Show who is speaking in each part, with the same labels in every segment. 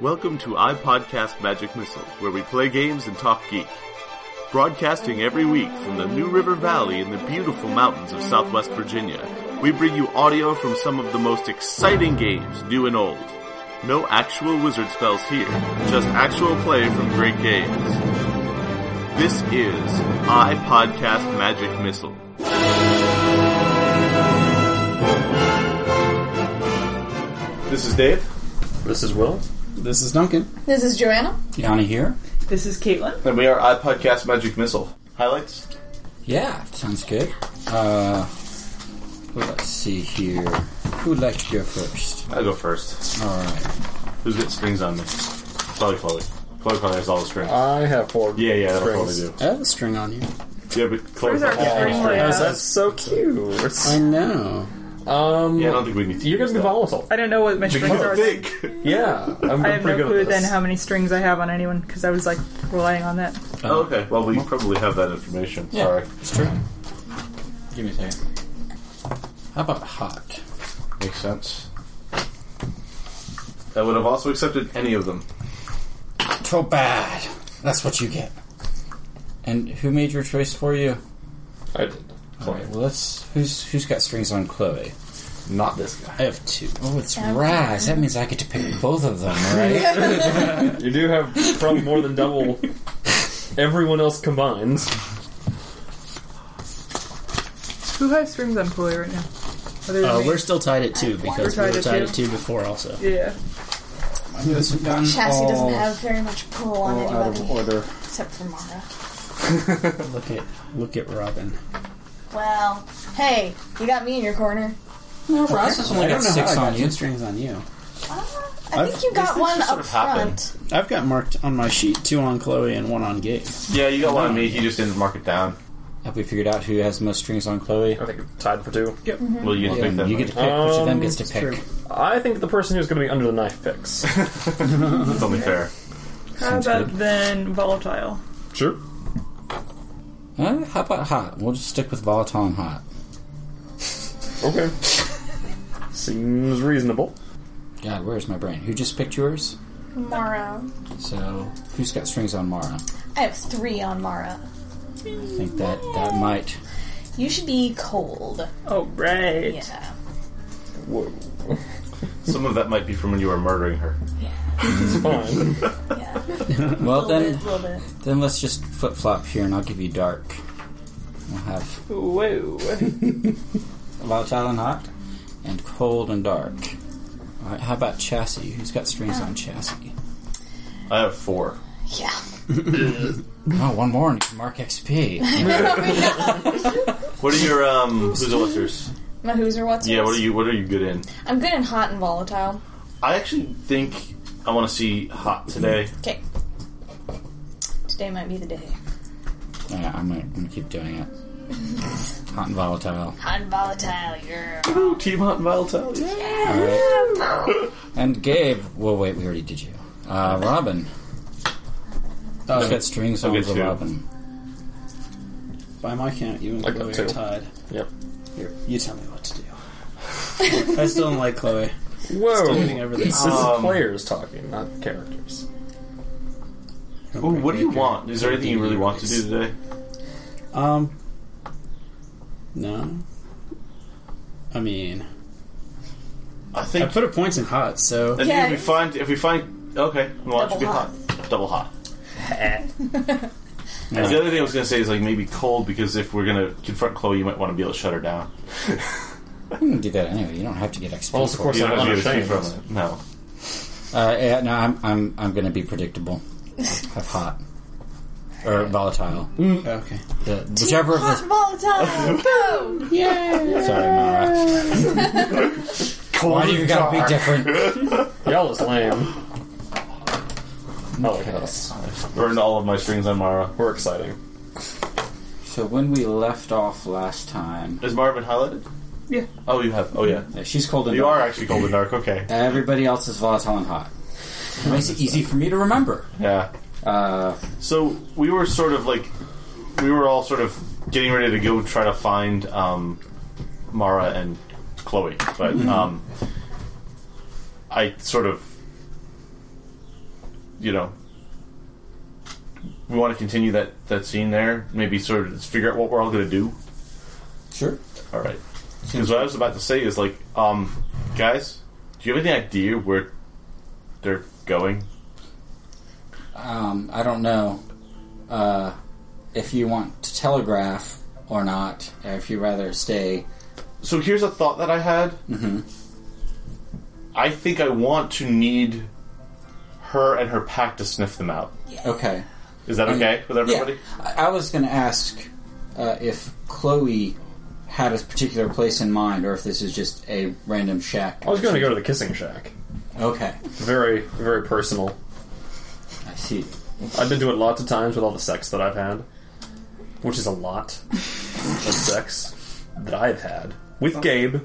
Speaker 1: Welcome to iPodcast Magic Missile, where we play games and talk geek. Broadcasting every week from the New River Valley in the beautiful mountains of Southwest Virginia, we bring you audio from some of the most exciting games, new and old. No actual wizard spells here, just actual play from great games. This is iPodcast Magic Missile. This is Dave.
Speaker 2: This is Will.
Speaker 3: This is Duncan.
Speaker 4: This is Joanna.
Speaker 3: Yanni here.
Speaker 5: This is Caitlin.
Speaker 1: And we are iPodcast Magic Missile. Highlights?
Speaker 2: Yeah.
Speaker 3: Sounds good. Uh, well, let's see here. Who would like to go first?
Speaker 1: I'll go first.
Speaker 3: All right.
Speaker 1: Who's got strings on me? Probably Chloe. Chloe probably has all the strings.
Speaker 2: I have four.
Speaker 1: yeah, yeah, that'll
Speaker 2: strings.
Speaker 1: probably
Speaker 3: I have a string on you.
Speaker 1: do. Yeah, but Chloe's
Speaker 5: Where's our
Speaker 1: yeah,
Speaker 5: string
Speaker 2: Yes,
Speaker 5: layout?
Speaker 2: that's so cute.
Speaker 3: I know.
Speaker 2: Um,
Speaker 1: I don't think we need to
Speaker 2: you're
Speaker 1: use
Speaker 2: gonna be
Speaker 1: that.
Speaker 2: volatile.
Speaker 5: I don't know what my strings
Speaker 1: Because
Speaker 5: are.
Speaker 1: I'm big.
Speaker 2: Yeah, I'm
Speaker 5: I have
Speaker 2: pretty
Speaker 5: no
Speaker 2: good
Speaker 5: clue
Speaker 2: at this.
Speaker 5: then how many strings I have on anyone because I was like relying on that.
Speaker 1: Oh, okay. Well, we probably have that information. Sorry.
Speaker 3: It's true. Give me a second. How about hot?
Speaker 1: Makes sense. I would have also accepted any of them.
Speaker 3: Too bad. That's what you get. And who made your choice for you?
Speaker 2: I did.
Speaker 3: All right. Well, let's. Who's who's got strings on Chloe?
Speaker 2: Not this guy.
Speaker 3: I have two. Oh, it's Raz. That means I get to pick both of them, right?
Speaker 2: You do have probably more than double everyone else combined.
Speaker 5: Who has strings on Chloe right now? Other than
Speaker 6: Uh,
Speaker 5: me?
Speaker 6: we're still tied at two because we
Speaker 5: tied
Speaker 6: were
Speaker 5: at
Speaker 6: tied
Speaker 5: two.
Speaker 6: at two before also.
Speaker 5: yeah.
Speaker 4: Chassis doesn't
Speaker 3: all-
Speaker 1: Oh.
Speaker 4: have very much pull on
Speaker 3: all out of
Speaker 4: anybody
Speaker 3: order.
Speaker 4: except for Mara.
Speaker 6: Look at look at Robin.
Speaker 4: Well, hey, you got me in your corner.
Speaker 3: No, Raz has only
Speaker 6: I
Speaker 3: got
Speaker 6: don't know
Speaker 3: six
Speaker 6: how Oh, I
Speaker 3: on
Speaker 6: got
Speaker 3: you.
Speaker 6: two strings on you.
Speaker 4: Uh, I think you got one
Speaker 1: just sort
Speaker 4: up
Speaker 1: of happen.
Speaker 4: front.
Speaker 6: I've got marked on my sheet two on Chloe and one on Gabe.
Speaker 1: Yeah, you got one on me. He just didn't mark it down.
Speaker 3: Have we figured out who has most strings on Chloe?
Speaker 2: I think we're tied for two. Yep.
Speaker 1: Mm-hmm. Well, you didn't pick that.
Speaker 3: You
Speaker 1: one.
Speaker 3: get to pick. Which of them
Speaker 2: Um,
Speaker 3: gets to pick?
Speaker 2: I think the person who's going to be under the knife picks.
Speaker 1: It's only fair.
Speaker 5: How about then volatile?
Speaker 2: sure.
Speaker 3: Huh? How about hot? We'll just stick with volatile and hot.
Speaker 2: Okay. Seems reasonable.
Speaker 3: God, where's my brain? Who just picked yours?
Speaker 4: Mara.
Speaker 3: So, who's got strings on Mara?
Speaker 4: I have three on Mara.
Speaker 3: I think that that might.
Speaker 4: You should be cold.
Speaker 5: Oh right.
Speaker 4: Yeah.
Speaker 2: Whoa.
Speaker 1: Some of that might be from when you were murdering her.
Speaker 2: It's fine.
Speaker 4: Yeah.
Speaker 3: Well,
Speaker 4: A little
Speaker 3: then
Speaker 4: bit, little bit.
Speaker 3: then let's just flip flop here, and I'll give you dark. We'll have
Speaker 5: Whoa.
Speaker 3: volatile and hot, and cold and dark. All right, how about chassis? Who's got strings on chassis?
Speaker 1: I have four.
Speaker 4: Yeah.
Speaker 3: Oh, one more, and you can mark XP.
Speaker 1: What are your um? Who's the listers?
Speaker 4: My who's or what's
Speaker 1: Yeah. What are you? What are you good in?
Speaker 4: I'm good in hot and volatile.
Speaker 1: I actually think I want to see hot today.
Speaker 4: Okay. Today might be the day.
Speaker 3: yeah, I'm gonna, I'm gonna keep doing it. Hot and volatile.
Speaker 4: Hot and volatile, yeah.
Speaker 1: Ooh, team hot and volatile.
Speaker 3: All right. and Gabe. Well, wait, we already did you. Uh, Robin.
Speaker 6: Oh,
Speaker 3: I've got strings
Speaker 1: I'll
Speaker 3: on
Speaker 1: get
Speaker 3: the
Speaker 1: two.
Speaker 3: Robin.
Speaker 6: By my count, you and
Speaker 2: I got
Speaker 6: Chloe
Speaker 2: two.
Speaker 6: are tied.
Speaker 2: Yep.
Speaker 6: You tell me what to do. I still don't like Chloe.
Speaker 2: Whoa.
Speaker 6: Doing everything.
Speaker 2: This
Speaker 1: Um,
Speaker 2: is players talking, not characters.
Speaker 1: Ooh, what do you want? Is there anything you really want to do today?
Speaker 6: Um. No. I mean,
Speaker 1: I
Speaker 6: I
Speaker 1: think.
Speaker 6: put her points in hot, so
Speaker 1: I think
Speaker 4: Yeah.
Speaker 1: if we find, if we find, okay, well, it should be
Speaker 4: Double
Speaker 1: hot.
Speaker 4: hot.
Speaker 1: Double hot. The other thing I was gonna say is like maybe cold because if we're gonna confront Chloe, you might want to be able to shut her down.
Speaker 3: You can do that eh? anyway. You don't have to get XP.
Speaker 2: Well, of
Speaker 3: for
Speaker 2: course
Speaker 3: it.
Speaker 1: You don't have to get a
Speaker 2: Unashamed.
Speaker 1: from it. No.
Speaker 3: Uh, yeah, no, I'm I'm I'm going to be predictable. Have hot or volatile.
Speaker 6: okay.
Speaker 3: The, whichever of
Speaker 4: Hot
Speaker 3: the
Speaker 4: and volatile, go!
Speaker 3: sorry, Mara. Why do you got to be different?
Speaker 2: Y'all is lame. I like us.
Speaker 1: Burned all of my strings on Mara.
Speaker 2: We're exciting.
Speaker 3: So when we left off last time,
Speaker 1: Is Mara been highlighted?
Speaker 5: Yeah.
Speaker 1: Oh, you have. Oh, yeah.
Speaker 3: uh, she's cold and
Speaker 1: You
Speaker 3: dark.
Speaker 1: are actually cold and dark. Okay.
Speaker 3: Everybody else is volatile and hot. It makes it easy for me to remember.
Speaker 1: Yeah.
Speaker 3: Uh,
Speaker 1: So we were sort of like, we were all sort of getting ready to go try to find um, Mara and Chloe, but um, I sort of you know, we want to continue that that scene there. Maybe sort of just figure out what we're all going to do.
Speaker 3: Sure.
Speaker 1: All right. Because what I was about to say is like, um, guys, do you have any idea where they're going?
Speaker 3: Um, I don't know uh, if you want to telegraph or not, or if you rather stay.
Speaker 1: So here's a thought that I had.
Speaker 3: Mhm.
Speaker 1: I think I want to need her and her pack to sniff them out.
Speaker 3: Okay.
Speaker 1: Is that okay with everybody?
Speaker 3: Yeah. I, I was going to ask uh, if Chloe had a particular place in mind, or if this is just a random shack.
Speaker 2: I was going to go to the kissing shack.
Speaker 3: Okay,
Speaker 2: Very, very personal.
Speaker 3: I see.
Speaker 2: I've been to it lots of times with all the sex that I've had, which is a lot of sex that I've had with Gabe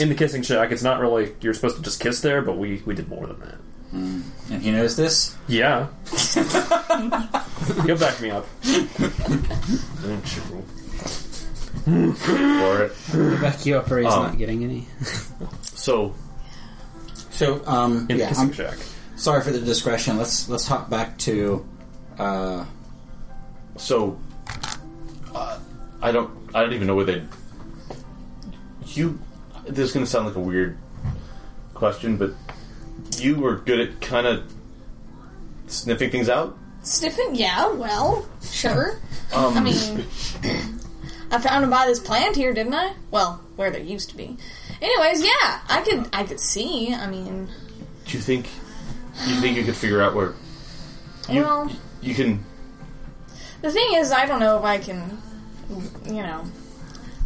Speaker 2: in the kissing shack. It's not really you're supposed to just kiss there, but we we did more than that.
Speaker 3: And he knows this.
Speaker 2: Yeah, he'll back me up.
Speaker 1: For it.
Speaker 3: Back you up, or he's
Speaker 1: Um,
Speaker 3: not getting any.
Speaker 1: So
Speaker 3: So, um,
Speaker 2: In the
Speaker 3: yeah,
Speaker 2: kissing
Speaker 3: I'm
Speaker 2: shack.
Speaker 3: sorry for the discretion. Let's let's hop back to. Uh,
Speaker 1: so uh, I don't I don't even know where they you this is going to sound like a weird question but you were good at kind of sniffing things out
Speaker 4: Sniffing? Yeah, well, sure.
Speaker 1: Um,
Speaker 4: I mean, I found them by this plant here, didn't I? Well, where there used to be. Anyways, yeah, I could, I could see. I mean,
Speaker 1: do you think you think you could figure out where you
Speaker 4: Well-
Speaker 1: you can
Speaker 4: the thing is, I don't know if I can, you know,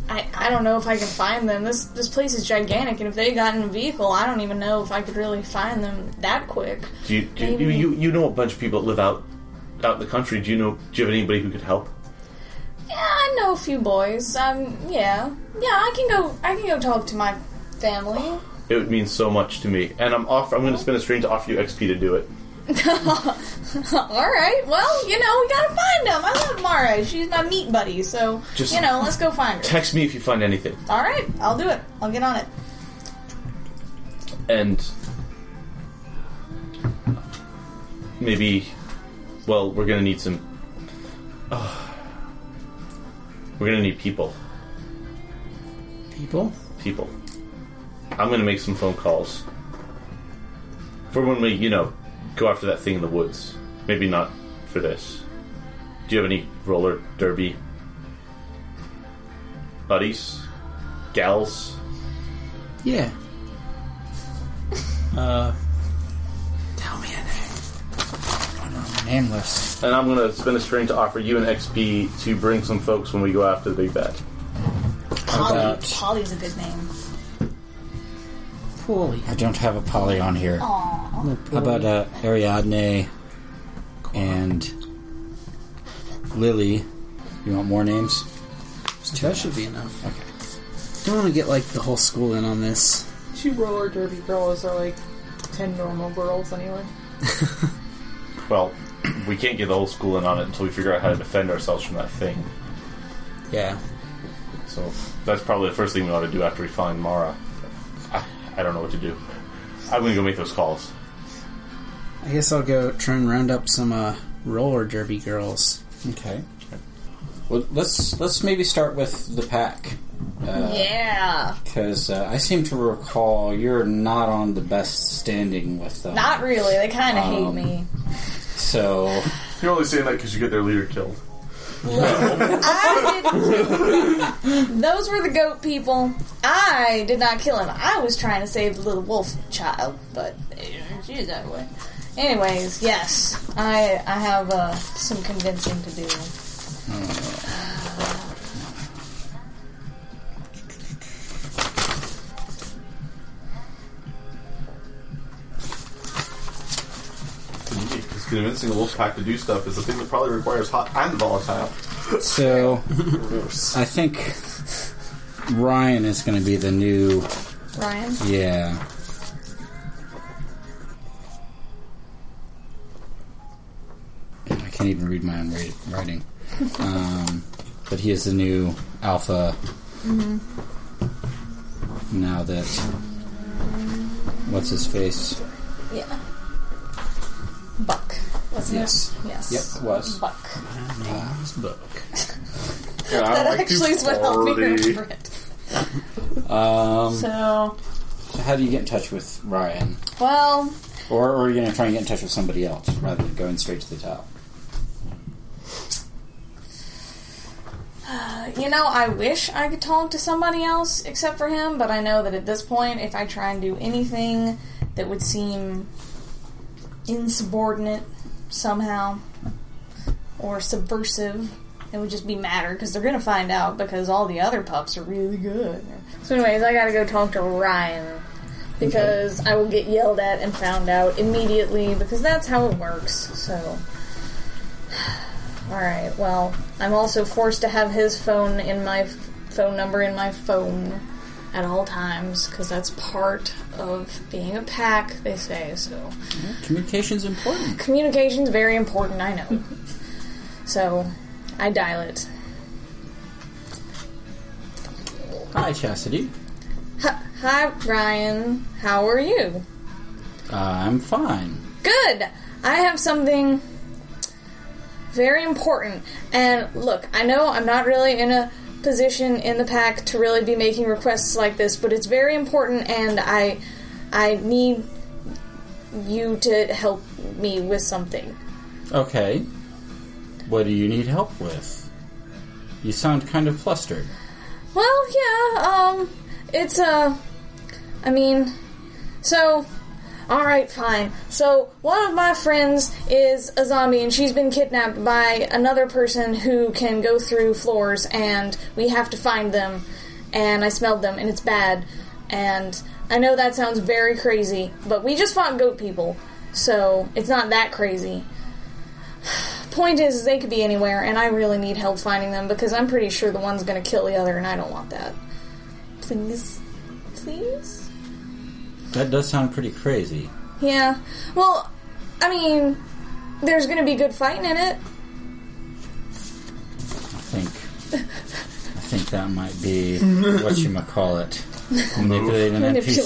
Speaker 4: I, I don't know if I can find them. This this place is gigantic, and if they got in a vehicle, I don't even know if I could really find them that quick.
Speaker 1: do you, do you,
Speaker 4: Maybe.
Speaker 1: you you know a bunch of people that live out out in the country do you know do you have anybody who could help
Speaker 4: Yeah, I know a few boys. Um, yeah, yeah, I can go, I can go talk to my family.
Speaker 1: it would mean so much to me and I'm off I'm going to spin a string to offer you XP to do it
Speaker 4: All right. Well, you know, we gotta find them. I love Mara. She's my meat buddy. So
Speaker 1: Just-
Speaker 4: you know, let's go find her.
Speaker 1: text me if you find anything
Speaker 4: All right, I'll do it. I'll get on it.
Speaker 1: and maybe well we're gonna need some we're gonna need people
Speaker 3: people.
Speaker 1: people i'm gonna make some phone calls for when we you know go after that thing in the woods maybe not for this do you have any roller derby buddies gals
Speaker 3: Yeah. Uh, tell me a name. Nameless.
Speaker 1: and i'm gonna spin a string to offer you an xp to bring some folks when we go after the big bad
Speaker 4: Polly.
Speaker 3: about-
Speaker 4: Polly's a good name.
Speaker 7: Poorly.
Speaker 3: I don't have a poly on here.
Speaker 4: Aww.
Speaker 3: How about uh, Ariadne and Lily? You want more names?
Speaker 7: That should be enough. Okay. Don't want to get like the whole school in on this.
Speaker 5: Two roller derby girls are like ten normal girls anyway.
Speaker 1: Well, we can't get the whole school in on it until we figure out how to defend ourselves from that thing.
Speaker 7: Yeah.
Speaker 1: So that's probably the first thing we ought to do after we find Mara. I, I don't know what to do. I'm gonna go make those calls.
Speaker 7: I guess I'll go try and round up some uh, roller derby girls.
Speaker 3: Okay. Well, let's let's maybe start with the pack
Speaker 4: Yeah.
Speaker 3: because uh, I seem to recall you're not on the best standing with them.
Speaker 4: Not really. They kind of
Speaker 3: Um,
Speaker 4: hate me.
Speaker 3: So
Speaker 1: You're only saying that because you get their leader killed.
Speaker 4: I did. Those were the goat people. I did not kill him. I was trying to save the little wolf child, but eh, she's that way. Anyways, yes, I I have uh, some convincing to do.
Speaker 1: Because convincing a wolf pack to do stuff is a thing that probably requires hot and volatile.
Speaker 3: so I think Ryan is going to be the new
Speaker 4: Ryan,
Speaker 3: yeah. I can't even read my own writ- writing. Um, but he is the new alpha. Now that what's his face
Speaker 4: yeah, wasn't
Speaker 7: Yes.
Speaker 4: it? Yes.
Speaker 3: Yep, it was.
Speaker 4: Buck.
Speaker 7: This book.
Speaker 4: That actually is what helped me remember it.
Speaker 3: Um,
Speaker 4: So,
Speaker 3: so how do you get in touch with Ryan?
Speaker 4: well,
Speaker 3: Or, or are you going to try and get in touch with somebody else rather than going straight to the top?
Speaker 4: you know, I wish I could talk to somebody else except for him, but I know that at this point, if I try and do anything that would seem insubordinate somehow or subversive, it would just be matter because they're gonna find out because all the other pups are really good. So, anyways, I gotta go talk to Ryan because I will get yelled at and found out immediately because that's how it works. So. All right. Well, I'm also forced to have his phone in my f- phone number in my phone at all times because that's part of being a pack. They say so.
Speaker 3: Communication's important.
Speaker 4: Communication's very important. I know. so, I dial it.
Speaker 3: Hi, Chastity.
Speaker 4: H- Hi, Ryan. How are you?
Speaker 3: Uh, I'm fine.
Speaker 4: Good. I have something very important. And look, I know I'm not really in a position in the pack to really be making requests like this, but it's very important and I I need you to help me with something.
Speaker 3: Okay. What do you need help with? You sound kind of flustered.
Speaker 4: Well, yeah, um, it's, uh, I mean, so, alright, fine. So, one of my friends is a zombie and she's been kidnapped by another person who can go through floors and we have to find them. And I smelled them and it's bad. And I know that sounds very crazy, but we just fought goat people, so it's not that crazy. Point is, they could be anywhere, and I really need help finding them because I'm pretty sure the one's going to kill the other, and I don't want that. Please, please.
Speaker 3: That does sound pretty crazy.
Speaker 4: Yeah. Well, I mean, there's going to be good fighting in it.
Speaker 3: I think. I think that might be what you might call it. Manipulate an
Speaker 4: Manipulation.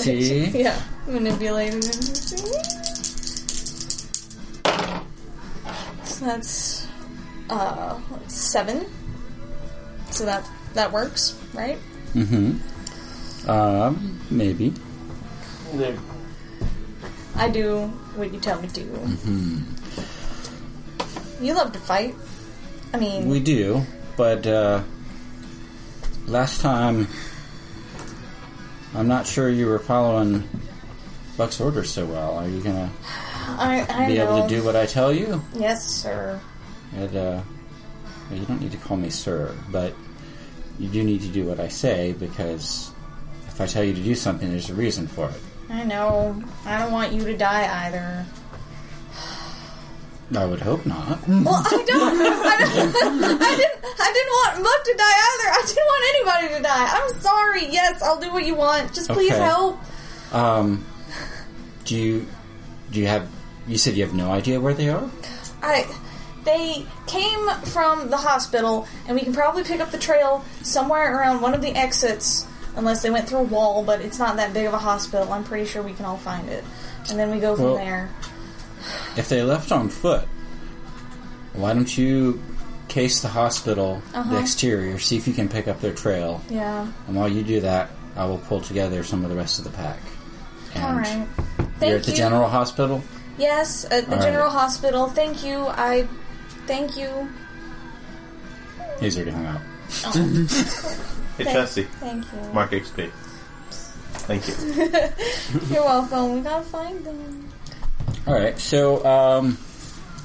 Speaker 3: NPC.
Speaker 4: Yeah. Manipulating NPC. So that's uh seven. So that that works, right?
Speaker 3: Mm-hmm. Um, maybe.
Speaker 4: I do what you tell me to. You love to fight. I mean,
Speaker 3: Mm-hmm. We do, but uh, last time, I'm not sure you were following Buck's orders so well. Are you gonna
Speaker 4: I, I
Speaker 3: be
Speaker 4: know.
Speaker 3: able to do what I tell you?
Speaker 4: Yes, sir.
Speaker 3: And uh, well, you don't need to call me sir, but you do need to do what I say because if I tell you to do something, there's a reason for it.
Speaker 4: I know. I don't want you to die either.
Speaker 3: I would hope not.
Speaker 4: Well, I don't. I, don't, I didn't. I didn't want Muck to die either. I didn't want anybody to die. I'm sorry. Yes, I'll do what you want. Just please
Speaker 3: Okay.
Speaker 4: help.
Speaker 3: Um, do you do you have? You said you have no idea where they are.
Speaker 4: I. They came from the hospital, and we can probably pick up the trail somewhere around one of the exits, unless they went through a wall. But it's not that big of a hospital. I'm pretty sure we can all find it, and then we go from
Speaker 3: Well-
Speaker 4: there.
Speaker 3: If they left on foot, why don't you case the hospital,
Speaker 4: Uh-huh.
Speaker 3: the exterior, see if you can pick up their trail,
Speaker 4: Yeah.
Speaker 3: and while you do that, I will pull together some of the rest of the pack. And
Speaker 4: All right.
Speaker 3: you're
Speaker 4: Thank
Speaker 3: at the
Speaker 4: you.
Speaker 3: general hospital.
Speaker 4: Yes, at the
Speaker 3: All
Speaker 4: general
Speaker 3: right.
Speaker 4: hospital. Thank you. I. Thank you.
Speaker 3: He's already hung out.
Speaker 1: Hey,
Speaker 4: Thank-
Speaker 1: Chesty,
Speaker 4: Thank you.
Speaker 1: mark XP. Thank you.
Speaker 4: You're welcome. We gotta find them.
Speaker 3: All right, so um,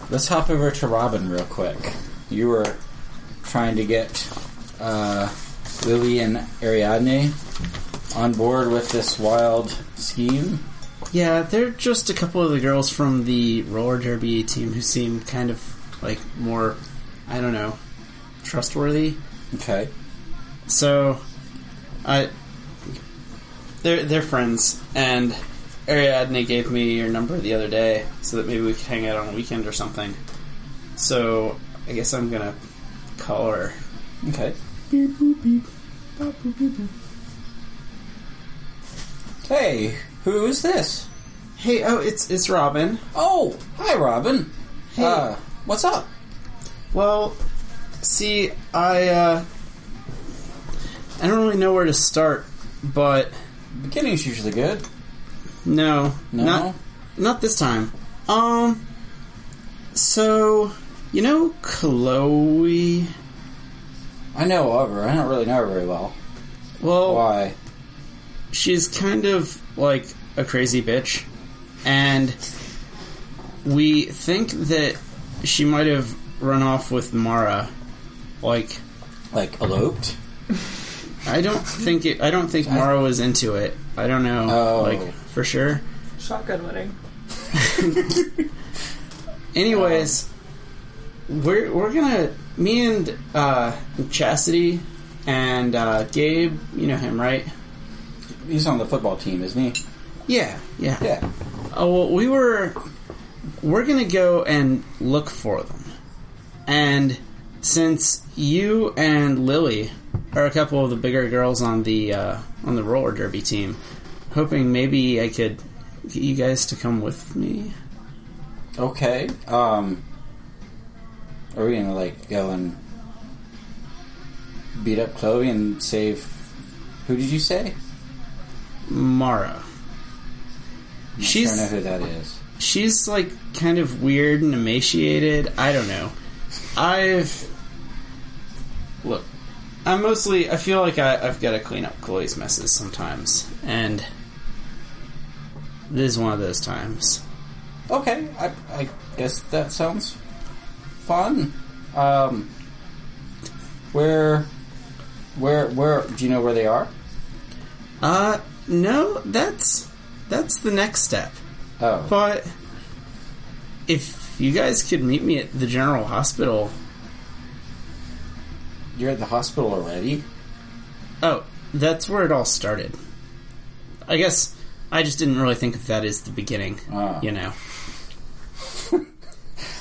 Speaker 3: let's hop over to Robin real quick. You were trying to get uh, Lily and Ariadne on board with this wild scheme.
Speaker 7: Yeah, they're just a couple of the girls from the roller derby team who seem kind of like more, I don't know, trustworthy.
Speaker 3: Okay.
Speaker 7: So, I they're they're friends, and Ariadne gave me your number the other day so that maybe we could hang out on a weekend or something. So I guess I'm gonna call her.
Speaker 3: Okay. Hey, who is this?
Speaker 7: Hey, oh, it's it's Robin.
Speaker 3: Oh, hi, Robin.
Speaker 7: Hey.
Speaker 3: Uh, what's up?
Speaker 7: Well, see, I uh, I don't really know where to start, but
Speaker 3: Beginning's usually good.
Speaker 7: no,
Speaker 3: No?
Speaker 7: not not this time. Um, so you know, Chloe.
Speaker 3: I know of her. I don't really know her very well.
Speaker 7: Well,
Speaker 3: Why?
Speaker 7: she's kind of like a crazy bitch, and we think that she might have run off with Mara. Like,
Speaker 3: Like eloped?
Speaker 7: I don't think it. I don't think Mara was into it. I don't know,
Speaker 3: Oh.
Speaker 7: like for sure.
Speaker 5: Shotgun wedding.
Speaker 7: Anyways, we're we're gonna me and uh, Chastity and uh, Gabe. You know him, right?
Speaker 3: He's on the football team, isn't he?
Speaker 7: Yeah, yeah.
Speaker 3: Yeah.
Speaker 7: Oh, well, we were. We're gonna go and look for them, and since you and Lily are a couple of the bigger girls on the uh, on the roller derby team, hoping maybe I could get you guys to come with me.
Speaker 3: Okay. Um. Are we gonna like go and beat up Chloe and save? Who did you say?
Speaker 7: Mara.
Speaker 3: I don't
Speaker 7: She's
Speaker 3: know who that is.
Speaker 7: she's like kind of weird and emaciated. I don't know. I've look. I'm mostly. I feel like I, I've got to clean up Chloe's messes sometimes, and this is one of those times.
Speaker 3: Okay, I, I guess that sounds fun. Um, where, where, where? Do you know where they are?
Speaker 7: Uh, no, that's that's the next step.
Speaker 3: Oh,
Speaker 7: But if you guys could meet me at the general hospital,
Speaker 3: you're at the hospital already.
Speaker 7: oh, that's where it all started. I guess I just didn't really think of that as the beginning.
Speaker 3: Ah.
Speaker 7: You know.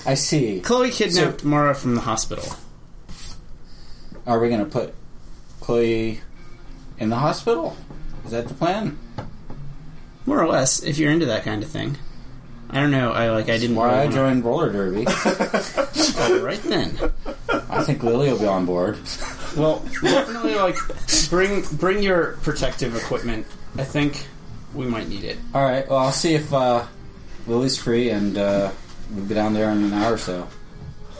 Speaker 3: I see.
Speaker 7: Chloe kidnapped Mara from the hospital.
Speaker 3: Are we gonna put Chloe in the hospital? Is that the plan?
Speaker 7: More or less, if you're into that kind of thing. I don't know, I like I didn't
Speaker 3: Why I
Speaker 7: really wanna-
Speaker 3: joined roller derby?
Speaker 7: right then.
Speaker 3: I think Lily will be on board.
Speaker 7: Well, definitely like bring bring your protective equipment. I think we might need it.
Speaker 3: All right. Well, I'll see if uh, Lily's free, and uh, we'll be down there in an hour or so.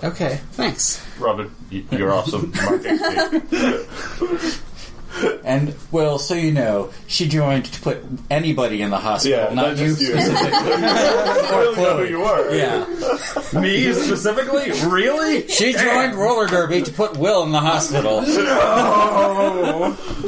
Speaker 7: Okay. Thanks.
Speaker 1: Robin, y- you're awesome. Marketing speak.
Speaker 3: And well, so you know, she joined to put anybody in the hospital,
Speaker 1: Yeah,
Speaker 3: not
Speaker 1: not just
Speaker 3: you.
Speaker 1: you. I really know
Speaker 4: Oh,
Speaker 1: who you are.
Speaker 3: yeah,
Speaker 2: Me specifically? Really?
Speaker 3: she joined roller derby to put Will in the hospital.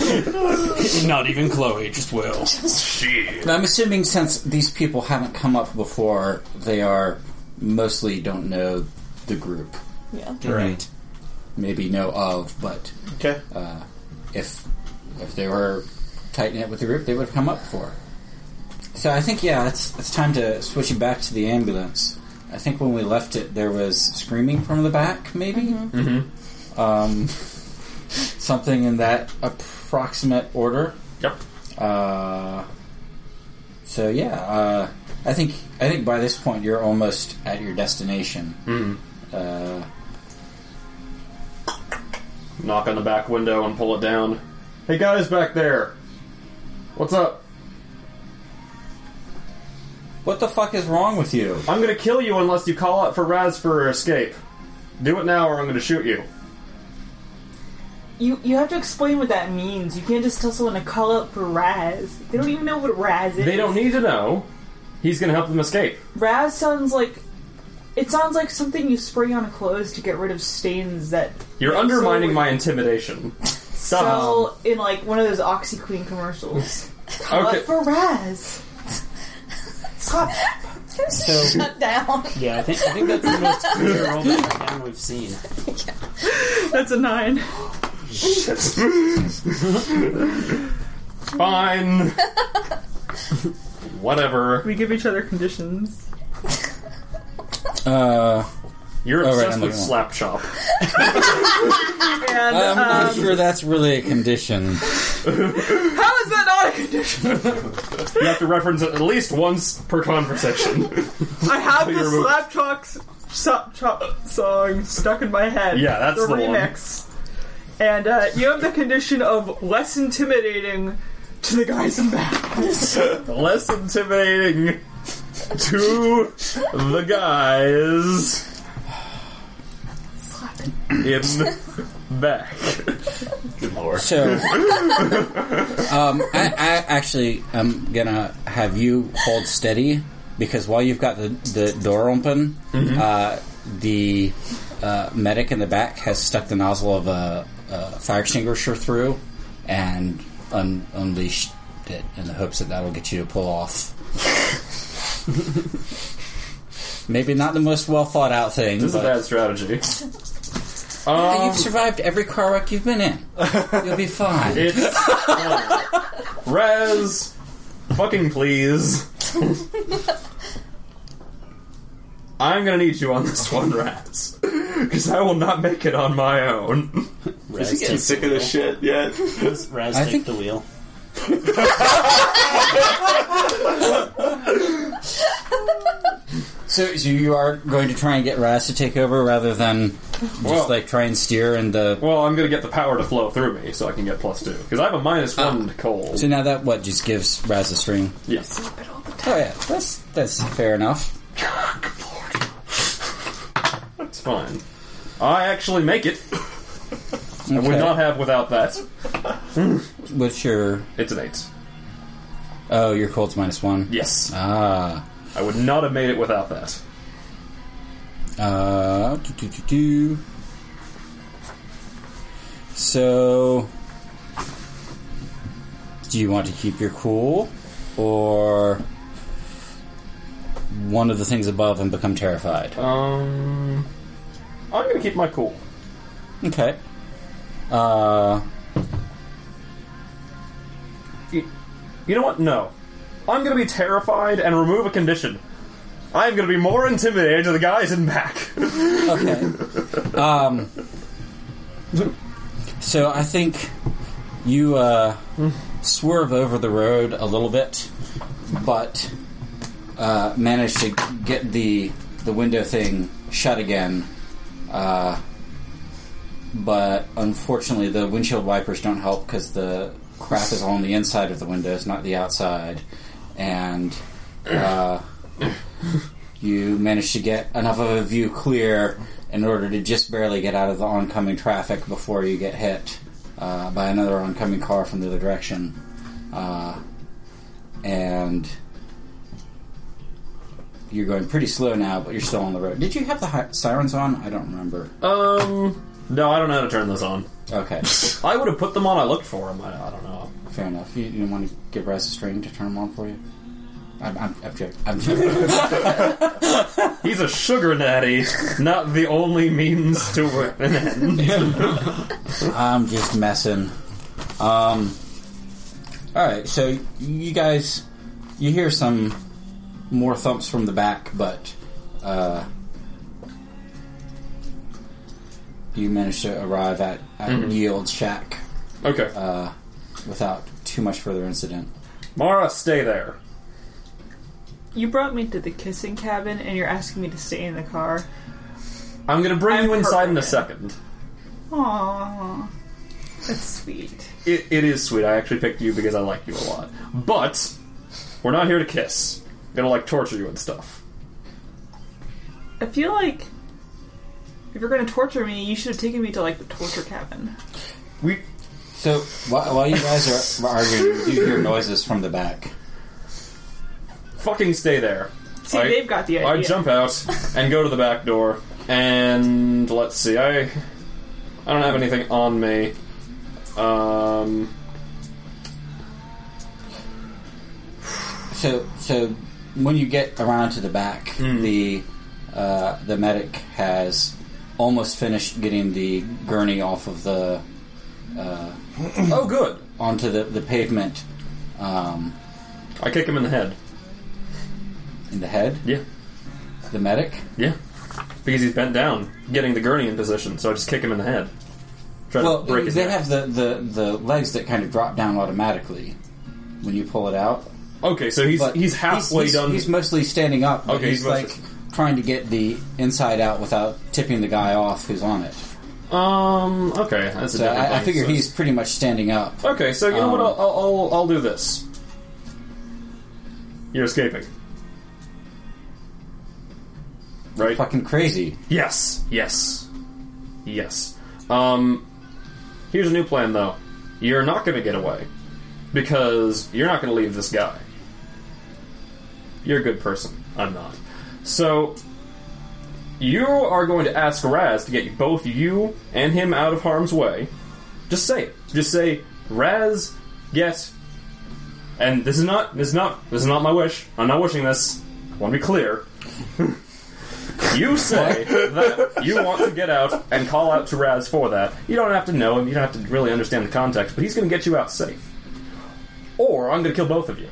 Speaker 7: Not even Chloe, just Will.
Speaker 1: Shit.
Speaker 3: I'm assuming since these people haven't come up before, they are mostly don't know the group,
Speaker 4: Yeah.
Speaker 7: Right.
Speaker 3: maybe know of, but uh,
Speaker 1: Okay.
Speaker 3: if if they were tight knit with the group, they would have come up for. So I think yeah, it's it's time to switch it back to the ambulance. I think when we left it, there was screaming from the back, maybe. Mm-hmm. Um, something in that approximate order.
Speaker 2: Yep.
Speaker 3: Uh, so yeah, uh, I think I think by this point you're almost at your destination. Uh,
Speaker 2: Knock on the back window and pull it down. Hey guys back there. What's up?
Speaker 3: what the fuck is wrong with you?
Speaker 2: I'm gonna kill you unless you call out for Raz for escape. Do it now or I'm gonna shoot you.
Speaker 5: You you have to explain what that means. You can't just tell someone to call up for Raz. They don't even know what Raz is.
Speaker 2: They don't need to know. He's gonna help them escape.
Speaker 5: Raz sounds like it sounds like something you spray on clothes to get rid of stains that
Speaker 2: You're undermining
Speaker 5: So-
Speaker 2: my intimidation. Stop.
Speaker 5: sell in like one of those OxyClean commercials. Call up
Speaker 2: Okay.
Speaker 5: uh, for Raz. Stop.
Speaker 3: So
Speaker 4: Shut down.
Speaker 7: Yeah, I think I think that's the most clear roll down we've seen.
Speaker 5: That's a nine.
Speaker 2: Fine. Whatever.
Speaker 5: We give each other conditions.
Speaker 3: uh,
Speaker 2: You're
Speaker 3: right,
Speaker 2: obsessed
Speaker 3: I'm
Speaker 2: with
Speaker 3: looking
Speaker 2: slap chop.
Speaker 5: And
Speaker 2: Uh,
Speaker 3: I'm not sure that's really a
Speaker 5: how
Speaker 3: condition.
Speaker 5: is that not a condition?
Speaker 2: You have to reference it at least once per conversation.
Speaker 5: I have
Speaker 2: You're
Speaker 5: the
Speaker 2: removed.
Speaker 5: slap talks Chop Chop song stuck in my head.
Speaker 2: Yeah, that's
Speaker 5: the,
Speaker 2: the one.
Speaker 5: remix. And uh, you have the condition of less intimidating to the guys in back.
Speaker 2: Less intimidating to the guys in back. Good lord.
Speaker 3: So, um, I, I actually am gonna have you hold steady because while you've got the, the door open, uh, the uh, medic in the back has stuck the nozzle of a, a fire extinguisher through and un- unleashed it in the hopes that that'll get you to pull off. Maybe not the most well thought out thing,
Speaker 2: This is a
Speaker 3: but
Speaker 2: bad strategy.
Speaker 3: Hey, you've survived every car wreck you've been in. You'll be fine.
Speaker 2: It's Rez, fucking please. I'm gonna need you on this one, Raz, because I will not make it on my own.
Speaker 6: Raz
Speaker 7: he getting
Speaker 6: takes
Speaker 7: sick
Speaker 6: the
Speaker 7: of
Speaker 6: wheel.
Speaker 7: this
Speaker 1: Shit, yeah.
Speaker 6: Raz, Raz
Speaker 3: I
Speaker 6: take
Speaker 3: think-
Speaker 6: the wheel.
Speaker 3: So, so you are going to try and get Raz to take over rather than just
Speaker 2: Well-
Speaker 3: like try and steer in the.
Speaker 2: Well, I'm gonna get the power to flow through me, so I can get plus two, because I have a minus one to cold.
Speaker 3: So now that what just gives Raz a string.
Speaker 2: Yes.
Speaker 3: Oh yeah, that's that's fair enough.
Speaker 2: It's fine. I actually make it. I would
Speaker 3: Okay.
Speaker 2: not have without that.
Speaker 3: What's your?
Speaker 2: It's an eight.
Speaker 3: Oh, your cold's minus one.
Speaker 2: Yes.
Speaker 3: Ah.
Speaker 2: I would not have made it without that.
Speaker 3: Uh. Do, do, do, do. So, do you want to keep your cool, or one of the things above and become terrified?
Speaker 2: Uh. Um, I'm gonna keep my cool.
Speaker 3: Okay. Uh,
Speaker 2: You, you know what? No. I'm gonna be terrified and remove a condition. I'm gonna be more intimidated to the guys in back.
Speaker 3: okay. um, so I think you uh, swerve over the road a little bit, but uh, manage to get the the window thing shut again. Uh, but unfortunately, the windshield wipers don't help because the crap is on the inside of the windows, not the outside, and. Uh, you manage to get enough of a view clear in order to just barely get out of the oncoming traffic before you get hit uh, by another oncoming car from the other direction. Uh, and you're going pretty slow now, but you're still on the road. Did you have the hi- sirens on? I don't remember.
Speaker 2: um, no, I don't know how to turn this on.
Speaker 3: Okay,
Speaker 2: I would have put them on. I looked for them. I, I don't know.
Speaker 3: fair enough. You, you didn't want to give Raz a string to turn them on for you? I'm, I'm, I'm joking. I'm joking.
Speaker 2: He's a sugar daddy, not the only means to an end.
Speaker 3: I'm just messing. Um, all right, so you guys, you hear some more thumps from the back, but uh, you manage to arrive at, at Yield Shack
Speaker 2: Okay,
Speaker 3: uh, without too much further incident.
Speaker 2: Mara, stay there.
Speaker 5: You brought me to the kissing cabin, and you're asking me to stay in the car.
Speaker 2: I'm gonna bring
Speaker 5: I'm
Speaker 2: you inside in a
Speaker 5: perfect.
Speaker 2: second.
Speaker 5: Aww, that's sweet.
Speaker 2: It, it is sweet. I actually picked you because I like you a lot. But we're not here to kiss. It'll like torture you and stuff.
Speaker 5: I feel like if you're gonna torture me, you should have taken me to like the torture cabin.
Speaker 2: We
Speaker 3: So while, while you guys are arguing, you hear noises from the back.
Speaker 2: fucking stay there.
Speaker 5: See,
Speaker 2: I-
Speaker 5: they've got the idea.
Speaker 2: I jump out and go to the back door, and let's see. I I don't have anything on me. Um,
Speaker 3: So, so when you get around to the back,
Speaker 2: Hmm.
Speaker 3: the uh, the medic has almost finished getting the gurney off of the
Speaker 2: oh, good.
Speaker 3: onto the, the pavement um,
Speaker 2: I kick him in the head.
Speaker 3: in the head.
Speaker 2: Yeah,
Speaker 3: The medic.
Speaker 2: yeah. Because he's bent down, getting the gurney in position. So I just kick him in the head. Try
Speaker 3: Well,
Speaker 2: to break his
Speaker 3: they
Speaker 2: neck.
Speaker 3: have the, the, the legs that kind of drop down automatically when you pull it out.
Speaker 2: Okay, so he's
Speaker 3: But
Speaker 2: he's halfway
Speaker 3: he's,
Speaker 2: done.
Speaker 3: He's mostly standing up. But
Speaker 2: Okay,
Speaker 3: he's,
Speaker 2: he's
Speaker 3: like
Speaker 2: mostly-
Speaker 3: trying to get the inside out without tipping the guy off who's on it.
Speaker 2: Um. Okay, that's a
Speaker 3: So
Speaker 2: different
Speaker 3: I, I
Speaker 2: thing,
Speaker 3: figure
Speaker 2: so-
Speaker 3: he's pretty much standing up.
Speaker 2: Okay, so you know what?
Speaker 3: Um,
Speaker 2: I'll, I'll, I'll, I'll do this. You're escaping. Right?
Speaker 3: Fucking crazy.
Speaker 2: Yes, yes, yes. Um, here's a new plan, though. You're not going to get away because you're not going to leave this guy. You're a good person. I'm not. So you are going to ask Raz to get both you and him out of harm's way. Just say it. Just say, Raz, get. And this is not. This is not. This is not my wish. I'm not wishing this. I want to be clear. You say that you want to get out and call out to Raz for that. You don't have to know him, you don't have to really understand the context, but he's going to get you out safe. Or I'm going to kill both of you.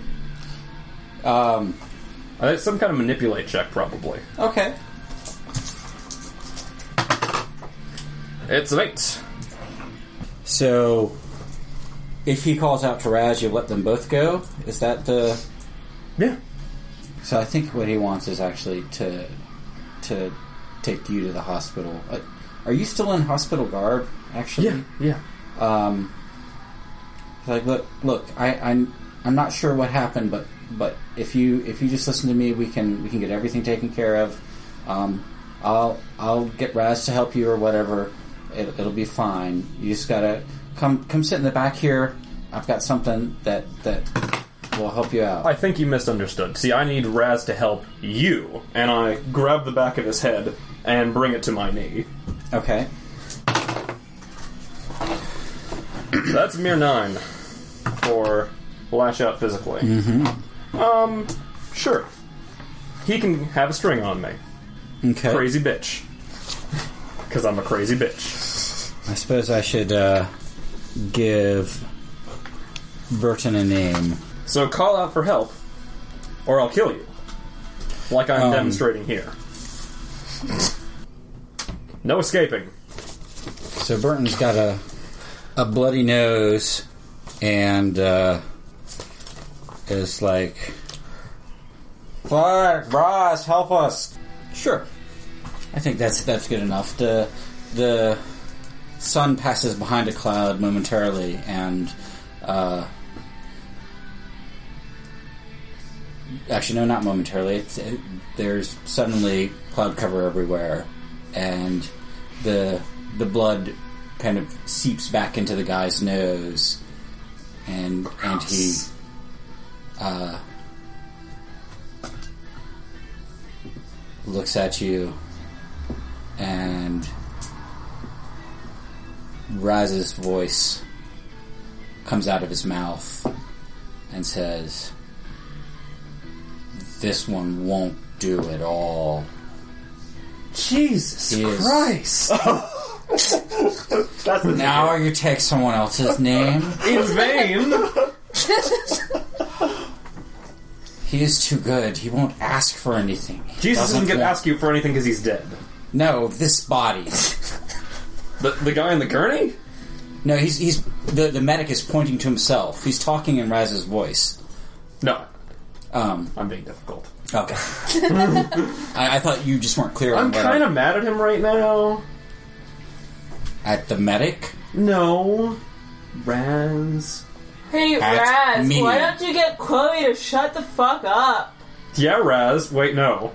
Speaker 3: Um,
Speaker 2: Uh, That's some kind of manipulate check, probably.
Speaker 3: okay.
Speaker 2: It's an eight.
Speaker 3: So, if he calls out to Raz, you let them both go? Is that the.
Speaker 2: Yeah.
Speaker 3: So I think what he wants is actually to to take you to the hospital. Uh, Are you still in hospital guard? Actually,
Speaker 2: Yeah, yeah.
Speaker 3: Um, like, look, look, I, I'm I'm not sure what happened, but but if you if you just listen to me, we can we can get everything taken care of. Um, I'll I'll get Raz to help you or whatever. It, it'll be fine. You just gotta come come sit in the back here. I've got something that that will help you out.
Speaker 2: I think you misunderstood. See, I need Raz to help you, and I grab the back of his head and bring it to my knee.
Speaker 3: Okay.
Speaker 2: That's a mere nine for lash out physically. Mm-hmm. Um, sure. He can have a string on me.
Speaker 3: Okay.
Speaker 2: Crazy bitch. Because I'm a crazy bitch.
Speaker 3: I suppose I should uh, give Burton a name.
Speaker 2: So call out for help, or I'll kill you. Like I'm
Speaker 3: Um.
Speaker 2: demonstrating here. No escaping.
Speaker 3: So Burton's got a a bloody nose and uh, is like, Clark, Ross, help us. Sure. I think that's that's good enough. The the sun passes behind a cloud momentarily, and uh, actually, no, not momentarily. It's, it, there's suddenly cloud cover everywhere, and the the blood kind of seeps back into the guy's nose, and and he. Uh, looks at you and Raz's voice comes out of his mouth and says, This one won't do it all.
Speaker 2: Jesus
Speaker 3: He is-
Speaker 2: Christ! That's the
Speaker 3: Now you take someone else's name?
Speaker 2: in vain.
Speaker 3: He is too good. He won't ask for anything. He
Speaker 2: Jesus
Speaker 3: doesn't
Speaker 2: isn't going to
Speaker 3: want-
Speaker 2: ask you for anything because he's dead.
Speaker 3: No, this body.
Speaker 2: The, the guy in the gurney?
Speaker 3: No, he's he's the, the medic is pointing to himself. He's talking in Raz's voice.
Speaker 2: No,
Speaker 3: Um
Speaker 2: I'm being difficult.
Speaker 3: Okay. I, I thought you just weren't clear. on
Speaker 2: I'm
Speaker 3: what
Speaker 2: kind of mad at him right now.
Speaker 3: at the medic.
Speaker 2: No. Raz.
Speaker 5: Hey,
Speaker 3: That's
Speaker 5: Raz,
Speaker 3: me.
Speaker 5: why don't you get Chloe to shut the fuck up?
Speaker 2: Yeah, Raz. Wait, no.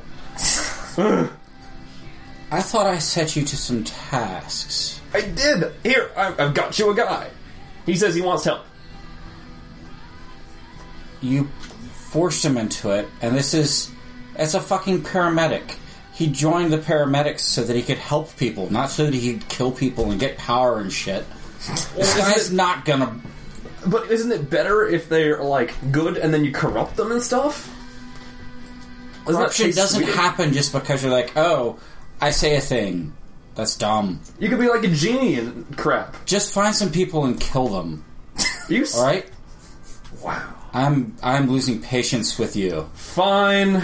Speaker 3: I thought I set you to some tasks.
Speaker 2: I did. Here, I, I've got you a guy. He says he wants help.
Speaker 3: You forced him into it, and this is it's a fucking paramedic. He joined the paramedics so that he could help people, not so that he'd kill people and get power and shit. This guy's not gonna.
Speaker 2: But isn't it better if they're, like, good and then you corrupt them and stuff? Doesn't that
Speaker 3: Corruption
Speaker 2: taste
Speaker 3: doesn't
Speaker 2: weird?
Speaker 3: happen just because you're like, oh, I say a thing. That's dumb.
Speaker 2: You could be like a genie and crap.
Speaker 3: Just find some people and kill them.
Speaker 2: You s-
Speaker 3: All right.
Speaker 2: Wow.
Speaker 3: I'm I'm losing patience with you.
Speaker 2: Fine.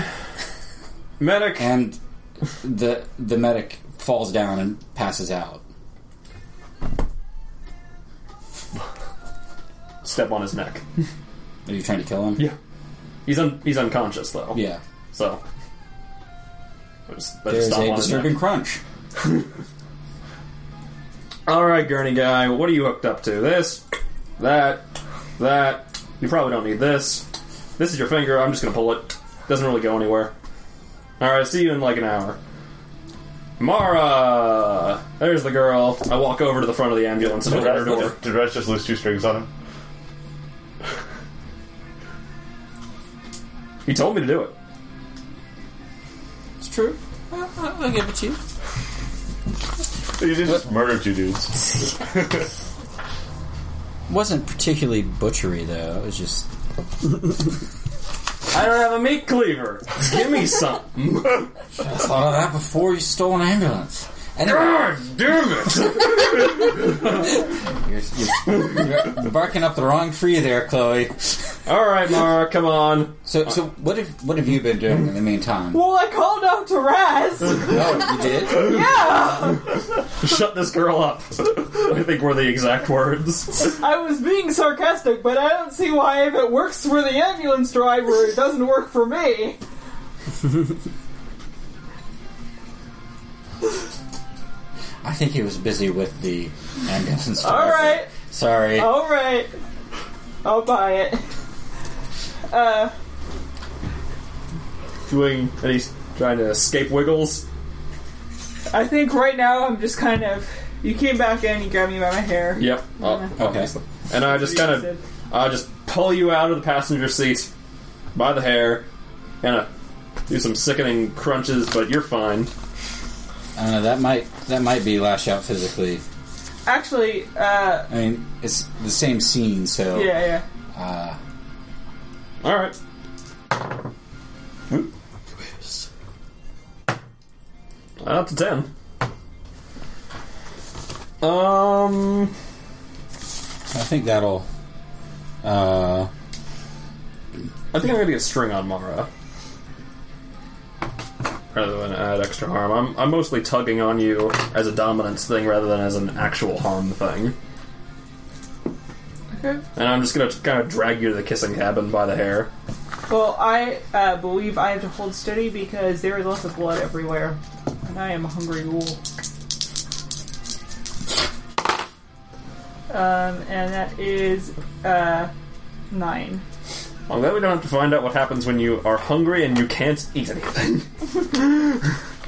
Speaker 2: Medic.
Speaker 3: and the the medic falls down and passes out.
Speaker 2: Step on his neck.
Speaker 3: Are you trying to kill him?
Speaker 2: Yeah. He's un- he's unconscious though.
Speaker 3: Yeah.
Speaker 2: So I just, I
Speaker 3: There's
Speaker 2: just not wanted to
Speaker 3: a
Speaker 2: know.
Speaker 3: disturbing crunch.
Speaker 2: All right, Gurney guy, what are you hooked up to? This, that, that. You probably don't need this. This is your finger. I'm just gonna pull it. Doesn't really go anywhere. All right, see you in like an hour. Mara, there's the girl. I walk over to the front of the ambulance and
Speaker 8: Did
Speaker 2: open her
Speaker 8: Rest,
Speaker 2: door.
Speaker 8: did Rest just lose two strings on him?
Speaker 2: He told me to do it.
Speaker 7: It's true. I, I, I'll give it to you.
Speaker 8: He didn't just murder two dudes.
Speaker 3: Wasn't particularly butchery though. It was just
Speaker 2: I don't have a meat cleaver. Give me some.
Speaker 3: I thought of that before you stole an ambulance. Anyway,
Speaker 2: God damn it!
Speaker 3: you're, you're, you're barking up the wrong tree there, Chloe.
Speaker 2: All right, Mara, come on.
Speaker 3: So, so what have what have you been doing in the meantime?
Speaker 5: Well, I called out to Raz.
Speaker 3: No, you did.
Speaker 5: yeah,
Speaker 2: Shut this girl up. I think were the exact words.
Speaker 5: I was being sarcastic, but I don't see why if it works for the ambulance driver, it doesn't work for me.
Speaker 3: I think he was busy with the ambulance.
Speaker 5: All
Speaker 3: driver.
Speaker 5: right. Oh.
Speaker 3: Sorry.
Speaker 5: All right, I'll buy it. Uh,
Speaker 2: Doing, and he's trying to escape Wiggles.
Speaker 5: I think right now I'm just kind of. You came back in, you grabbed me by my hair.
Speaker 2: Yep. Oh,
Speaker 3: Okay.
Speaker 2: And I just kind of, I just pull you out of the passenger seat by the hair, and I do some sickening crunches, but you're fine.
Speaker 3: Uh, that might that might be lash out physically.
Speaker 5: Actually, uh,
Speaker 3: I mean, it's the same scene, so
Speaker 5: yeah, yeah.
Speaker 3: uh,
Speaker 2: All right. Up to ten. Um,
Speaker 3: I think that'll. Uh,
Speaker 2: I think I'm gonna get string on Mara. Rather than add extra harm, I'm, I'm mostly tugging on you as a dominance thing rather than as an actual harm thing.
Speaker 5: Okay.
Speaker 2: And I'm just gonna kind of drag you to the kissing cabin by the hair.
Speaker 5: Well, I uh, believe I have to hold steady because there is lots of blood everywhere, and I am a hungry ghoul. Um, and that is uh, nine.
Speaker 2: I'm glad we don't have to find out what happens when you are hungry and you can't eat anything.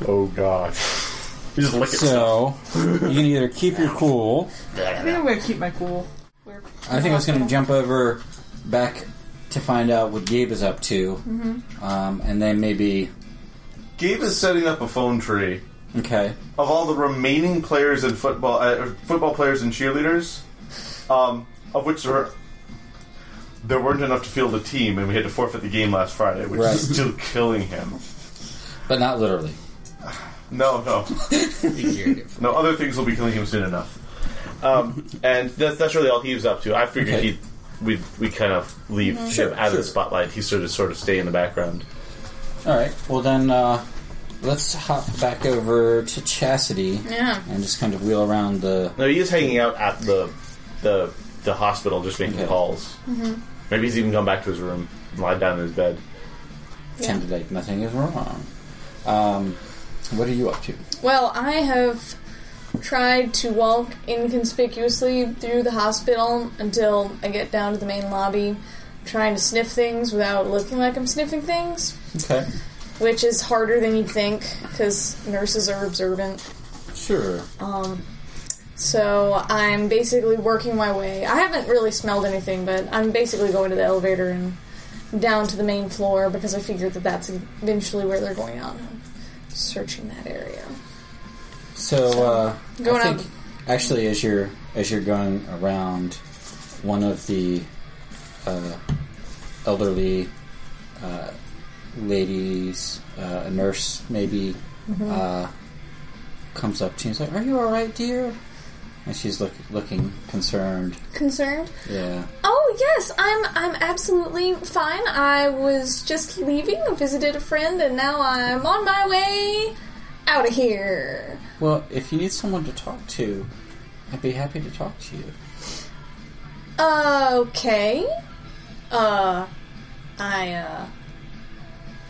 Speaker 8: Oh god.
Speaker 2: You just lick it.
Speaker 3: so you can either keep your cool.
Speaker 5: I think I'm gonna keep my cool.
Speaker 3: I think I was going to jump over back to find out what Gabe is up to, um, and then maybe
Speaker 8: Gabe is setting up a phone tree
Speaker 3: okay.
Speaker 8: of all the remaining players in football, uh, football players and cheerleaders, um, of which there were, there weren't enough to field a team, and we had to forfeit the game last Friday, which
Speaker 3: Right.
Speaker 8: is still killing him.
Speaker 3: but not literally.
Speaker 8: No, no, no. Other things will be killing him soon enough. Um, and that's that's really all he was up to. I figured
Speaker 3: Okay.
Speaker 8: he we we kind of leave him out of the spotlight. He sort of sort of stay in the background.
Speaker 3: All right. Well, then uh, let's hop back over to Chastity
Speaker 4: Yeah.
Speaker 3: and just kind of wheel around the.
Speaker 8: No, he is hanging out at the the the hospital, just making
Speaker 3: Okay.
Speaker 8: calls. Maybe he's even gone back to his room, and lied down in his bed.
Speaker 3: Pretended like nothing is wrong. Um, what are you up to?
Speaker 4: Well, I have tried to walk inconspicuously through the hospital until I get down to the main lobby, trying to sniff things without looking like I'm sniffing things,
Speaker 3: Okay.
Speaker 4: which is harder than you'd think because nurses are observant.
Speaker 3: Sure.
Speaker 4: So I'm basically working my way. I haven't really smelled anything, but I'm basically going to the elevator and down to the main floor because I figured that that's eventually where they're going out. and Searching that area.
Speaker 3: So uh,
Speaker 4: Going
Speaker 3: I think
Speaker 4: up.
Speaker 3: actually, as you're as you're going around, one of the uh, elderly uh, ladies, uh, a nurse maybe,
Speaker 4: Mm-hmm.
Speaker 3: uh, comes up to you and is like, "Are you all right, dear?" And she's look, looking concerned.
Speaker 4: Concerned?
Speaker 3: Yeah.
Speaker 4: Oh yes, I'm I'm absolutely fine. I was just leaving, visited a friend, and now I'm on my way out of here.
Speaker 3: Well, if you need someone to talk to, I'd be happy to talk to you.
Speaker 4: Okay. Uh, I uh,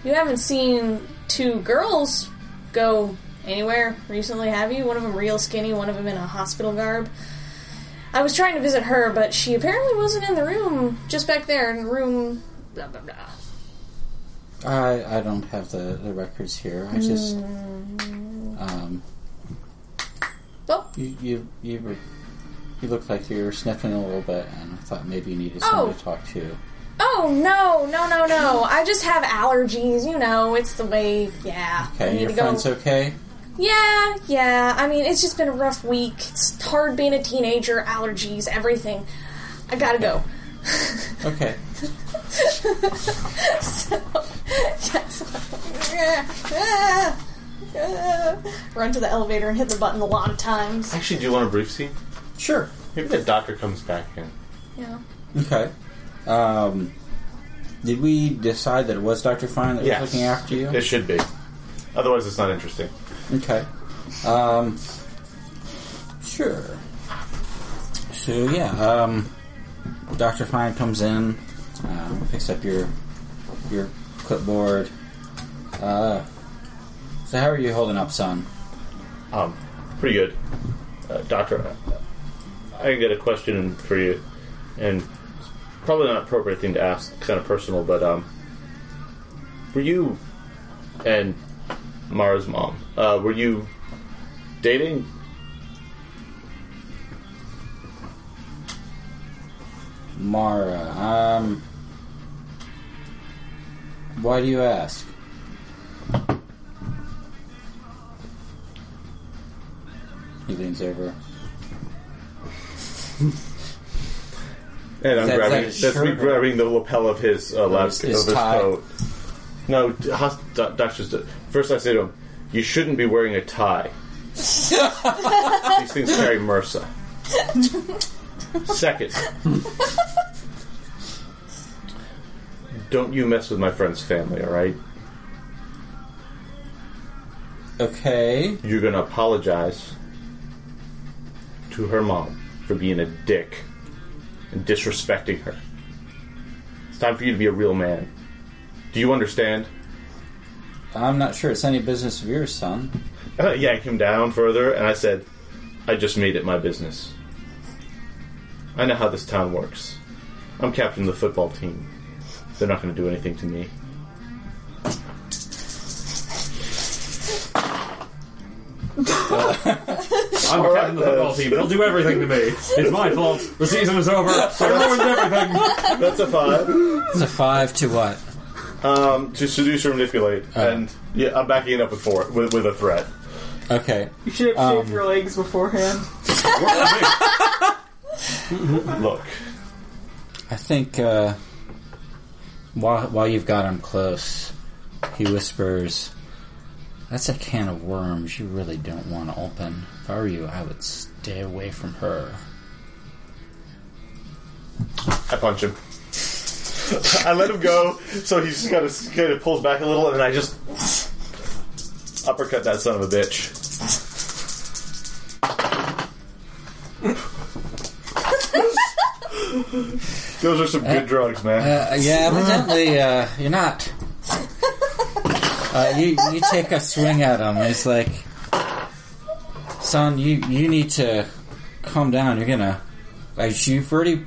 Speaker 4: you haven't seen two girls go anywhere recently, have you? One of them real skinny, one of them in a hospital garb. I was trying to visit her, but she apparently wasn't in the room, just back there in room blah blah blah.
Speaker 3: I I don't have the, the records here. I just
Speaker 4: Mm.
Speaker 3: um
Speaker 4: Well,
Speaker 3: you you you, were, you looked like you were sniffing a little bit, and I thought maybe you needed
Speaker 4: Oh.
Speaker 3: someone to talk to.
Speaker 4: oh no, no, no, no. I just have allergies, you know, it's the way, yeah. I
Speaker 3: Okay,
Speaker 4: need
Speaker 3: your
Speaker 4: to go-
Speaker 3: friend's okay.
Speaker 4: Yeah, yeah. I mean, it's just been a rough week. It's hard being a teenager, allergies, everything. I gotta go.
Speaker 3: Okay,
Speaker 4: so, yes. Run to the elevator and hit the button a lot of times.
Speaker 8: Actually, do you want a brief scene?
Speaker 3: sure.
Speaker 8: Maybe that doctor comes back in.
Speaker 4: Yeah.
Speaker 3: Okay. Um, did we decide that it was Doctor Fine that
Speaker 8: Yes.
Speaker 3: was looking after you?
Speaker 8: It should be. Otherwise, it's not interesting.
Speaker 3: Okay. Um, sure. So yeah, um, Doctor Fine comes in, uh, picks up your your clipboard. Uh, so how are you holding up, son?
Speaker 8: Um, pretty good. Uh, doctor, I I got a question for you, and it's probably not an appropriate thing to ask, kind of personal, but um, were you and Mara's mom, uh, were you dating?
Speaker 3: Mara. Um, why do you ask? He leans over.
Speaker 8: And I'm
Speaker 3: That's like
Speaker 8: grabbing,
Speaker 3: a
Speaker 8: that's me
Speaker 3: shirt.
Speaker 8: grabbing the lapel of his uh, last
Speaker 3: His- his
Speaker 8: of his
Speaker 3: tie.
Speaker 8: coat. No, d- hos- do- doctors. do- First, I say to him, "You shouldn't be wearing a tie. These things carry MRSA." Second, don't you mess with my friend's family. All right,
Speaker 3: Okay.
Speaker 8: you're gonna apologize to her mom for being a dick and disrespecting her. It's time for you to be a real man. Do you understand?
Speaker 3: I'm not sure it's any business of yours, son.
Speaker 8: I yanked him down further, and I said, I just made it my business. I know how this town works. I'm captain of the football team. They're not going to do anything to me.
Speaker 2: I'm
Speaker 8: All
Speaker 2: captain of the
Speaker 8: right,
Speaker 2: football
Speaker 8: uh,
Speaker 2: team. They'll do everything to me. It's my fault. The season is over. I ruined everything.
Speaker 8: That's a five.
Speaker 3: It's a five to what?
Speaker 8: Um, to seduce or manipulate, and yeah, I'm backing it up with four with, with a threat.
Speaker 3: Okay.
Speaker 5: You should have shaved your legs beforehand.
Speaker 8: Look,
Speaker 3: I think uh, while while you've got him close, he whispers, "That's a can of worms you really don't want to open. If I were you, I would stay away from her."
Speaker 8: I punch him. I let him go, so he's just kind of kind of pulls back a little, and I just uppercut that son of a bitch. Those are some good drugs, man.
Speaker 3: Uh, yeah, evidently uh, you're not. Uh, you you take a swing at him. It's like, son, you you need to calm down. You're gonna, like, you've already.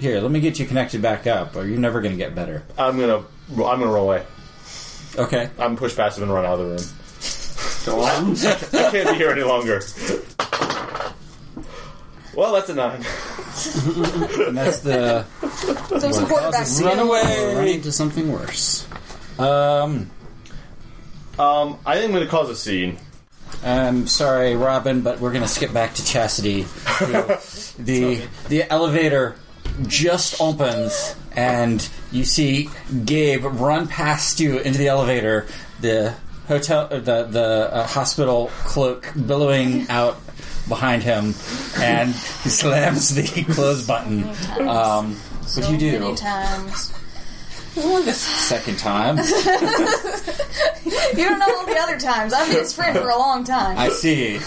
Speaker 3: Here, let me get you connected back up, or you're never gonna get better.
Speaker 8: I'm gonna I'm gonna roll away.
Speaker 3: Okay.
Speaker 8: I'm gonna push past him and run out of the room.
Speaker 2: Go on.
Speaker 8: I can't be here any longer. Well, that's a nine.
Speaker 3: And that's the
Speaker 4: So some quarterback
Speaker 7: Run
Speaker 4: skill.
Speaker 7: away! Run into something worse.
Speaker 3: um.
Speaker 8: Um, I think I'm gonna cause a scene.
Speaker 3: I'm Um, sorry, Robin, but we're gonna skip back to Chastity. The the, the elevator just opens, and you see Gabe run past you into the elevator. The hotel, uh, the the uh, hospital cloak billowing out behind him, and he slams the close button. Um, what do you do?
Speaker 4: Many times.
Speaker 3: Only the second time.
Speaker 4: You don't know all the other times. I've been his friend for a long time.
Speaker 3: I see.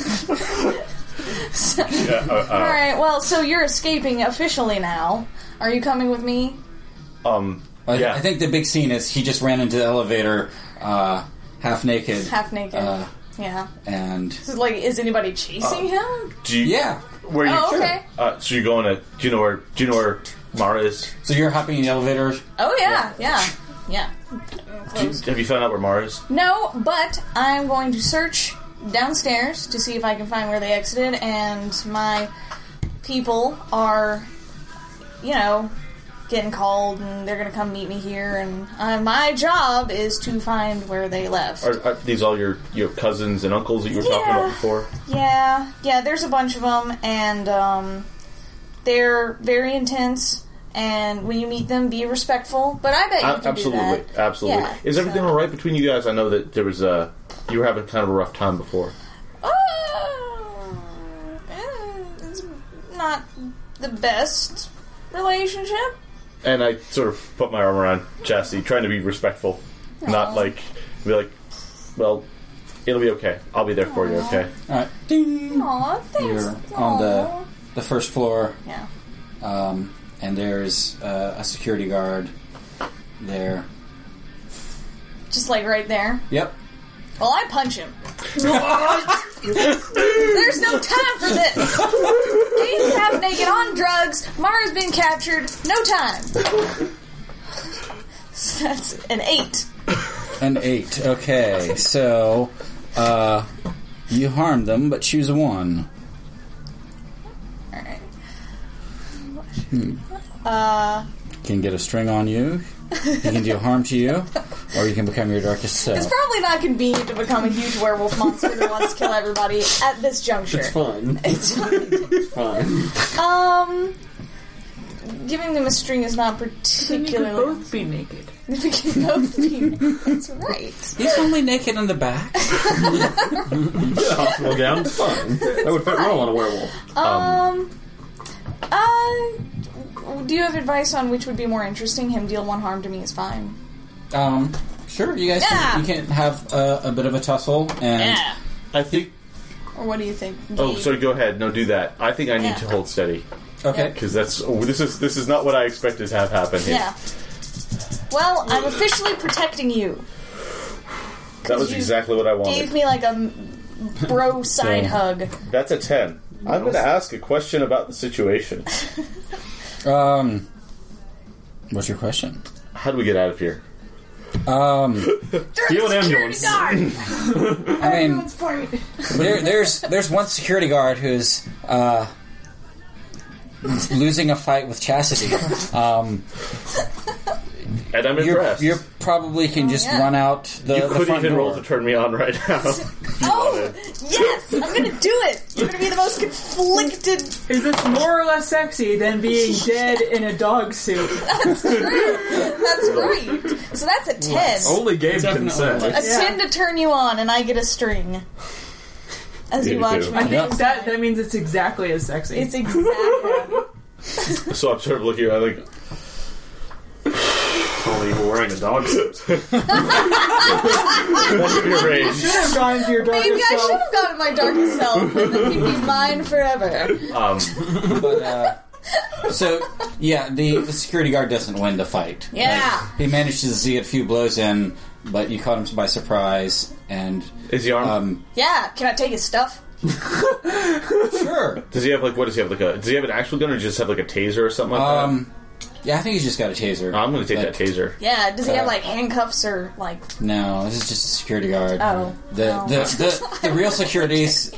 Speaker 4: all right. Well, so you're escaping officially now. Are you coming with me?
Speaker 8: Um,
Speaker 3: I,
Speaker 8: Yeah.
Speaker 3: I think the big scene is he just ran into the elevator, uh, half naked.
Speaker 4: Half naked.
Speaker 3: Uh,
Speaker 4: Yeah.
Speaker 3: and
Speaker 4: So, like, is anybody chasing him?
Speaker 8: Do you,
Speaker 3: yeah.
Speaker 8: Where you?
Speaker 4: Oh, okay.
Speaker 8: Uh, so you're going to? Do you know where? Do you know where Mara is?
Speaker 3: So you're hopping in the elevator.
Speaker 4: Oh, yeah, yeah, yeah.
Speaker 8: Do you, have you found out where Mara is?
Speaker 4: No, but I'm going to search downstairs to see if I can find where they exited, and my people are, you know, getting called, and they're going to come meet me here, and uh, my job is to find where they left.
Speaker 8: Are, are these all your your cousins and uncles that you were talking about
Speaker 4: Yeah.
Speaker 8: before?
Speaker 4: Yeah, yeah, there's a bunch of them, and um, they're very intense. And when you meet them, be respectful. But I bet you
Speaker 8: A-
Speaker 4: can
Speaker 8: absolutely,
Speaker 4: do that.
Speaker 8: absolutely.
Speaker 4: Yeah,
Speaker 8: is everything
Speaker 4: so-
Speaker 8: all right between you guys? I know that there was a you were having kind of a rough time before.
Speaker 4: Oh, eh, it's not the best relationship.
Speaker 8: and I sort of put my arm around Chastity, trying to be respectful, not like be like, well, it'll be okay. I'll be there for you. Okay.
Speaker 3: All right, ding.
Speaker 4: Aw, thanks.
Speaker 3: You're on
Speaker 4: Aw.
Speaker 3: the the first floor,
Speaker 4: yeah.
Speaker 3: um, and there's uh, a security guard there.
Speaker 4: Just like right there.
Speaker 3: Yep.
Speaker 4: Well, I punch him. There's no time for this. He's half naked on drugs. Mara's been captured. No time. That's an eight.
Speaker 3: An eight. Okay, so uh, you harm them, but choose a one.
Speaker 4: Alright. Uh,
Speaker 3: Hmm. Can get a string on you. He can do harm to you, or you can become your darkest self.
Speaker 4: it's probably not convenient to become a huge werewolf monster that wants to kill everybody at this juncture.
Speaker 6: It's fun. It's fun.
Speaker 4: Um, giving them a string is not
Speaker 5: Then you could
Speaker 4: particularly.
Speaker 5: both be naked.
Speaker 4: We can both be. That's right.
Speaker 3: He's only naked in the back.
Speaker 2: Hospital gown. It's fun. That would fit well on a werewolf.
Speaker 4: Um, uh, do you have advice on which would be more interesting? Him deal one harm to me is fine.
Speaker 3: Um, sure, you guys
Speaker 4: Yeah.
Speaker 3: can, you can have a, a bit of a tussle, and
Speaker 8: I think.
Speaker 4: Or what do you think?
Speaker 8: Oh, sorry. Go ahead. No, do that. I think I need
Speaker 4: Yeah.
Speaker 8: to hold steady
Speaker 3: okay,
Speaker 8: because that's oh, this is this is not what I expected to have happen. Here.
Speaker 4: Yeah. Well, I'm officially protecting you.
Speaker 8: that was
Speaker 4: you
Speaker 8: exactly what I
Speaker 4: Gave
Speaker 8: wanted.
Speaker 4: me like a m- bro side hug.
Speaker 8: That's a ten. I'm going to ask a question about the situation.
Speaker 3: Um, what's your question?
Speaker 8: How do we get out of here?
Speaker 3: Um,
Speaker 2: Steal an ambulance.
Speaker 4: Guard!
Speaker 3: I mean,
Speaker 5: That's fine.
Speaker 3: there, there's there's one security guard who's uh, losing a fight with Chastity. Um,
Speaker 8: And I'm
Speaker 3: you
Speaker 8: impressed.
Speaker 3: you probably can just
Speaker 4: yeah.
Speaker 3: run out the,
Speaker 8: you
Speaker 3: the
Speaker 8: could
Speaker 3: front
Speaker 8: even
Speaker 3: door.
Speaker 8: roll to turn me on right now. if you
Speaker 4: Oh,
Speaker 8: wanted.
Speaker 4: yes! I'm gonna do it! You're gonna be the most conflicted
Speaker 5: Is this more or less sexy than being dead in a dog suit?
Speaker 4: That's right. So that's a ten.
Speaker 8: Oh.
Speaker 2: Only Gabe can
Speaker 7: Definitely.
Speaker 4: A
Speaker 2: say.
Speaker 4: ten to turn you on, and I get a string. As
Speaker 8: Yeah,
Speaker 4: you
Speaker 8: you
Speaker 4: watch
Speaker 8: do.
Speaker 4: me.
Speaker 5: I think that that means it's exactly as sexy.
Speaker 4: It's exactly.
Speaker 8: So I'm sort of looking around like,
Speaker 2: Only wearing a dog suit.
Speaker 8: that should be arranged.
Speaker 5: should have gone to your
Speaker 4: Maybe
Speaker 5: daughter's
Speaker 4: I should
Speaker 5: self.
Speaker 4: have gotten my darkest self, and then he'd be mine forever.
Speaker 8: Um,
Speaker 3: But, uh, so yeah, the, the security guard doesn't win the fight.
Speaker 4: Yeah.
Speaker 3: Like, he manages to get a few blows in, but you caught him by surprise, and
Speaker 8: is he armed?
Speaker 3: um,
Speaker 4: Yeah, can I take his stuff?
Speaker 3: sure.
Speaker 8: Does he have like what does he have like a does he have an actual gun or just have like a taser or something like
Speaker 3: Um, yeah, I think he's just got a taser.
Speaker 8: that? I'm gonna take
Speaker 3: but-
Speaker 8: that taser.
Speaker 4: Yeah, does he
Speaker 3: Uh,
Speaker 4: have like handcuffs or like.
Speaker 3: No, this is just a security guard.
Speaker 4: Oh.
Speaker 3: The
Speaker 4: Oh.
Speaker 3: the, the, the real security's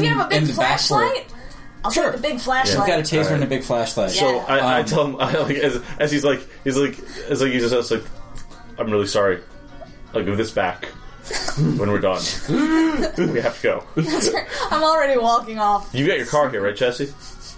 Speaker 4: Does he have a
Speaker 3: in
Speaker 4: big
Speaker 3: the back room.
Speaker 4: flashlight? I'll take
Speaker 3: Sure.
Speaker 4: the big
Speaker 3: He's
Speaker 4: flashlight.
Speaker 3: got a taser and a big flashlight.
Speaker 4: Yeah.
Speaker 8: So I, I
Speaker 3: Um,
Speaker 8: tell him I, like, as as he's like he's like as like he's just like I'm really sorry. I'll give this back when we're done. we have to go.
Speaker 4: I'm already walking off.
Speaker 8: You got your car here, right, Chessie?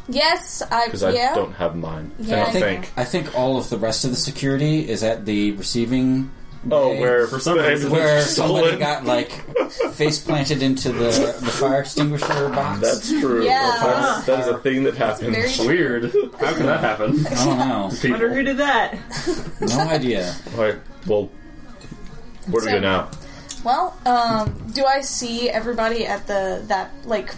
Speaker 4: Yes, I.
Speaker 8: Because I
Speaker 4: Yeah.
Speaker 8: don't have mine.
Speaker 4: Yeah,
Speaker 8: I
Speaker 4: I
Speaker 8: don't
Speaker 4: think-
Speaker 8: think.
Speaker 3: I think all of the rest of the security is at the receiving.
Speaker 8: Oh,
Speaker 3: bay
Speaker 8: where
Speaker 2: For some
Speaker 8: the
Speaker 2: reason-
Speaker 8: ambulance
Speaker 3: where
Speaker 8: was
Speaker 3: somebody
Speaker 8: stolen.
Speaker 3: got like face planted into the, the fire extinguisher box.
Speaker 8: That's true.
Speaker 4: Yeah.
Speaker 8: That's, that is a thing that happened.
Speaker 4: Very
Speaker 2: Weird. How can that happen?
Speaker 3: I don't know.
Speaker 5: Wonder who
Speaker 2: People.
Speaker 5: did that.
Speaker 3: No idea.
Speaker 8: All right. Well, where do
Speaker 4: So-
Speaker 8: we go now?
Speaker 4: Well, um, do I see everybody at the that like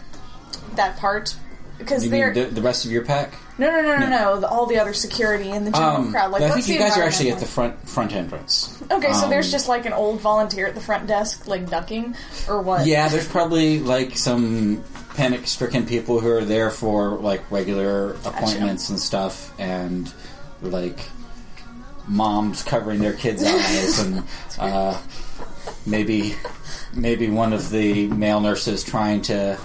Speaker 4: that part because
Speaker 3: You
Speaker 4: they're
Speaker 3: mean the, the rest of your pack?
Speaker 4: no, no, no, no, no. the- all the other security and the general
Speaker 3: Um,
Speaker 4: crowd. Like,
Speaker 3: I
Speaker 4: let's
Speaker 3: think you
Speaker 4: see
Speaker 3: guys are
Speaker 4: about
Speaker 3: actually
Speaker 4: that
Speaker 3: at the
Speaker 4: one.
Speaker 3: front front entrance.
Speaker 4: Okay, so
Speaker 3: um,
Speaker 4: there's just like an old volunteer at the front desk, like ducking or what?
Speaker 3: Yeah, there's probably like some panic stricken people who are there for like regular appointments and stuff, and like moms covering their kids' eyes, and uh, maybe maybe one of the male nurses trying to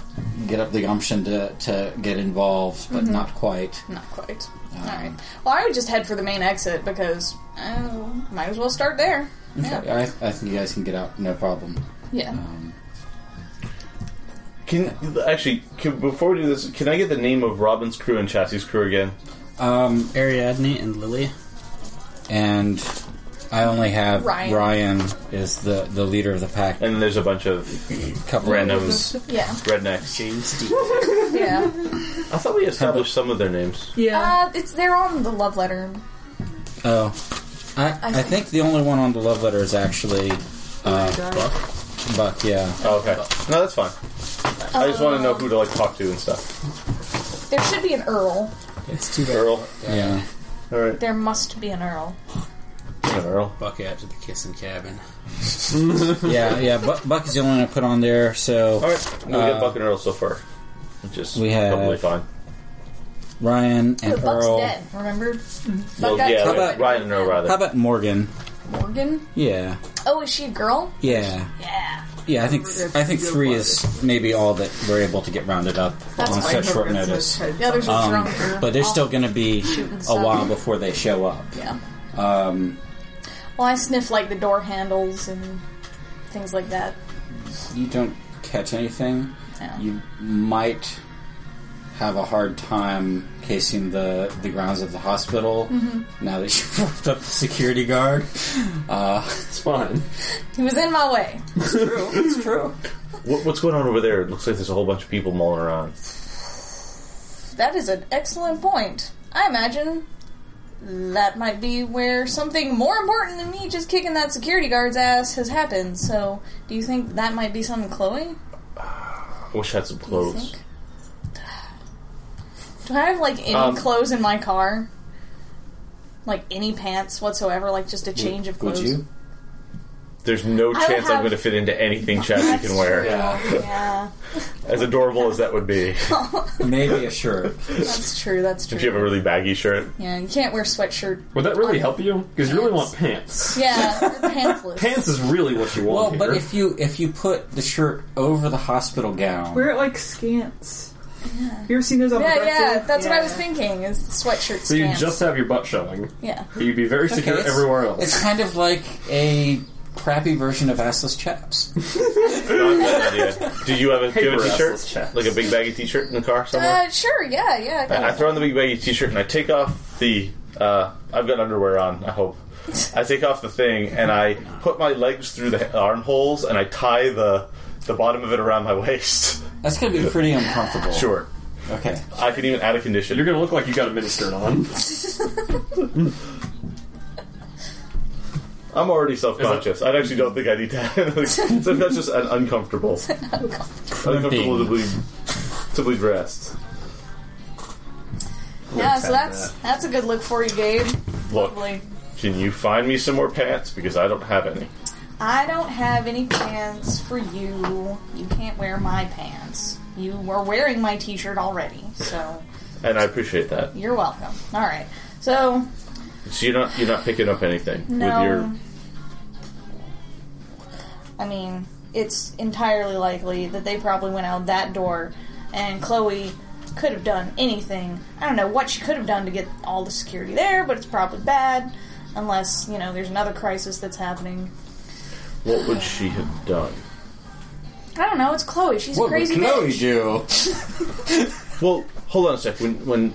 Speaker 3: get up the gumption to, to get involved, but not quite.
Speaker 4: Not quite.
Speaker 3: Um,
Speaker 4: All right. Well, I would just head for the main exit because oh, might as well start there. Yeah.
Speaker 3: I, I think you guys can get out, no problem.
Speaker 4: Yeah.
Speaker 8: Can actually can, before we do this, can I get the name of Robin's crew and Chassis' crew again?
Speaker 3: Um,
Speaker 7: Ariadne and Lily.
Speaker 3: and I only have
Speaker 4: Ryan.
Speaker 3: Ryan, is the, the leader of the pack.
Speaker 8: And there's a bunch of
Speaker 3: Couple
Speaker 8: randoms,
Speaker 4: Yeah.
Speaker 8: rednecks.
Speaker 7: James D.
Speaker 4: Yeah.
Speaker 8: I thought we established some of their names.
Speaker 5: Yeah.
Speaker 4: Uh, it's they're on the love letter.
Speaker 3: Oh, I, I,
Speaker 4: think-
Speaker 3: think the only one on the love letter is actually uh,
Speaker 8: Buck?
Speaker 3: Buck. Yeah,
Speaker 8: Oh, okay. No, that's fine. I just want to know who to like talk to and stuff.
Speaker 4: Um, There should be an Earl.
Speaker 7: It's too bad.
Speaker 8: Earl.
Speaker 3: yeah.
Speaker 8: All right.
Speaker 4: There must be an Earl.
Speaker 8: Earl.
Speaker 7: Buck out to the kissing cabin.
Speaker 3: yeah, yeah. Buck, Buck is the only one I put on there. So
Speaker 8: All right. No, we got
Speaker 3: Uh,
Speaker 8: Buck and Earl so far, which is
Speaker 3: we have-
Speaker 8: probably fine.
Speaker 3: Ryan and
Speaker 4: The Buck's
Speaker 3: Earl.
Speaker 4: dead. Remember?
Speaker 8: Well,
Speaker 4: Buck got
Speaker 8: yeah,
Speaker 4: killed
Speaker 3: about-
Speaker 4: by
Speaker 8: Ryan and Earl rather.
Speaker 3: How about Morgan?
Speaker 4: Morgan.
Speaker 3: Yeah,
Speaker 4: Oh, is she a girl?
Speaker 3: yeah,
Speaker 4: Yeah.
Speaker 3: yeah. I think I think three is maybe all that we're able to get rounded up
Speaker 4: That's
Speaker 3: on
Speaker 4: fine.
Speaker 3: such short notice.
Speaker 4: The others are
Speaker 3: Um,
Speaker 4: drunk. or
Speaker 3: but there's
Speaker 4: off.
Speaker 3: still going to be a
Speaker 4: stuff.
Speaker 3: while before they show up.
Speaker 4: Yeah.
Speaker 3: Um,
Speaker 4: Well, I sniff like the door handles and things like that.
Speaker 3: you don't catch anything.
Speaker 4: Yeah.
Speaker 3: You might have a hard time casing the, the grounds of the hospital
Speaker 4: Mm-hmm.
Speaker 3: now that you've roughed up the security guard. Uh,
Speaker 2: It's fine.
Speaker 4: He was in my way.
Speaker 3: it's true.
Speaker 8: What, what's going on over there? It looks like there's a whole bunch of people mulling around.
Speaker 4: That is an excellent point. I imagine that might be where something more important than me just kicking that security guard's ass has happened. So, do you think that might be something Chloe?
Speaker 8: I wish I had some
Speaker 4: Do you
Speaker 8: clothes.
Speaker 4: think? Do I have like any
Speaker 8: Um,
Speaker 4: clothes in my car? Like any pants whatsoever? Like just a change of
Speaker 3: Would
Speaker 4: clothes?
Speaker 3: you?
Speaker 8: There's no
Speaker 4: I
Speaker 8: chance I'm
Speaker 4: have-
Speaker 8: going to fit into anything Chassis
Speaker 4: That's
Speaker 8: can wear.
Speaker 4: true. Yeah.
Speaker 8: As adorable as that would be,
Speaker 3: Maybe a shirt.
Speaker 4: that's true. That's true.
Speaker 8: if you have a really baggy shirt.
Speaker 4: yeah, you can't wear sweatshirt.
Speaker 2: Would that really help you? Because you really want pants.
Speaker 4: Yeah, pantsless.
Speaker 2: Pants is really what you
Speaker 3: Well,
Speaker 2: want.
Speaker 3: but
Speaker 2: here.
Speaker 3: if you if you put the shirt over the hospital gown,
Speaker 5: Wear it like scants. You ever seen those on
Speaker 4: yeah,
Speaker 5: the
Speaker 4: yeah, that's what I was thinking. Is sweatshirt
Speaker 2: so you
Speaker 4: scams.
Speaker 2: just have your butt showing.
Speaker 4: yeah.
Speaker 2: You'd be very secure
Speaker 3: it's-
Speaker 2: everywhere else.
Speaker 3: it's kind of like a crappy version of assless chaps.
Speaker 8: No, I have no idea. Do you have a, do you have
Speaker 2: Paper
Speaker 8: a t-shirt?
Speaker 2: assless chaps.
Speaker 8: Like a big baggy t-shirt in the car somewhere?
Speaker 4: Uh, sure. Yeah, yeah.
Speaker 8: I, I throw on the big baggy t-shirt and I take off the. Uh, I've got underwear on. I hope. I take off the thing and I put my legs through the armholes and I tie the the bottom of it around my waist.
Speaker 3: That's going to be pretty uncomfortable.
Speaker 8: Sure.
Speaker 3: Okay.
Speaker 8: I can even add a
Speaker 2: You're
Speaker 8: condition.
Speaker 2: gonna look like you got a mini skirt on.
Speaker 8: I'm already self-conscious. I actually don't think I need to. so that's just an uncomfortable, uncomfortably, uncomfortably dressed
Speaker 4: yeah, so that's that's a good look for you, Gabe.
Speaker 8: look.
Speaker 4: Probably.
Speaker 8: Can you find me some more pants because I don't have any?
Speaker 4: I don't have any pants for you. You can't wear my pants. You were wearing my T-shirt already, so
Speaker 8: And I appreciate that.
Speaker 4: you're welcome. All right. So
Speaker 8: So you're not you're not picking up anything
Speaker 4: No.
Speaker 8: with your
Speaker 4: I mean, it's entirely likely that they probably went out that door, and Chloe could have done anything. I don't know what she could have done to get all the security there, but it's probably bad. Unless, you know, there's another crisis that's happening.
Speaker 8: what would she have done?
Speaker 4: I don't know, it's Chloe. She's a
Speaker 3: What would
Speaker 4: crazy
Speaker 3: Chloe
Speaker 4: bitch.
Speaker 3: do?
Speaker 8: Well, hold on a sec. When when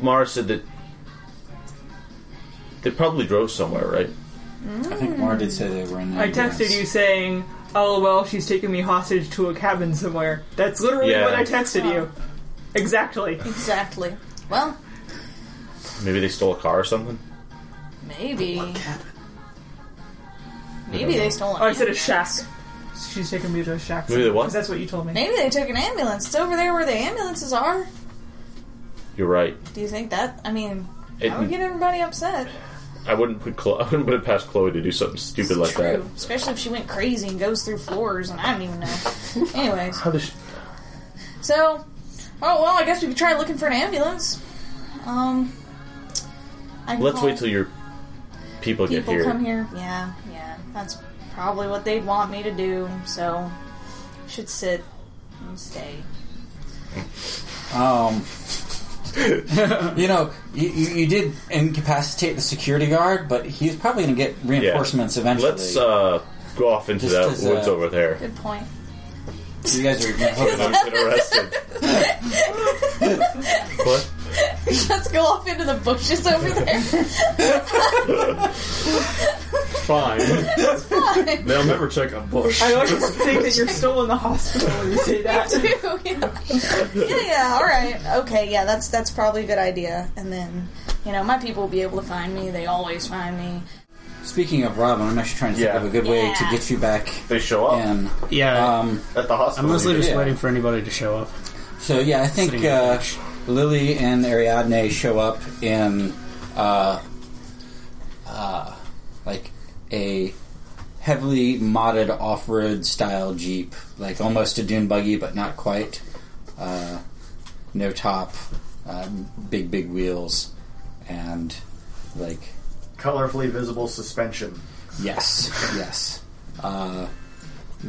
Speaker 8: Mara said that they probably drove somewhere, right?
Speaker 3: I
Speaker 4: Oh.
Speaker 3: think Mara did say they were in.
Speaker 5: I texted you saying, "LOL, she's taking me hostage to a cabin somewhere." That's literally
Speaker 8: Yeah.
Speaker 5: what I texted you. Exactly.
Speaker 4: Exactly. Well,
Speaker 8: Maybe they stole a car or something.
Speaker 4: maybe. Maybe they stole
Speaker 5: Oh, I
Speaker 4: it.
Speaker 5: said a shack. she's taking me to a shack.
Speaker 8: Maybe they what?
Speaker 5: Because that's what you told me.
Speaker 4: Maybe they took an ambulance. It's over there where the ambulances are.
Speaker 8: You're right.
Speaker 4: Do you think that? I mean,
Speaker 8: It-
Speaker 4: that would get everybody upset.
Speaker 8: I wouldn't put Chlo- I wouldn't put it past Chloe to do something stupid like
Speaker 4: True,
Speaker 8: that.
Speaker 4: especially if she went crazy and goes through floors, and I don't even know. Anyways,
Speaker 8: How does she-
Speaker 4: so oh well, I guess we could try looking for an ambulance. Um, I can
Speaker 8: Let's
Speaker 4: call
Speaker 8: wait till your people, get
Speaker 4: people
Speaker 8: here.
Speaker 4: come here. Yeah, yeah, that's probably what they'd want me to do. So should sit and stay.
Speaker 3: Um, you know, you, you, you did incapacitate the security guard, but he's probably going to get reinforcements eventually.
Speaker 8: Let's uh, go off into
Speaker 3: Just
Speaker 8: that
Speaker 3: as,
Speaker 8: woods
Speaker 3: uh,
Speaker 8: over there.
Speaker 4: Good point.
Speaker 3: you guys are gonna hook it
Speaker 8: I'm
Speaker 3: up.
Speaker 8: gonna get arrested. what?
Speaker 4: Let's go off into the bushes over there.
Speaker 2: Fine.
Speaker 4: Fine.
Speaker 2: They'll never check a bush.
Speaker 5: I like to think that you're still in the hospital when you say that.
Speaker 4: yeah. yeah, yeah, all right, okay, yeah, that's that's probably a good idea. And then, you know, my people will be able to find me. They always find me.
Speaker 3: Speaking of Robin, I'm actually trying to think
Speaker 8: Yeah.
Speaker 3: of a good way
Speaker 4: Yeah.
Speaker 3: to get you back
Speaker 8: They show up
Speaker 3: in.
Speaker 7: Yeah,
Speaker 3: Um,
Speaker 8: at the
Speaker 7: I'm
Speaker 8: hospital.
Speaker 7: mostly just
Speaker 3: yeah.
Speaker 7: waiting for anybody to show up.
Speaker 3: so yeah, I think
Speaker 7: Sitting in
Speaker 3: uh,
Speaker 7: ash.
Speaker 3: Lily and Ariadne show up in uh, uh, like a heavily modded off-road style jeep, like almost a dune buggy, but not quite. Uh, no top, uh, big big wheels, and like
Speaker 9: Colorfully visible suspension.
Speaker 3: Yes, yes. Uh,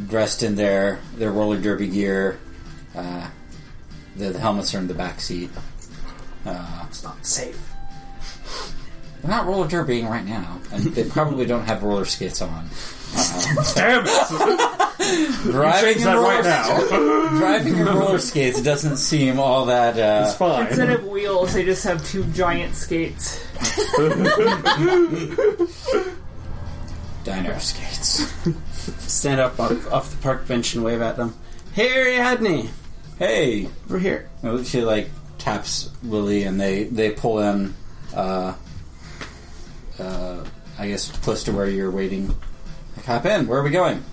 Speaker 3: dressed in their their roller derby gear. Uh, the, the helmets are in the back seat. Uh,
Speaker 9: It's not safe.
Speaker 3: They're not roller derbying right now, and they probably don't have roller skates on. Uh,
Speaker 2: Damn it!
Speaker 3: Driving
Speaker 2: Change
Speaker 3: in
Speaker 2: that
Speaker 3: roller,
Speaker 2: right now.
Speaker 3: driving in roller skates doesn't seem all that.
Speaker 2: It's
Speaker 3: Uh,
Speaker 5: Instead
Speaker 2: fine.
Speaker 5: of wheels, they just have two giant skates.
Speaker 3: diner skates.
Speaker 7: Stand up off, off the park bench and wave at them. Hey, Ariadne,
Speaker 3: Hey,
Speaker 7: over here.
Speaker 3: Well, she like taps Lily, and they they pull in. Uh, uh, I guess close to where you're waiting. Like, hop in. Where are we going?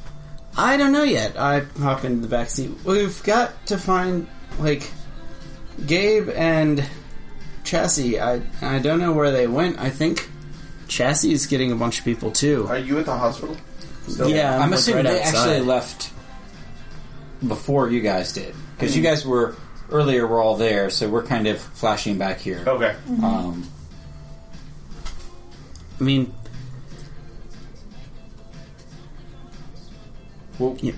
Speaker 7: I don't know yet. I hop into the back seat. We've got to find like Gabe and Chassis. I I don't know where they went. I think Chassis is getting a bunch of people too.
Speaker 9: Are you at the hospital?
Speaker 7: Yeah,
Speaker 3: I'm
Speaker 7: Um, like,
Speaker 3: assuming
Speaker 7: right
Speaker 3: they
Speaker 7: outside.
Speaker 3: actually left before you guys did because
Speaker 7: Hmm.
Speaker 3: you guys were earlier. We're all there, so we're kind of flashing back here.
Speaker 8: Oh.
Speaker 9: Okay.
Speaker 8: Mm-hmm.
Speaker 3: Um,
Speaker 7: I mean,
Speaker 3: well,
Speaker 7: Yeah.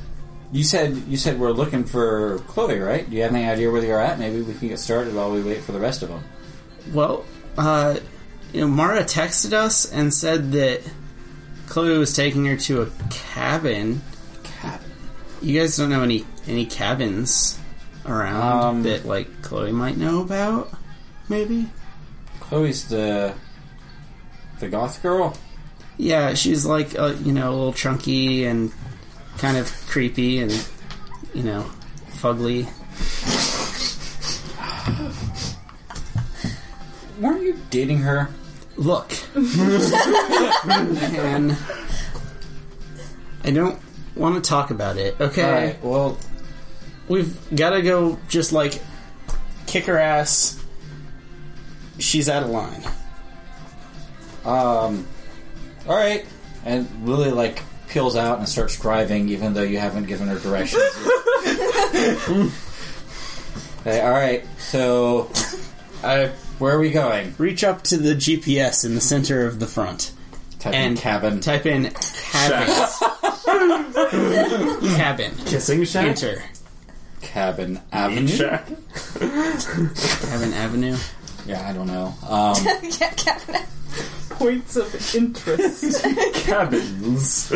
Speaker 3: you said you said we're looking for Chloe, right? Do you have any idea where they are at? Maybe we can get started while we wait for the rest of them.
Speaker 7: well, uh, you know, Mara texted us and said that Chloe was taking her to a cabin.
Speaker 3: Cabin.
Speaker 7: You guys don't know any any cabins around
Speaker 3: Um,
Speaker 7: that like Chloe might know about, maybe.
Speaker 3: Chloe's the the goth girl.
Speaker 7: Yeah, she's like uh, you know a little chunky and kind of creepy and you know fugly.
Speaker 3: Weren't you dating her?
Speaker 7: Look, man, I don't want to talk about it. Okay,
Speaker 3: All right. Well,
Speaker 7: we've got to go. Just like kick her ass. She's out of line.
Speaker 3: um, all right. And Lily like peels out and starts driving, even though you haven't given her directions. okay, all right. So, uh, where are we going?
Speaker 7: Reach up to the GPS in the center of the front.
Speaker 3: Type in
Speaker 7: And-
Speaker 3: cabin.
Speaker 7: Type in cabin. cabin.
Speaker 2: Kissing shack?
Speaker 7: Enter.
Speaker 3: cabin Avenue.
Speaker 2: Shack?
Speaker 7: Cabin Avenue.
Speaker 3: Yeah, I don't know. Um,
Speaker 4: yeah, Captain.
Speaker 5: Points of interest.
Speaker 2: Cabins.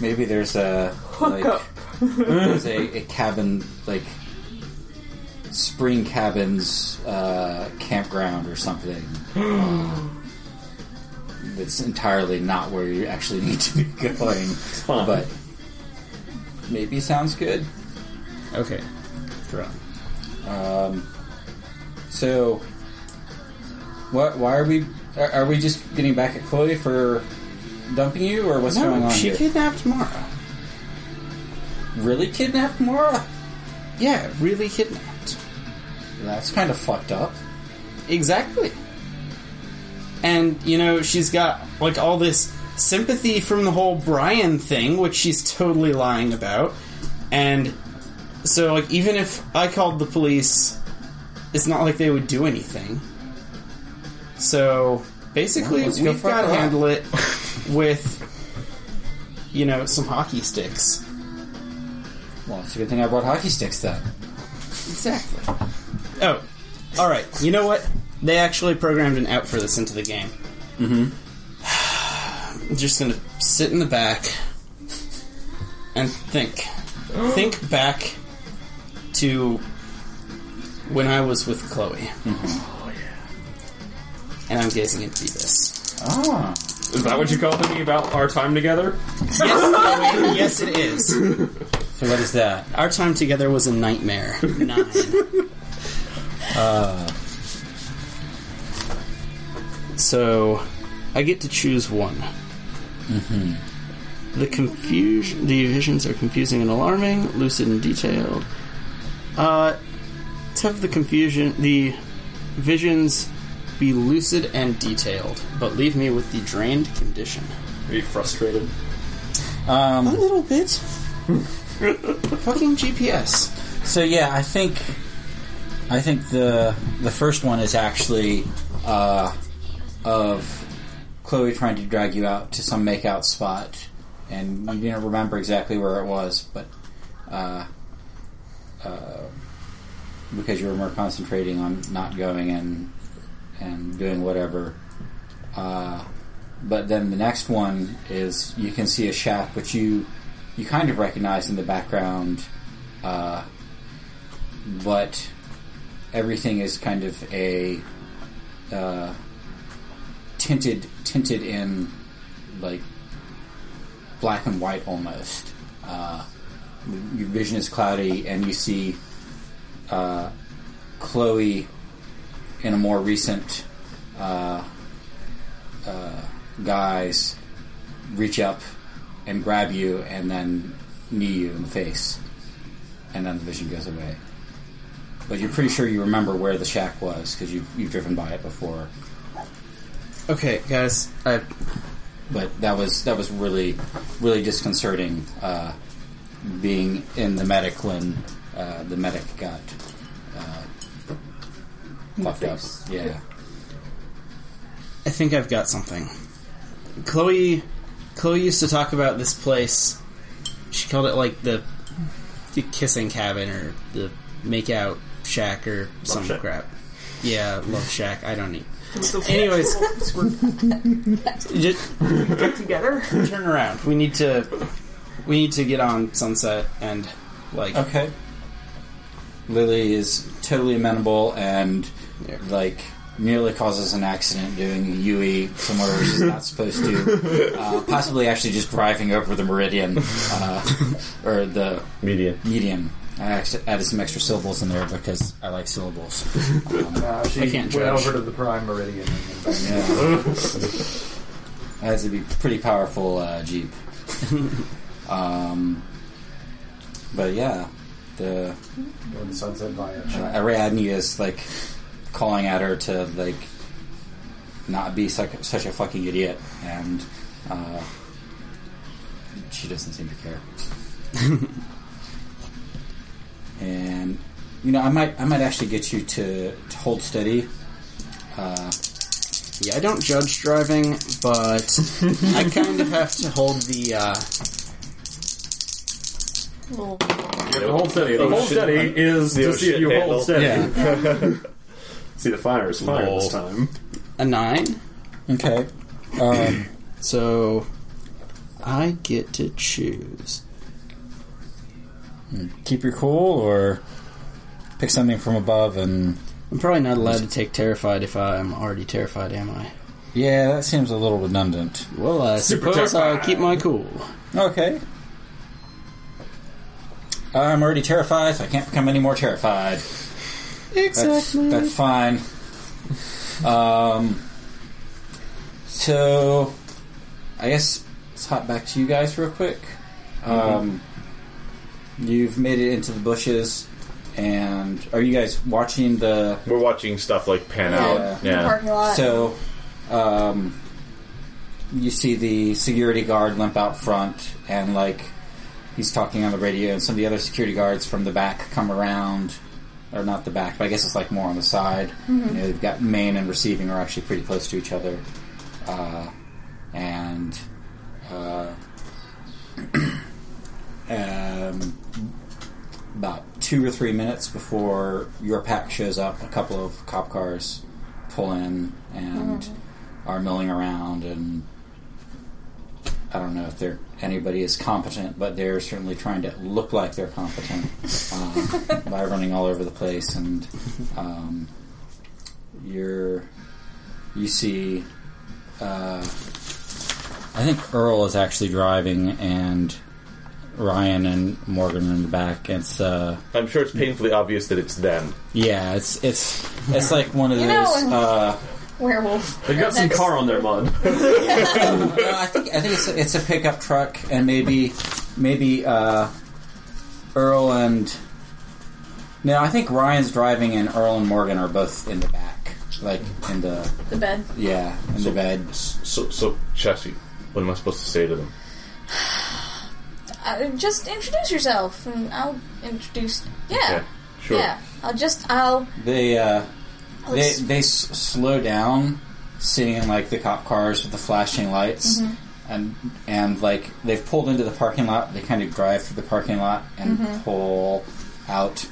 Speaker 3: maybe there's a like
Speaker 5: up.
Speaker 3: there's a, a cabin like spring cabins uh, campground or something uh, that's entirely not where you actually need to be going
Speaker 2: fine.
Speaker 3: but maybe sounds good
Speaker 7: Okay. Throw.
Speaker 3: um, so what why are we are, are we just getting back at Chloe for dumping you or what's going
Speaker 7: No,
Speaker 3: on
Speaker 7: she
Speaker 3: here?
Speaker 7: kidnapped Mara.
Speaker 3: really kidnapped Mora?
Speaker 7: Yeah, really kidnapped.
Speaker 3: That's kind of fucked up.
Speaker 7: Exactly. And, you know, she's got, like, all this sympathy from the whole Brian thing, which she's totally lying about. And so, like, even if I called the police, it's not like they would do anything. So, basically,
Speaker 3: Well, let's go
Speaker 7: we've
Speaker 3: fuck
Speaker 7: got
Speaker 3: her
Speaker 7: to
Speaker 3: up.
Speaker 7: handle it with, you know, some hockey sticks.
Speaker 3: Well, it's a good thing I brought hockey sticks then.
Speaker 7: Exactly. Oh, all right. You know what? They actually programmed an out for this into the game. Mm-hmm. I'm just gonna sit in the back and think. think back to when I was with Chloe. And I'm gazing into this.
Speaker 3: Ah.
Speaker 2: Is that what you call thinking about our time together?
Speaker 7: Yes, Chloe, yes, it is.
Speaker 3: So what is that?
Speaker 7: Our time together was a nightmare. Nine. So, I get to choose one. Mm-hmm. The confusion, the visions are confusing and alarming, lucid and detailed. Uh, let's have the confusion, the visions be lucid and detailed, but leave me with the drained condition.
Speaker 2: Be frustrated.
Speaker 7: A
Speaker 3: Um,
Speaker 7: little bit. Fucking GPS.
Speaker 3: so yeah, I think I think the the first one is actually uh, of Chloe trying to drag you out to some makeout spot, and you didn't remember exactly where it was, but uh, uh, because you were more concentrating on not going and and doing whatever. Uh, but then the next one is you can see a shack, which you you kind of recognize in the background, uh, but everything is kind of a uh, tinted tinted in like black and white almost. Uh, your vision is cloudy, and you see uh, Chloe in a more recent uh, uh, guise reach up and grab you, and then knee you in the face, and then the vision goes away. But you're pretty sure you remember where the shack was because you've, you've driven by it before.
Speaker 7: Okay, guys, I
Speaker 3: but that was that was really really disconcerting uh, being in the medic when uh, the medic got uh, fucked up. Yeah.
Speaker 7: I think I've got something. Chloe, Chloe used to talk about this place. She called it like the the kissing cabin or the makeout shack or some
Speaker 8: shack.
Speaker 7: crap. Yeah, love shack. I don't need.
Speaker 5: So
Speaker 7: Anyways,
Speaker 5: we're
Speaker 7: just
Speaker 5: back together.
Speaker 7: turn around. We need to we need to get on Sunset and like
Speaker 3: Okay. Lily is totally amenable and
Speaker 7: Yeah.
Speaker 3: like nearly causes an accident doing a UE somewhere where she's not supposed to, uh, possibly actually just driving over the meridian uh, or the
Speaker 8: Median.
Speaker 3: median. I actually added some extra syllables in there because I like syllables.
Speaker 9: Uh, she
Speaker 7: I
Speaker 9: went
Speaker 7: can't judge.
Speaker 9: over to the Prime Meridian. and-
Speaker 3: Yeah. That's a be pretty powerful uh, Jeep. um, but yeah, the
Speaker 9: Going to Sunset Via.
Speaker 3: uh, Ariadne is like calling at her to like not be such, such a fucking idiot, and uh, she doesn't seem to care. and you know, I might I might actually get you to, to hold steady. Uh,
Speaker 7: yeah. I don't judge driving, but I kind of have to hold the uh,
Speaker 5: Little
Speaker 2: The whole steady. The
Speaker 8: Oh,
Speaker 2: whole
Speaker 8: shit.
Speaker 2: steady is
Speaker 8: The
Speaker 2: to
Speaker 8: old
Speaker 2: see
Speaker 8: shit
Speaker 2: you
Speaker 8: handle.
Speaker 2: hold steady.
Speaker 7: Yeah.
Speaker 2: See the fire is fire this time.
Speaker 7: a nine.
Speaker 3: okay. Um,
Speaker 7: So I get to choose.
Speaker 3: keep your cool or pick something from above and
Speaker 7: I'm probably not allowed to take terrified if I'm already terrified, am I?
Speaker 3: yeah that seems a little redundant
Speaker 7: Well, I suppose I'll keep my cool.
Speaker 3: okay i'm already terrified so i can't become any more terrified that's, that's fine um so i guess let's hop back to you guys real quick um You've made it into the bushes, and are you guys watching the?
Speaker 8: We're watching stuff like pan
Speaker 4: Yeah.
Speaker 8: out.
Speaker 4: In the
Speaker 8: Yeah.
Speaker 4: parking lot.
Speaker 3: So, um, you see the security guard limp out front, and like he's talking on the radio, and some of the other security guards from the back come around, or not the back, but I guess it's like more on the side. You know, they've got main and receiving are actually pretty close to each other, uh, and. Uh, um, about two or three minutes before your pack shows up, a couple of cop cars pull in and are milling around, and I don't know if they're anybody is competent, but they're certainly trying to look like they're competent uh, by running all over the place, and um, you're you see. Uh, I think Earl is actually driving, and Ryan and Morgan are in the back. It's uh,
Speaker 8: I'm sure it's painfully obvious that it's them.
Speaker 3: yeah, it's it's it's like one of
Speaker 4: You know,
Speaker 3: those.
Speaker 4: and-
Speaker 3: Uh,
Speaker 4: Werewolf.
Speaker 2: They've got some
Speaker 4: Next.
Speaker 2: car on their mud.
Speaker 3: no, I think I think it's a, it's a pickup truck, and maybe maybe uh, Earl and no, I think Ryan's driving, and Earl and Morgan are both in the back, like in the
Speaker 4: The bed.
Speaker 3: yeah in the bed.
Speaker 8: So, so chassis. What am I supposed to say to them?
Speaker 4: Uh, just introduce yourself, and I'll introduce. Yeah.
Speaker 8: Okay, Sure.
Speaker 4: Yeah. I'll just. I'll.
Speaker 3: They uh,
Speaker 4: I'll
Speaker 3: they
Speaker 4: s-
Speaker 3: they s- slow down, sitting in like the cop cars with the flashing lights,
Speaker 4: Mm-hmm.
Speaker 3: and and like they've pulled into the parking lot. They kind of drive through the parking lot and
Speaker 4: Mm-hmm.
Speaker 3: pull out,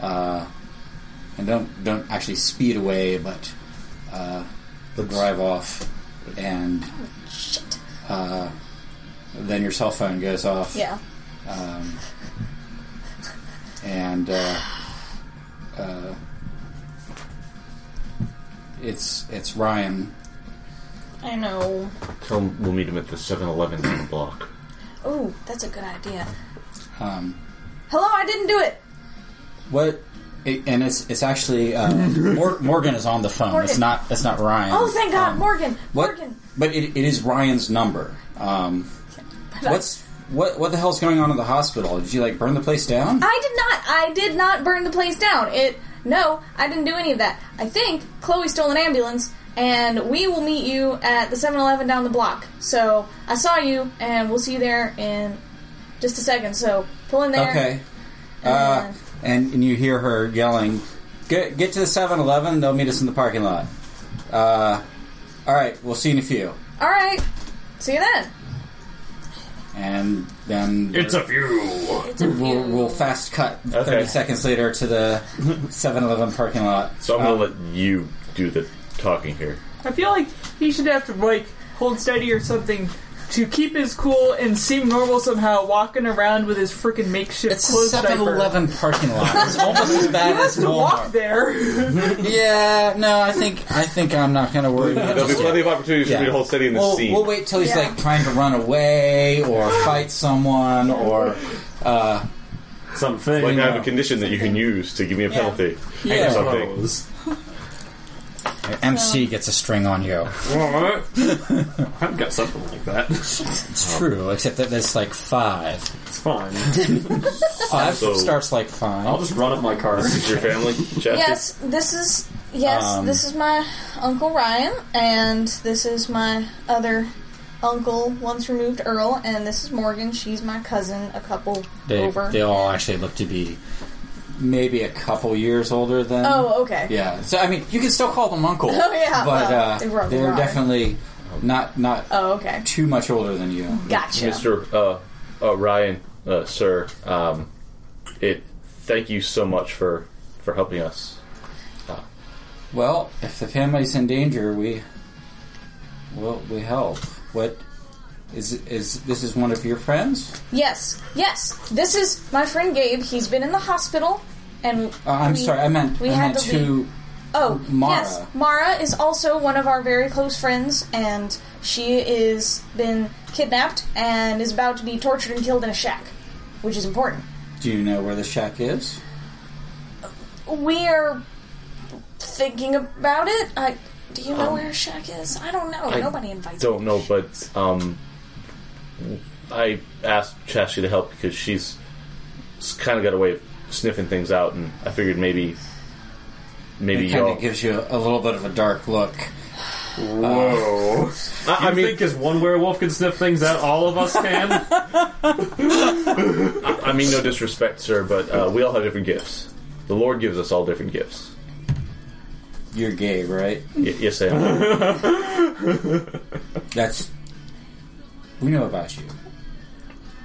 Speaker 3: uh, and don't don't actually speed away, but uh, drive off, and
Speaker 4: shit.
Speaker 3: uh, then your cell phone goes off
Speaker 4: Yeah.
Speaker 3: um, and uh, uh, it's it's Ryan.
Speaker 4: I know.
Speaker 8: Tell them we'll meet him at the 7-Eleven down the block.
Speaker 4: Ooh, that's a good idea.
Speaker 3: Um,
Speaker 4: Hello, I didn't do it.
Speaker 3: what? It, and it's it's actually uh, Mor- Morgan is on the phone. It's
Speaker 4: Morgan.
Speaker 3: not it's not Ryan.
Speaker 4: Oh, thank God,
Speaker 3: Um,
Speaker 4: Morgan.
Speaker 3: What?
Speaker 4: Morgan.
Speaker 3: But it, it is Ryan's number. Um, what's what what the hell's going on at the hospital? Did you like burn the place down?
Speaker 4: I did not. I did not burn the place down. It. No, I didn't do any of that. I think Chloe stole an ambulance, and we will meet you at the 7-Eleven down the block. So I saw you, and we'll see you there in just a second. So pull in there.
Speaker 3: Okay. Uh, and, and you hear her yelling, "Get get to the 7-Eleven. They'll meet us in the parking lot." Uh, all right, we'll see you in a few.
Speaker 4: All right. See you then.
Speaker 3: And then
Speaker 2: a few.
Speaker 4: It's a
Speaker 3: we'll, we'll fast cut
Speaker 8: Okay.
Speaker 3: thirty seconds later to the 7-Eleven parking lot.
Speaker 8: So I'm going to let you do the talking here.
Speaker 5: I feel like he should have to like hold steady or something to keep his cool and seem normal somehow, walking around with his freaking makeshift
Speaker 3: It's
Speaker 5: clothes
Speaker 3: a 7-Eleven parking lot. It's almost as bad as
Speaker 5: To walk
Speaker 3: Walmart.
Speaker 5: there,
Speaker 3: Yeah, no, I think I think I'm not going to worry. about
Speaker 8: There'll be
Speaker 3: it.
Speaker 8: plenty of opportunities for me to hold steady in the
Speaker 3: we'll,
Speaker 8: scene.
Speaker 3: we'll wait till he's
Speaker 4: Yeah.
Speaker 3: like trying to run away or fight someone or uh,
Speaker 2: Something.
Speaker 8: like I have a condition that you can use to give me a penalty
Speaker 3: Yeah.
Speaker 8: or something.
Speaker 2: Rose.
Speaker 3: MC gets a string on you.
Speaker 2: What? I've got something like that.
Speaker 3: It's
Speaker 8: Uh-huh.
Speaker 3: true, except that there's like five.
Speaker 2: It's fine.
Speaker 3: Five
Speaker 8: So-
Speaker 3: starts like
Speaker 2: I'll
Speaker 3: five.
Speaker 2: just run up my car.
Speaker 8: Is your family? Chastity?
Speaker 4: Yes, this is yes,
Speaker 3: Um,
Speaker 4: this is my uncle Ryan, and this is my other uncle once removed Earl, and this is Morgan. She's my cousin, a couple
Speaker 3: They,
Speaker 4: over.
Speaker 3: they all actually look to be maybe a couple years older than.
Speaker 4: oh, okay.
Speaker 3: yeah. So I mean, you can still call them uncle.
Speaker 4: Oh, yeah,
Speaker 3: but
Speaker 4: well,
Speaker 3: uh,
Speaker 4: they were
Speaker 3: they're
Speaker 4: alive.
Speaker 3: definitely not not
Speaker 4: Oh, okay.
Speaker 3: too much older than you.
Speaker 4: Gotcha.
Speaker 8: Mr. Uh, uh, Ryan, uh, sir, um, it. Thank you so much for for helping us.
Speaker 3: Well, if the family's in danger, we well we help. What is is this is one of your friends?
Speaker 4: Yes, yes. This is my friend Gabe. He's been in the hospital, and
Speaker 3: Uh, I'm
Speaker 4: we-
Speaker 3: sorry, I meant
Speaker 4: we
Speaker 3: I
Speaker 4: had
Speaker 3: meant
Speaker 4: to
Speaker 3: two.
Speaker 4: leave. Oh,
Speaker 3: Mara.
Speaker 4: yes. Mara is also one of our very close friends, and she is been kidnapped and is about to be tortured and killed in a shack, which is important.
Speaker 3: Do you know where the shack is?
Speaker 4: We are thinking about it. I, do you know where shack is? I don't know.
Speaker 8: Um, I
Speaker 4: Nobody invites
Speaker 8: Don't
Speaker 4: me.
Speaker 8: know, but um, I asked Chastity to help because she's kind of got a way of sniffing things out, and I figured maybe maybe
Speaker 3: It kind
Speaker 8: y'all.
Speaker 3: of gives you a little bit of a dark look.
Speaker 2: Whoa.
Speaker 8: I, I
Speaker 2: you
Speaker 8: mean,
Speaker 2: think as one werewolf can sniff things out, all of us can?
Speaker 8: I mean, no disrespect, sir, but uh, we all have different gifts. The Lord gives us all different gifts.
Speaker 3: You're gay, right?
Speaker 8: Y- yes, I am.
Speaker 3: That's we know about you.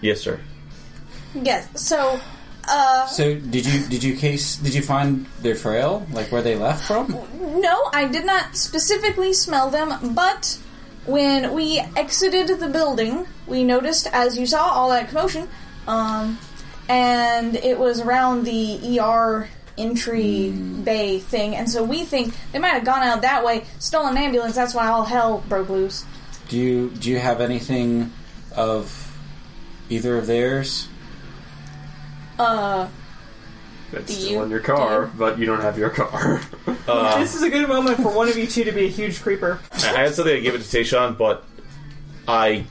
Speaker 8: yes, sir.
Speaker 4: Yes. So, uh,
Speaker 3: So did you did you case did you find their trail like where they left from?
Speaker 4: no, I did not specifically smell them, but when we exited the building, we noticed, as you saw, all that commotion, um, and it was around the ER entry bay thing, and so we think they might have gone out that way, stolen an ambulance. That's why all hell broke loose.
Speaker 3: Do you do you have anything of either of theirs?
Speaker 4: Uh,
Speaker 2: That's
Speaker 4: Do
Speaker 2: still
Speaker 4: you-
Speaker 2: in your car,
Speaker 4: do
Speaker 2: but you don't have your car.
Speaker 5: this is a good moment for one of you two to be a huge creeper.
Speaker 8: I, I had something I gave it to Tayshawn, but I.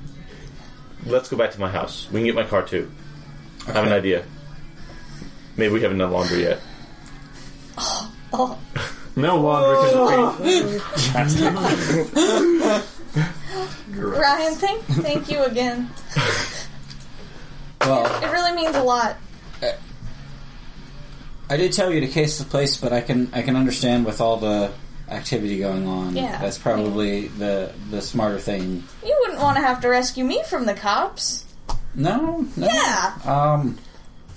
Speaker 8: Let's go back to my house. We can get my car too. I have an
Speaker 3: Okay.
Speaker 8: idea. Maybe we haven't done laundry yet.
Speaker 2: no laundry can wait.
Speaker 4: Ryan, thank thank you again.
Speaker 3: Well,
Speaker 4: It really means a lot.
Speaker 3: I did tell you to case the place, but I can I can understand with all the activity going on.
Speaker 4: Yeah.
Speaker 3: that's probably the the smarter thing.
Speaker 4: You wouldn't want to have to rescue me from the cops.
Speaker 3: No, no.
Speaker 4: Yeah,
Speaker 3: Um.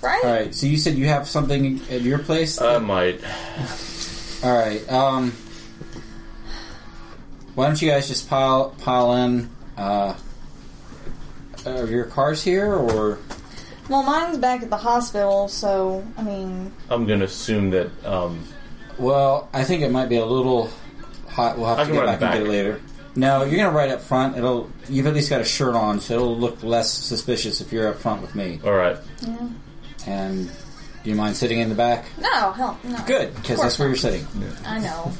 Speaker 4: right?
Speaker 3: All right. So you said you have something at your place.
Speaker 8: I might.
Speaker 3: All right. Um, why don't you guys just pile pile in? Uh, are your cars here, or
Speaker 4: Well, mine's back at the hospital, so I mean,
Speaker 8: I'm going to assume that. Um,
Speaker 3: well, I think it might be a little hot. We'll have
Speaker 8: I
Speaker 3: to
Speaker 8: can
Speaker 3: get
Speaker 8: ride
Speaker 3: back, and
Speaker 8: back.
Speaker 3: get it later. No, you're gonna ride up front. It'll you've at least got a shirt on, so it'll look less suspicious if you're up front with me.
Speaker 8: all right.
Speaker 3: And do you mind sitting in the back?
Speaker 4: no, hell, no.
Speaker 3: Good, because that's where you're sitting.
Speaker 4: I know.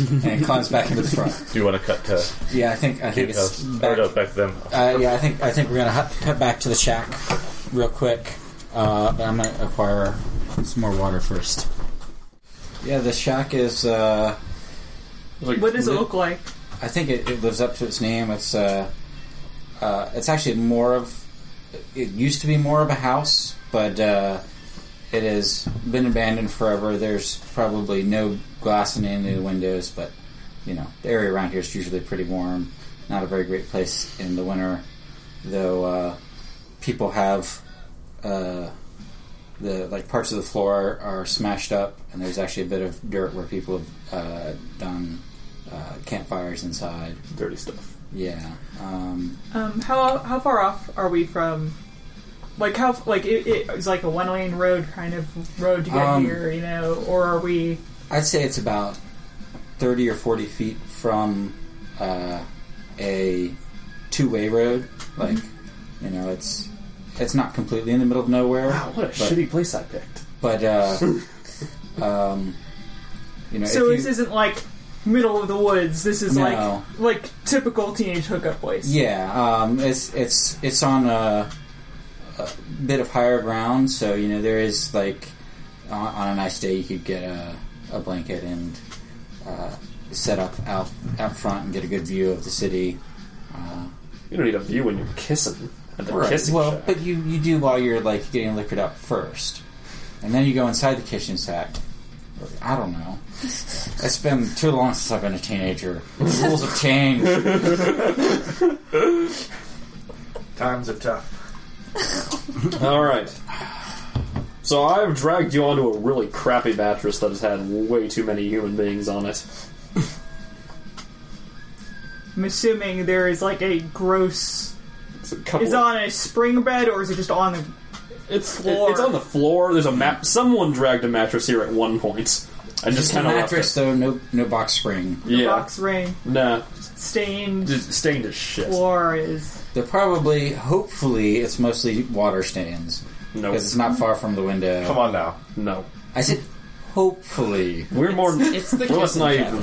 Speaker 3: And it climbs back into the front.
Speaker 8: Do you want to cut to
Speaker 3: Yeah, I think I think it's
Speaker 8: us?
Speaker 3: back.
Speaker 8: Or no, back to them.
Speaker 3: Uh, yeah, I think I think we're gonna hu- cut back to the shack real quick. Uh, but I'm gonna acquire some more water first. Yeah, the shack is. Uh,
Speaker 5: What does it look like?
Speaker 3: I think it, it lives up to its name. It's uh, uh, it's actually more of. It used to be more of a house, but uh, it has been abandoned forever. There's probably no glass in any of the windows, but you know the area around here is usually pretty warm. Not a very great place in the winter, though. Uh, people have uh, the like parts of the floor are smashed up, and there's actually a bit of dirt where people have uh, done uh, campfires inside.
Speaker 2: Dirty stuff.
Speaker 3: Yeah. Um,
Speaker 5: Um, how how far off are we from? Like how like it, it was like a one lane road kind of road to get
Speaker 3: Um,
Speaker 5: here, you know, or are we?
Speaker 3: I'd say it's about 30 or 40 feet from uh, a two way road. Like, you know, it's it's not completely in the middle of nowhere.
Speaker 2: Wow, what a
Speaker 3: but,
Speaker 2: shitty place I picked.
Speaker 3: But, uh, um, you know, if
Speaker 5: So
Speaker 3: you-
Speaker 5: this isn't like middle of the woods. This is
Speaker 3: No.
Speaker 5: like like typical teenage hookup place.
Speaker 3: Yeah, um, it's it's it's on a, a bit of higher ground, so you know there is like on, on a nice day you could get a, a blanket and uh, set up out out front and get a good view of the city. Uh,
Speaker 2: You don't need a view when you're kissing. At the kissing
Speaker 3: well,
Speaker 2: shack.
Speaker 3: but you you do while you're like getting liquored up first, and then you go inside the kitchen sack. I don't know. It's been too long since I've been a teenager. The rules have changed.
Speaker 9: Times are tough.
Speaker 2: All right. So I've dragged you onto a really crappy mattress that has had way too many human beings on it.
Speaker 5: I'm assuming there is like a gross.
Speaker 2: It's a couple.
Speaker 5: Is it on a spring bed or is it just on the?
Speaker 2: it's
Speaker 5: floor?
Speaker 2: it's on the floor. There's a map. Someone dragged a mattress here at one point, and just
Speaker 3: The
Speaker 2: kind of left
Speaker 3: mattress,
Speaker 2: it.
Speaker 3: though, no no box spring.
Speaker 5: the
Speaker 2: Yeah,
Speaker 5: box ring
Speaker 2: nah,
Speaker 5: stained
Speaker 2: just stained as shit.
Speaker 5: floor is
Speaker 3: They're probably, hopefully, it's mostly water stains
Speaker 2: No,
Speaker 3: because it's not far from the window.
Speaker 9: Come on now.
Speaker 2: no.
Speaker 3: I said, hopefully.
Speaker 2: We're more.
Speaker 7: It's the
Speaker 2: We're less
Speaker 7: kissing
Speaker 2: naive
Speaker 7: shack.
Speaker 2: than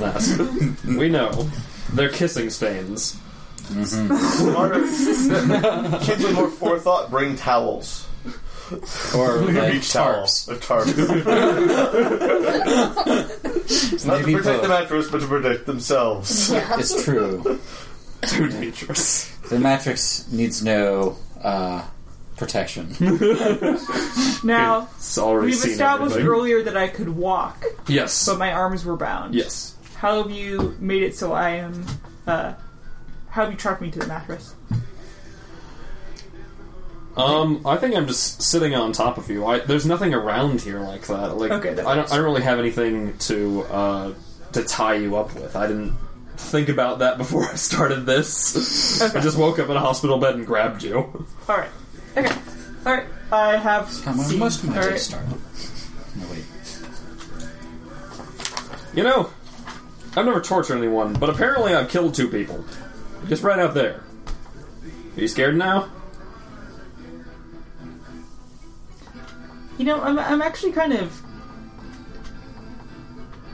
Speaker 2: that. we know they're kissing stains.
Speaker 1: Kids with more forethought bring towels.
Speaker 3: Or like
Speaker 1: beach towel.
Speaker 3: tarps.
Speaker 1: A tarp. Not to
Speaker 3: Maybe
Speaker 1: protect the
Speaker 3: both.
Speaker 1: mattress, but to protect themselves.
Speaker 3: It's true.
Speaker 7: Too dangerous.
Speaker 3: The mattress needs no uh, protection.
Speaker 5: Now,
Speaker 2: It's already
Speaker 5: we've
Speaker 2: seen
Speaker 5: established
Speaker 2: everything.
Speaker 5: earlier that I could walk,
Speaker 2: Yes.
Speaker 5: but my arms were bound.
Speaker 2: yes.
Speaker 5: How have you made it so I am? Uh, how have you trapped me to the mattress?
Speaker 2: Um, I think I'm just sitting on top of you. I, there's nothing around here like that. Like,
Speaker 5: Okay, that
Speaker 2: I don't.
Speaker 5: helps.
Speaker 2: I don't really have anything to uh, to tie you up with. I didn't think about that before I started this. I just woke up in a hospital bed and grabbed you.
Speaker 5: All right. Okay. All right. I have.
Speaker 3: Come on,
Speaker 5: seen-
Speaker 3: most of my
Speaker 5: all
Speaker 3: days
Speaker 5: right.
Speaker 3: start. No wait.
Speaker 2: You know, I've never tortured anyone, but apparently I've killed two people. Just right out there. Are you scared now?
Speaker 5: You know, I'm, I'm actually kind of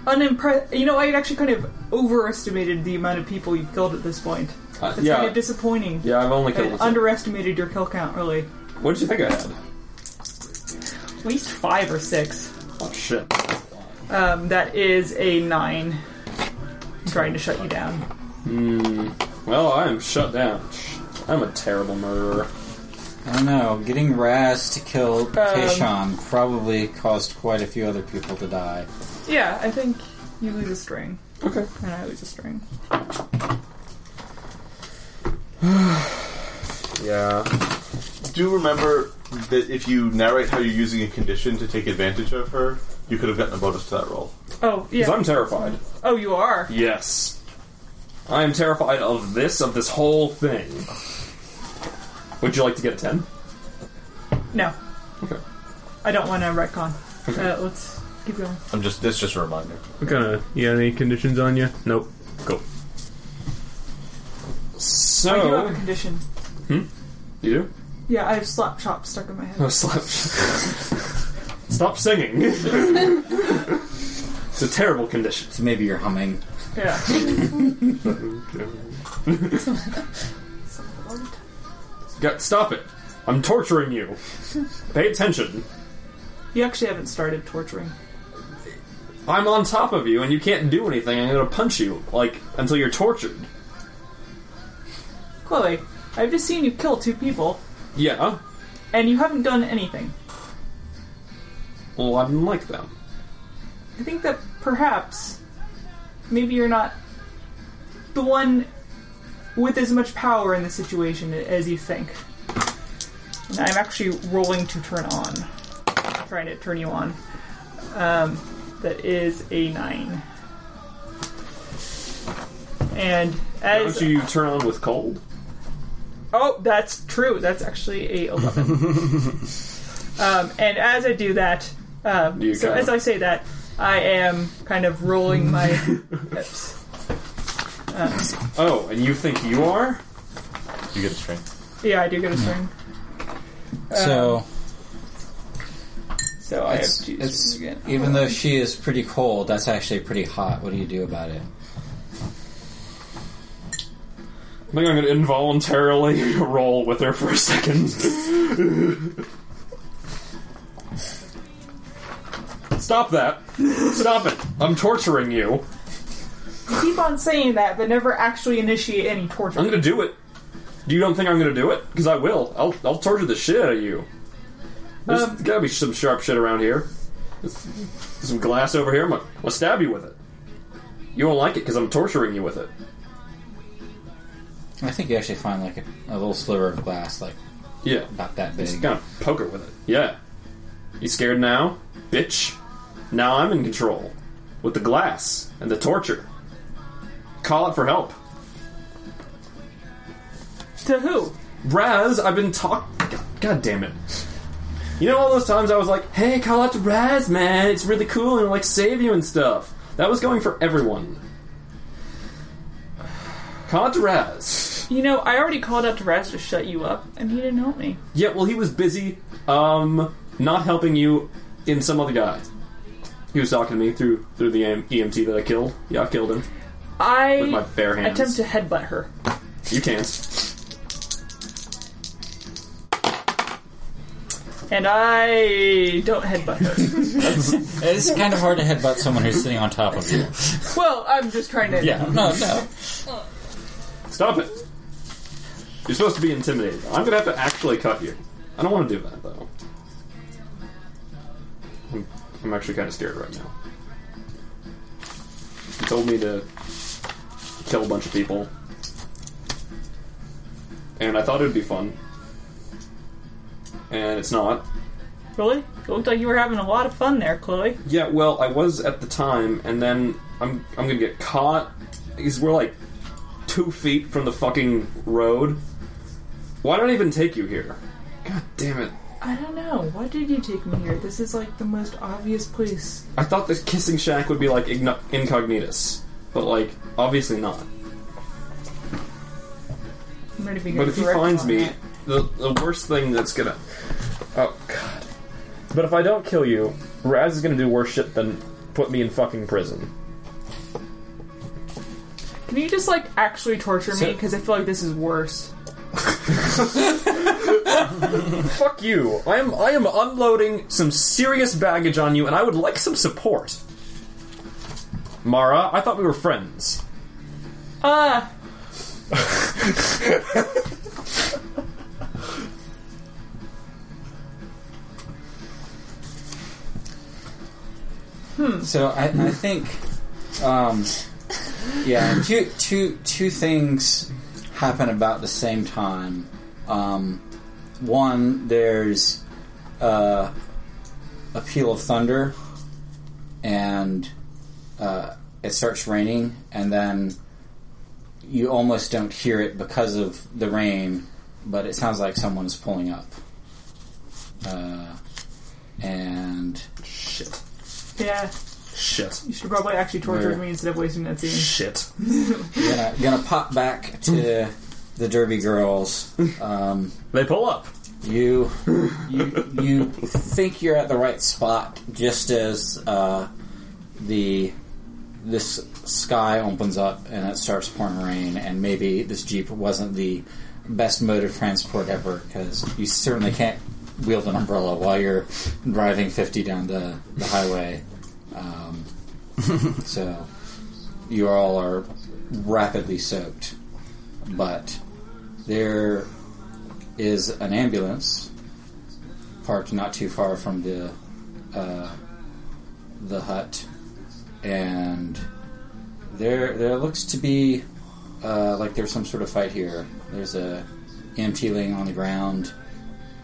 Speaker 5: unimpressed. You know, I actually kind of overestimated the amount of people you've killed at this point.
Speaker 2: Uh,
Speaker 5: That's kind
Speaker 2: yeah.
Speaker 5: of disappointing.
Speaker 2: Yeah, I've only
Speaker 5: I
Speaker 2: killed. Under-
Speaker 5: underestimated your kill count, really.
Speaker 2: what did you think I had?
Speaker 5: At least five or six.
Speaker 2: Oh shit.
Speaker 5: Um, that is a nine. I'm trying to shut you down.
Speaker 2: Well, I am shut down. Sh- I'm a terrible murderer.
Speaker 3: I don't know. Getting Raz to kill
Speaker 5: Um,
Speaker 3: Kayshawn probably caused quite a few other people to die.
Speaker 5: Yeah, I think you lose a string,
Speaker 2: Okay.
Speaker 5: and I lose a string.
Speaker 2: Yeah.
Speaker 1: Do remember that if you narrate how you're using a condition to take advantage of her, you could have gotten a bonus to that roll.
Speaker 5: Oh
Speaker 2: Because
Speaker 5: yeah.
Speaker 2: I'm terrified.
Speaker 5: Oh, you are.
Speaker 2: Yes. I am terrified of this, of this whole thing. Would you like to get a 10?
Speaker 5: No,
Speaker 2: Okay.
Speaker 5: I don't want to retcon. Uh, let's keep going.
Speaker 1: I'm just. That's just a reminder.
Speaker 2: What kind of. You got any conditions on you? Nope. Cool. So.
Speaker 5: I do Oh, have a condition.
Speaker 2: you do?
Speaker 5: Yeah, I have slap chop stuck in my head.
Speaker 2: Oh, slap. Stop singing. it's a terrible condition.
Speaker 3: So maybe you're humming.
Speaker 5: Yeah.
Speaker 2: Got, stop it. I'm torturing you. Pay attention.
Speaker 5: You actually haven't started torturing.
Speaker 2: I'm on top of you and you can't do anything. I'm gonna punch you, like, until you're tortured.
Speaker 5: Chloe, I've just seen you kill two people,
Speaker 2: Yeah.
Speaker 5: and you haven't done anything.
Speaker 2: Well, I didn't like them.
Speaker 5: I think that perhaps maybe you're not the one with as much power in the situation as you think. And I'm actually rolling to turn on. trying to turn you on. Um, that is a nine. And as
Speaker 2: Don't you turn on with cold?
Speaker 5: Oh, that's true. That's actually a eleven. um, and as I do that, um,
Speaker 2: You
Speaker 5: so
Speaker 2: kinda-
Speaker 5: as I say that, I am kind of rolling my hips.
Speaker 2: Oh, and you think you are?
Speaker 1: You get a string.
Speaker 5: Yeah, I do get a string.
Speaker 3: so
Speaker 5: So I have
Speaker 3: it's,
Speaker 5: two
Speaker 3: it's
Speaker 5: strings again.
Speaker 3: even though she is pretty cold, that's actually pretty hot. What do you do about it?
Speaker 2: I think I'm gonna involuntarily roll with her for a second. Stop that. Stop it. I'm torturing you.
Speaker 5: You keep on saying that, but never actually initiate any torture.
Speaker 2: I'm gonna do it. You don't think I'm gonna do it? Because I will. I'll, I'll torture the shit out of you. There's
Speaker 5: Um,
Speaker 2: gotta be some sharp shit around here. There's some glass over here. I'm gonna, I'm gonna stab you with it. You won't like it because I'm torturing you with it.
Speaker 3: I think you actually find like a, a little sliver of glass, like
Speaker 2: Yeah.
Speaker 3: about that
Speaker 2: Just
Speaker 3: big.
Speaker 2: gonna poke her with it. Yeah. You scared now? Bitch. Now I'm in control. With the glass and the torture. Call it for help.
Speaker 5: to who?
Speaker 2: Raz, I've been talk. God, God damn it. You know all those times I was like, hey, call out to Raz, man. It's really cool and like save you and stuff. That was going for everyone. Call out to Raz.
Speaker 5: You know, I already called out to Raz to shut you up, and he didn't help me.
Speaker 2: Yeah, well, he was busy, um, not helping you in some other guy. He was talking to me through through the AM EMT that I killed. Yeah, I killed him
Speaker 5: I
Speaker 2: with my bare hands.
Speaker 5: attempt to headbutt her.
Speaker 2: You can't.
Speaker 5: And I don't headbutt her.
Speaker 3: It's kind of hard to headbutt someone who's sitting on top of you.
Speaker 5: well, I'm just trying to.
Speaker 3: Yeah, no, no.
Speaker 2: Stop it. You're supposed to be intimidated. I'm gonna have to actually cut you. I don't want to do that though. I'm, I'm actually kind of scared right now. You told me to kill a bunch of people, and I thought it would be fun, and it's not.
Speaker 5: Really? It looked like you were having a lot of fun there, Chloe.
Speaker 2: Yeah, well, I was at the time, and then I'm I'm gonna get caught. Because we're like two feet from the fucking road. Why don't I even take you here? God damn it!
Speaker 5: I don't know. Why did you take me here? This is like the most obvious place.
Speaker 2: I thought the kissing shack would be like igno- incognitus, but like obviously not.
Speaker 5: I'm ready to be
Speaker 2: But if he
Speaker 5: direct
Speaker 2: finds
Speaker 5: on
Speaker 2: me,
Speaker 5: that.
Speaker 2: the, the worst thing that's gonna. Oh god. But if I don't kill you, Raz is gonna do worse shit than put me in fucking prison.
Speaker 5: Can you just like actually torture me? Because I feel like this is worse.
Speaker 2: Fuck you. I am I am unloading some serious baggage on you, and I would like some support. Mara, I thought we were friends.
Speaker 5: Ah,
Speaker 3: So I, I think, um, yeah, two two two things happen about the same time. Um, one, there's uh, a peal of thunder, and uh, it starts raining, and then you almost don't hear it because of the rain, but it sounds like someone's pulling up. Uh, and
Speaker 2: Shit.
Speaker 5: yeah.
Speaker 2: Shit.
Speaker 5: You should have probably actually tortured
Speaker 3: Where?
Speaker 5: me instead of wasting that scene.
Speaker 2: Shit.
Speaker 3: gonna gonna pop back to the Derby girls. Um,
Speaker 2: They pull up.
Speaker 3: you you you think you're at the right spot just as uh, the this sky opens up and it starts pouring rain and maybe this jeep wasn't the best mode of transport ever because you certainly can't wield an umbrella while you're driving 50 down the, the highway um, so you all are rapidly soaked but there is an ambulance parked not too far from the uh, the hut, and there there looks to be uh, like there's some sort of fight here. There's a EMT laying on the ground,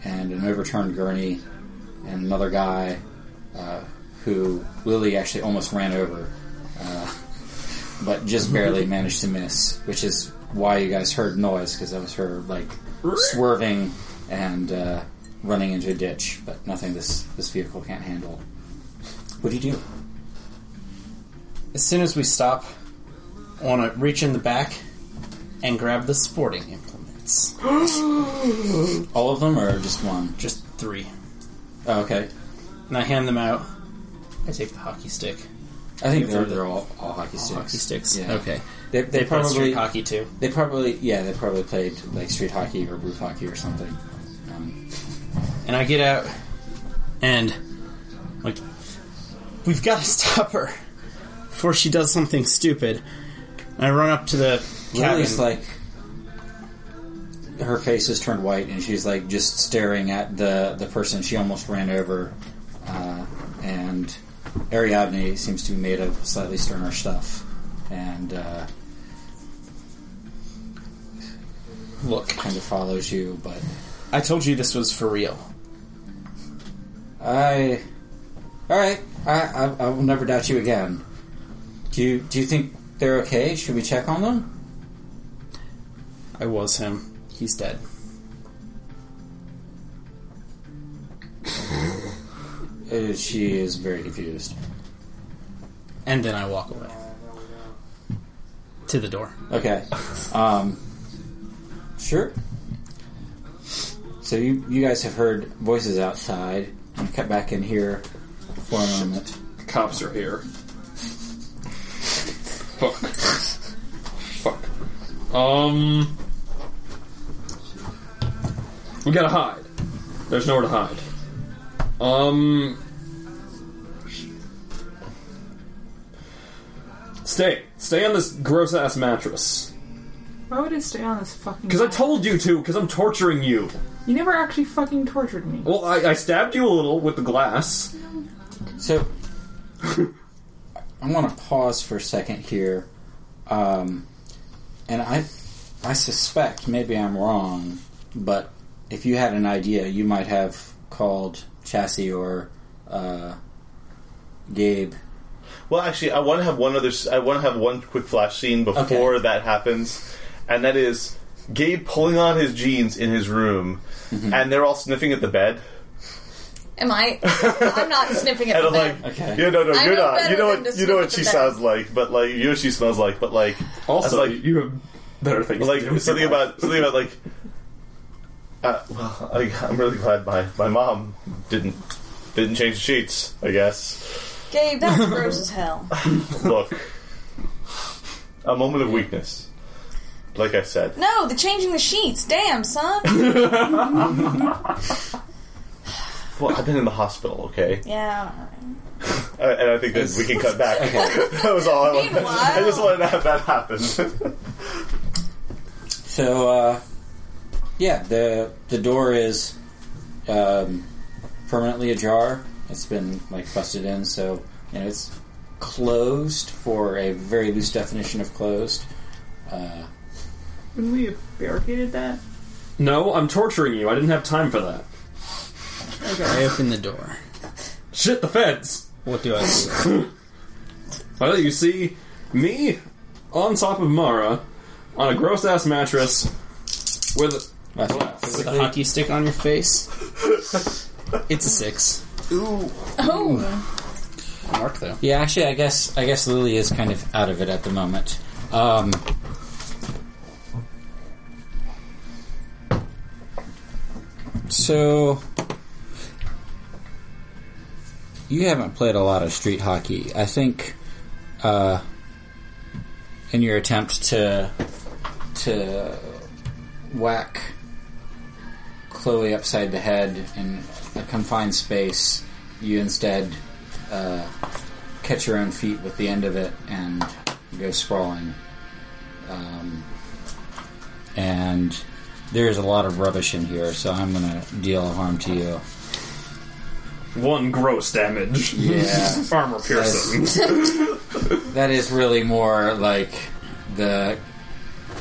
Speaker 3: and an overturned gurney, and another guy uh, who Lily actually almost ran over, uh, but just barely managed to miss, which is why you guys heard noise because that was her like swerving and uh, running into a ditch, but nothing this this vehicle can't handle. What do you do?
Speaker 7: As soon as we stop, I want to reach in the back and grab the sporting implements.
Speaker 3: All of them, or just one?
Speaker 7: Just three.
Speaker 3: Oh, okay,
Speaker 7: And I hand them out. I take the hockey stick.
Speaker 3: I think they're, they're all, all hockey sticks.
Speaker 7: Hockey sticks.
Speaker 3: Yeah.
Speaker 7: Okay.
Speaker 3: They,
Speaker 7: They
Speaker 3: they,
Speaker 7: play
Speaker 3: probably
Speaker 7: street hockey too.
Speaker 3: they probably yeah they probably played like street hockey or roof hockey or something. Um,
Speaker 7: And I get out and I'm like we've got to stop her before she does something stupid. And I run up to the cabin.
Speaker 3: Lily's like her face has turned white and she's like just staring at the the person she almost ran over, uh, and Ariadne seems to be made of slightly sterner stuff, and. Uh, Look, kind of follows you, but
Speaker 7: I told you this was for real.
Speaker 3: I. All right. I, I I will never doubt you again. Do you do you think they're okay? Should we check on them?
Speaker 7: I was him. He's dead.
Speaker 3: Uh, she is very confused.
Speaker 7: And then I walk away. To the door.
Speaker 3: Okay. Um. Sure. So you you guys have heard voices outside. I'm cut back in here for a moment.
Speaker 2: Cops are here. Fuck. Fuck. Um. We gotta hide. There's nowhere to hide. Um. Stay. Stay on this gross ass mattress.
Speaker 5: Why would I stay on this fucking?
Speaker 2: Because I told you to, because I'm torturing you.
Speaker 5: you never actually fucking tortured me.
Speaker 2: Well, I, I stabbed you a little with the glass.
Speaker 3: So, I want to pause for a second here, um, and I, I suspect maybe I'm wrong, but if you had an idea, you might have called Chassis or uh, Gabe.
Speaker 8: Well, actually, I want to have one other. s- I want to have one quick flash scene before
Speaker 3: Okay.
Speaker 8: that happens, and that is Gabe pulling on his jeans in his room, and they're all sniffing at the bed.
Speaker 4: Am I? I'm not sniffing at
Speaker 8: And
Speaker 4: the
Speaker 8: I'm
Speaker 4: bed.
Speaker 8: like,
Speaker 3: Okay.
Speaker 8: yeah, no, no,
Speaker 4: I
Speaker 8: you're
Speaker 4: know
Speaker 8: not.
Speaker 4: better
Speaker 8: You know
Speaker 4: than
Speaker 8: what?
Speaker 4: to
Speaker 8: You know
Speaker 4: sniff
Speaker 8: what
Speaker 4: at
Speaker 8: she
Speaker 4: the bed.
Speaker 8: sounds like, but like, you know what she smells like, but like,
Speaker 2: Also,
Speaker 8: like-
Speaker 2: you have better things.
Speaker 8: like
Speaker 2: to do with
Speaker 8: something
Speaker 2: your life.
Speaker 8: about something about like. Uh, well, I, I'm really glad my, my mom didn't didn't change the sheets. I guess.
Speaker 4: Gabe, that's gross as hell.
Speaker 8: Look, a moment of weakness, like I said.
Speaker 4: No, the changing the sheets. Damn, son.
Speaker 8: Well, I've been in the hospital, okay,
Speaker 4: Yeah.
Speaker 8: uh, and I think that we can cut back. that was all I wanted.
Speaker 4: Meanwhile-
Speaker 8: Oh, I just wanted to have that happen.
Speaker 3: So, uh, yeah, the the door is um, permanently ajar. It's been like busted in, so you know it's closed for a very loose definition of closed. Uh,
Speaker 5: Wouldn't we have barricaded that?
Speaker 2: No, I'm torturing you. I didn't have time for that.
Speaker 5: Okay.
Speaker 7: I open the door.
Speaker 2: Shit, the feds.
Speaker 7: What do I do?
Speaker 2: Well, you see, me on top of Mara on a gross ass mattress with.
Speaker 7: With a hockey stick on your face? It's a six.
Speaker 4: Oh.
Speaker 7: Mark though.
Speaker 3: yeah, actually, I guess I guess Lily is kind of out of it at the moment. Um, so you haven't played a lot of street hockey. I think uh, in your attempt to to whack Chloe upside the head in a confined space, you instead uh, catch your own feet with the end of it and go sprawling. Um, and there is a lot of rubbish in here, so I'm going to deal harm to you.
Speaker 2: One gross damage.
Speaker 3: Yeah.
Speaker 2: Armor piercing.
Speaker 3: That is really more like the.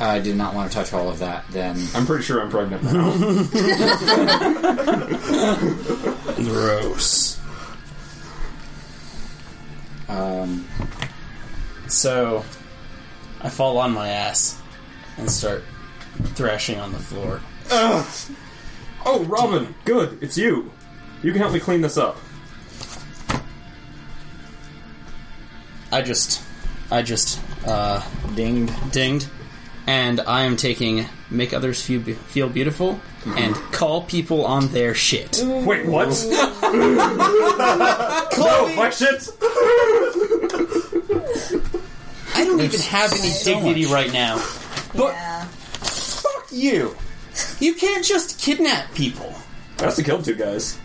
Speaker 3: I did not want to touch all of that. Then
Speaker 2: I'm pretty sure I'm pregnant now.
Speaker 7: Gross.
Speaker 3: um,
Speaker 7: So, I fall on my ass and start thrashing on the floor.
Speaker 2: oh, Robin, good, it's you. You can help me clean this up.
Speaker 7: I just, I just, uh, dinged, dinged, and I am taking make others feel be- feel beautiful and call people on their shit.
Speaker 2: Wait, what? no, my shit!
Speaker 7: I don't even have any dignity right now.
Speaker 4: Yeah.
Speaker 7: Fuck you. You can't just kidnap people.
Speaker 2: I also killed two guys.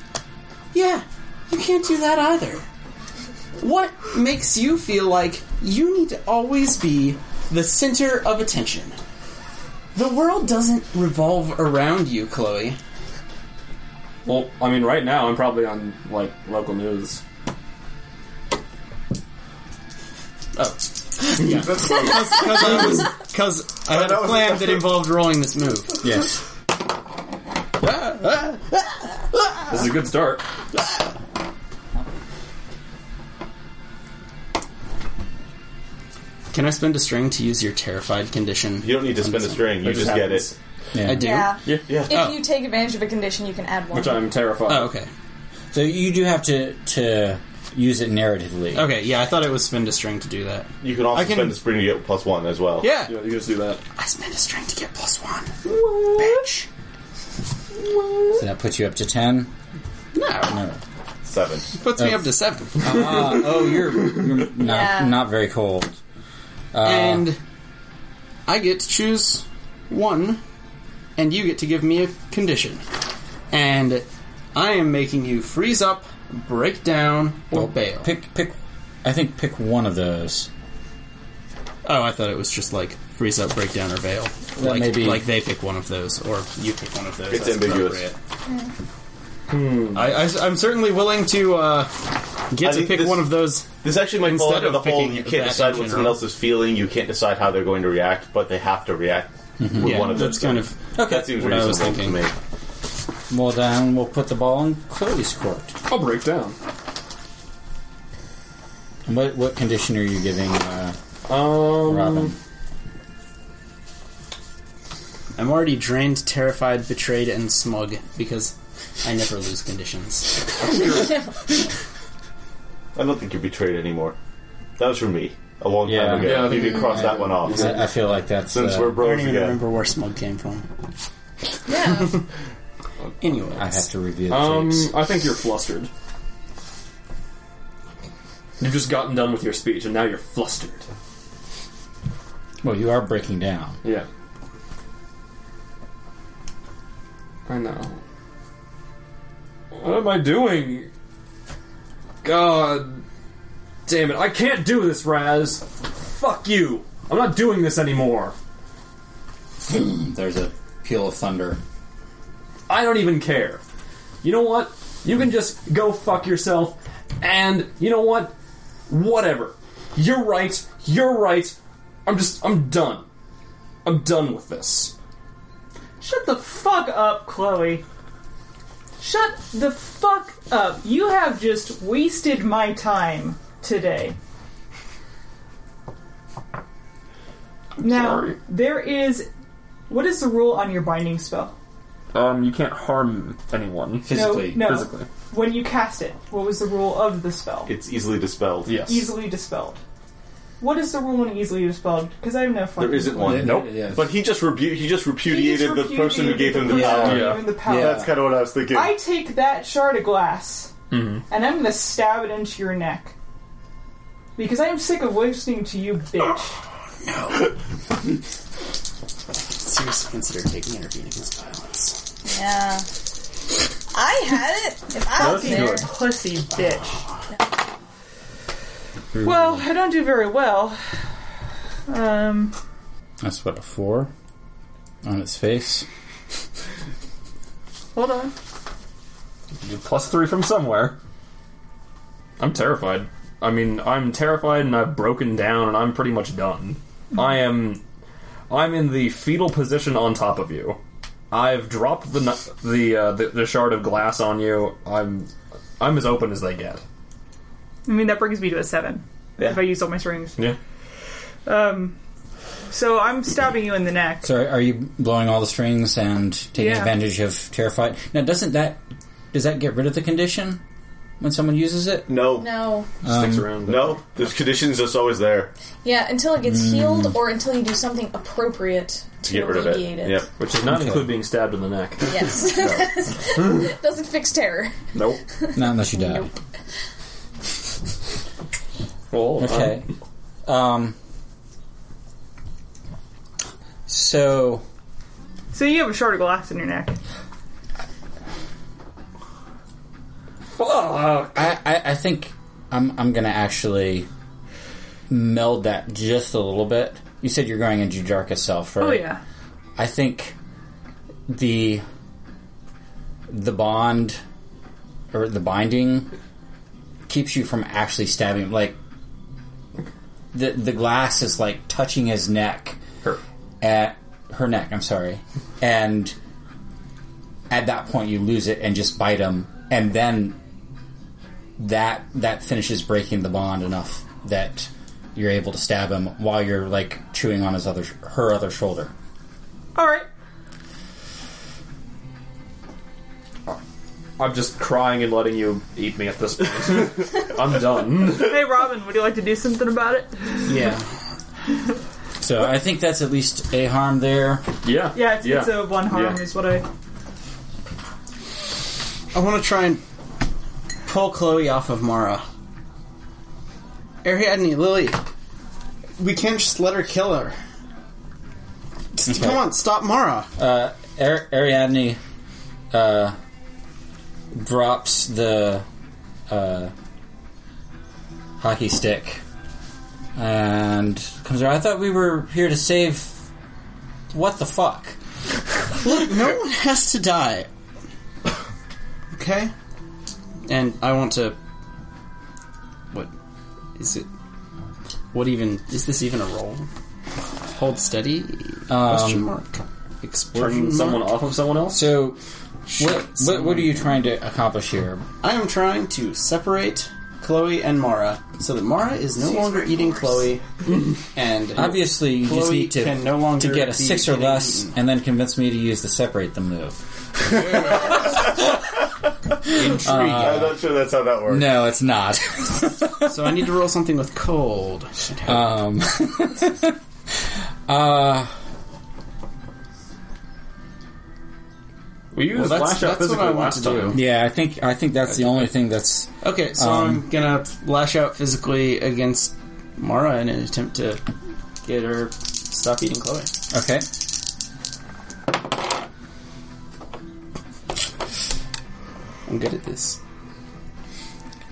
Speaker 7: Yeah, you can't do that either. What makes you feel like you need to always be the center of attention? The world doesn't revolve around you, Chloe.
Speaker 2: Well, I mean, right now I'm probably on, like, local news.
Speaker 7: Oh. Yeah. Because I was. Because I had a plan that involved rolling this move.
Speaker 2: Yes. this is a good start.
Speaker 7: Can I spend a string to use your terrified condition?
Speaker 8: you don't need to spin a string. You
Speaker 2: It just
Speaker 8: just, get
Speaker 2: happens.
Speaker 8: it.
Speaker 7: I do.
Speaker 4: Yeah.
Speaker 2: Yeah.
Speaker 8: Yeah.
Speaker 4: If you take advantage of a condition, you can add one.
Speaker 2: Which I'm terrified.
Speaker 7: Oh, okay.
Speaker 3: so you do have to to use it narratively.
Speaker 7: Okay, yeah, I thought it was spend a string to do that.
Speaker 8: You can also
Speaker 7: I can-
Speaker 8: spend a spring to get plus one as well.
Speaker 7: Yeah!
Speaker 2: Yeah, you just do that.
Speaker 7: I spend a string to get plus one. Bitch!
Speaker 3: So that puts you up to ten.
Speaker 7: No.
Speaker 3: No.
Speaker 8: Seven.
Speaker 7: Puts
Speaker 3: Uh,
Speaker 7: me up to seven.
Speaker 3: Ah, oh, you're, you're not
Speaker 4: Yeah.
Speaker 3: not very cold. Uh,
Speaker 7: and I get to choose one, and you get to give me a condition. And I am making you freeze up, break down, or bail.
Speaker 3: Pick, pick. I think pick one of those.
Speaker 7: Oh, I thought it was just like freeze up, break down, or bail.
Speaker 3: That
Speaker 7: like,
Speaker 3: may be-
Speaker 7: like they pick one of those, or you pick one of those.
Speaker 8: It's
Speaker 7: That's
Speaker 8: ambiguous.
Speaker 7: appropriate. I, am certainly willing to uh,
Speaker 8: I
Speaker 7: get to
Speaker 8: think
Speaker 7: pick
Speaker 8: this-
Speaker 7: one of those.
Speaker 8: This actually might fall
Speaker 7: Instead
Speaker 8: under
Speaker 7: of
Speaker 8: the whole
Speaker 7: picking
Speaker 8: you
Speaker 7: that
Speaker 8: can't decide
Speaker 7: in
Speaker 8: what someone
Speaker 7: general.
Speaker 8: else is feeling, you can't decide how they're going to react, but they have to react with
Speaker 7: Mm-hmm. Yeah,
Speaker 8: one of
Speaker 7: that's
Speaker 8: those.
Speaker 7: kind
Speaker 8: things.
Speaker 7: of
Speaker 8: that seems
Speaker 7: what I was
Speaker 8: reasonable to
Speaker 7: thinking.
Speaker 8: me.
Speaker 3: Well, then we'll put the ball in Chloe's court.
Speaker 2: I'll break down.
Speaker 3: And What what condition are you giving uh,
Speaker 2: Um,
Speaker 3: Robin?
Speaker 7: I'm already drained, terrified, betrayed, and smug because I never lose conditions.
Speaker 8: I don't think you're betrayed anymore. That was from me a long
Speaker 3: Yeah.
Speaker 8: time ago.
Speaker 2: Yeah, I
Speaker 8: you
Speaker 2: think-
Speaker 8: can cross that one off.
Speaker 3: I, I feel like that's
Speaker 8: Since
Speaker 3: uh,
Speaker 8: we're
Speaker 7: I
Speaker 8: bros
Speaker 7: don't even
Speaker 8: again.
Speaker 7: remember where smug came from.
Speaker 4: Yeah.
Speaker 7: Anyway,
Speaker 3: I have to review the
Speaker 2: Um,
Speaker 3: tapes.
Speaker 2: I think you're flustered. You've just gotten done with your speech, and now you're flustered.
Speaker 3: Well, you are breaking down.
Speaker 2: Yeah. I know. What am I doing? God damn it. I can't do this, Raz. Fuck you. I'm not doing this anymore.
Speaker 3: There's a peal of thunder.
Speaker 2: I don't even care. You know what? You can just go fuck yourself, and you know what? Whatever. You're right. You're right. I'm just. I'm done. I'm done with this.
Speaker 5: Shut the fuck up, Chloe. Shut the fuck up. You have just wasted my time today. now,
Speaker 2: sorry.
Speaker 5: there is. What is the rule on your binding spell?
Speaker 2: Um, you can't harm anyone
Speaker 5: Physically. No. Physically. When you cast it, what was the rule of the spell?
Speaker 8: It's easily dispelled.
Speaker 2: Yes.
Speaker 5: easily dispelled. What is the rule on easily dispelled? Because I have no fucking
Speaker 8: There isn't one.
Speaker 2: Nope.
Speaker 3: Yeah.
Speaker 8: But he just rebu- he just
Speaker 5: He
Speaker 8: repudiated
Speaker 5: just
Speaker 8: the person who
Speaker 5: repudiated
Speaker 8: gave him the
Speaker 5: person
Speaker 8: power.
Speaker 5: who
Speaker 2: Yeah.
Speaker 5: gave him the power.
Speaker 3: Yeah.
Speaker 8: That's kind of what I was thinking.
Speaker 5: I take that shard of glass and I'm gonna stab it into your neck. Because I am sick of listening to you, bitch.
Speaker 7: seriously consider taking intervening as violence.
Speaker 4: yeah. I had it. If I was there.
Speaker 5: Pussy bitch. Well, I don't do very well. Um,
Speaker 3: That's what a four on its face.
Speaker 5: hold on.
Speaker 2: You plus three from somewhere. I'm terrified. I mean, I'm terrified, and I've broken down, and I'm pretty much done. I am. I'm in the fetal position on top of you. I've dropped the kn- the, uh, the the shard of glass on you. I'm I'm as open as they get.
Speaker 5: I mean, that brings me to a seven. If I used all my strings.
Speaker 2: Yeah.
Speaker 5: Um, so I'm stabbing you in the neck.
Speaker 3: So, are- are you blowing all the strings and taking
Speaker 5: Yeah.
Speaker 3: advantage of terrified? Now, doesn't that does that get rid of the condition when someone uses it?
Speaker 8: no, no,
Speaker 4: No.
Speaker 2: Sticks
Speaker 3: Um,
Speaker 2: around.
Speaker 8: There's conditions that's always there
Speaker 4: Yeah, until it gets healed or until you do something appropriate to,
Speaker 8: Mm. to get rid of it.
Speaker 4: alleviate
Speaker 8: Yep.
Speaker 2: which does not include being stabbed in the neck.
Speaker 4: Yes. Doesn't fix terror.
Speaker 2: Nope.
Speaker 3: Not unless you die.
Speaker 4: Nope.
Speaker 2: Well,
Speaker 3: Okay. Um. So
Speaker 5: So you have a shard of glass in your neck.
Speaker 3: I, I, I think I'm I'm gonna actually meld that just a little bit. You said you're going in Judarka self, right?
Speaker 5: Oh yeah.
Speaker 3: I think the the bond or the binding keeps you from actually stabbing him. Like the the glass is like touching his neck
Speaker 2: Her.
Speaker 3: at her neck. I'm sorry, and at that point you lose it and just bite him, and then that that finishes breaking the bond enough that you're able to stab him while you're like chewing on his other her other shoulder.
Speaker 5: All right.
Speaker 2: I'm just crying and letting you eat me at this point. I'm done.
Speaker 5: Hey, Robin, would you like to do something about it?
Speaker 3: Yeah. so I think that's at least a harm there.
Speaker 2: Yeah.
Speaker 5: Yeah, it's, it's a one harm
Speaker 2: Yeah.
Speaker 5: is what I.
Speaker 7: I want to try and pull Chloe off of Mara. Ariadne, Lily, we can't just let her kill her. Just come on, stop Mara.
Speaker 3: Ar- Ariadne uh, drops the uh, hockey stick and comes around. I thought we were here to save. What the fuck?
Speaker 7: Look, no one has to die. Okay? And I want to. What? Is it. What even. Is this even a roll? Hold steady? Question mark. Explosion.
Speaker 2: Turn someone
Speaker 7: mark?
Speaker 2: off of someone else?
Speaker 3: So,
Speaker 7: Shut
Speaker 3: what, what, what are you trying to accomplish here?
Speaker 7: I am trying to separate Chloe and Mara so that Mara is no longer eating Chloe, and
Speaker 3: Obviously, you just
Speaker 7: Chloe
Speaker 3: need to,
Speaker 7: can no longer
Speaker 3: to get a
Speaker 7: be
Speaker 3: six or
Speaker 7: getting
Speaker 3: less
Speaker 7: eaten.
Speaker 3: and then convince me to use the separate them move.
Speaker 8: I'm not sure that's how that works.
Speaker 3: No, it's not.
Speaker 7: so I need to roll something with cold. Should help.
Speaker 3: Um,
Speaker 2: We use
Speaker 7: Well, that's-
Speaker 2: flash out
Speaker 7: that's what
Speaker 2: physically
Speaker 7: I want
Speaker 2: last
Speaker 7: to do.
Speaker 2: time.
Speaker 3: yeah, I think I think that's the only thing that's
Speaker 7: Okay, so I'm gonna lash out physically against Mara in an attempt to get her to stop eating Chloe.
Speaker 3: okay.
Speaker 7: I'm good at this.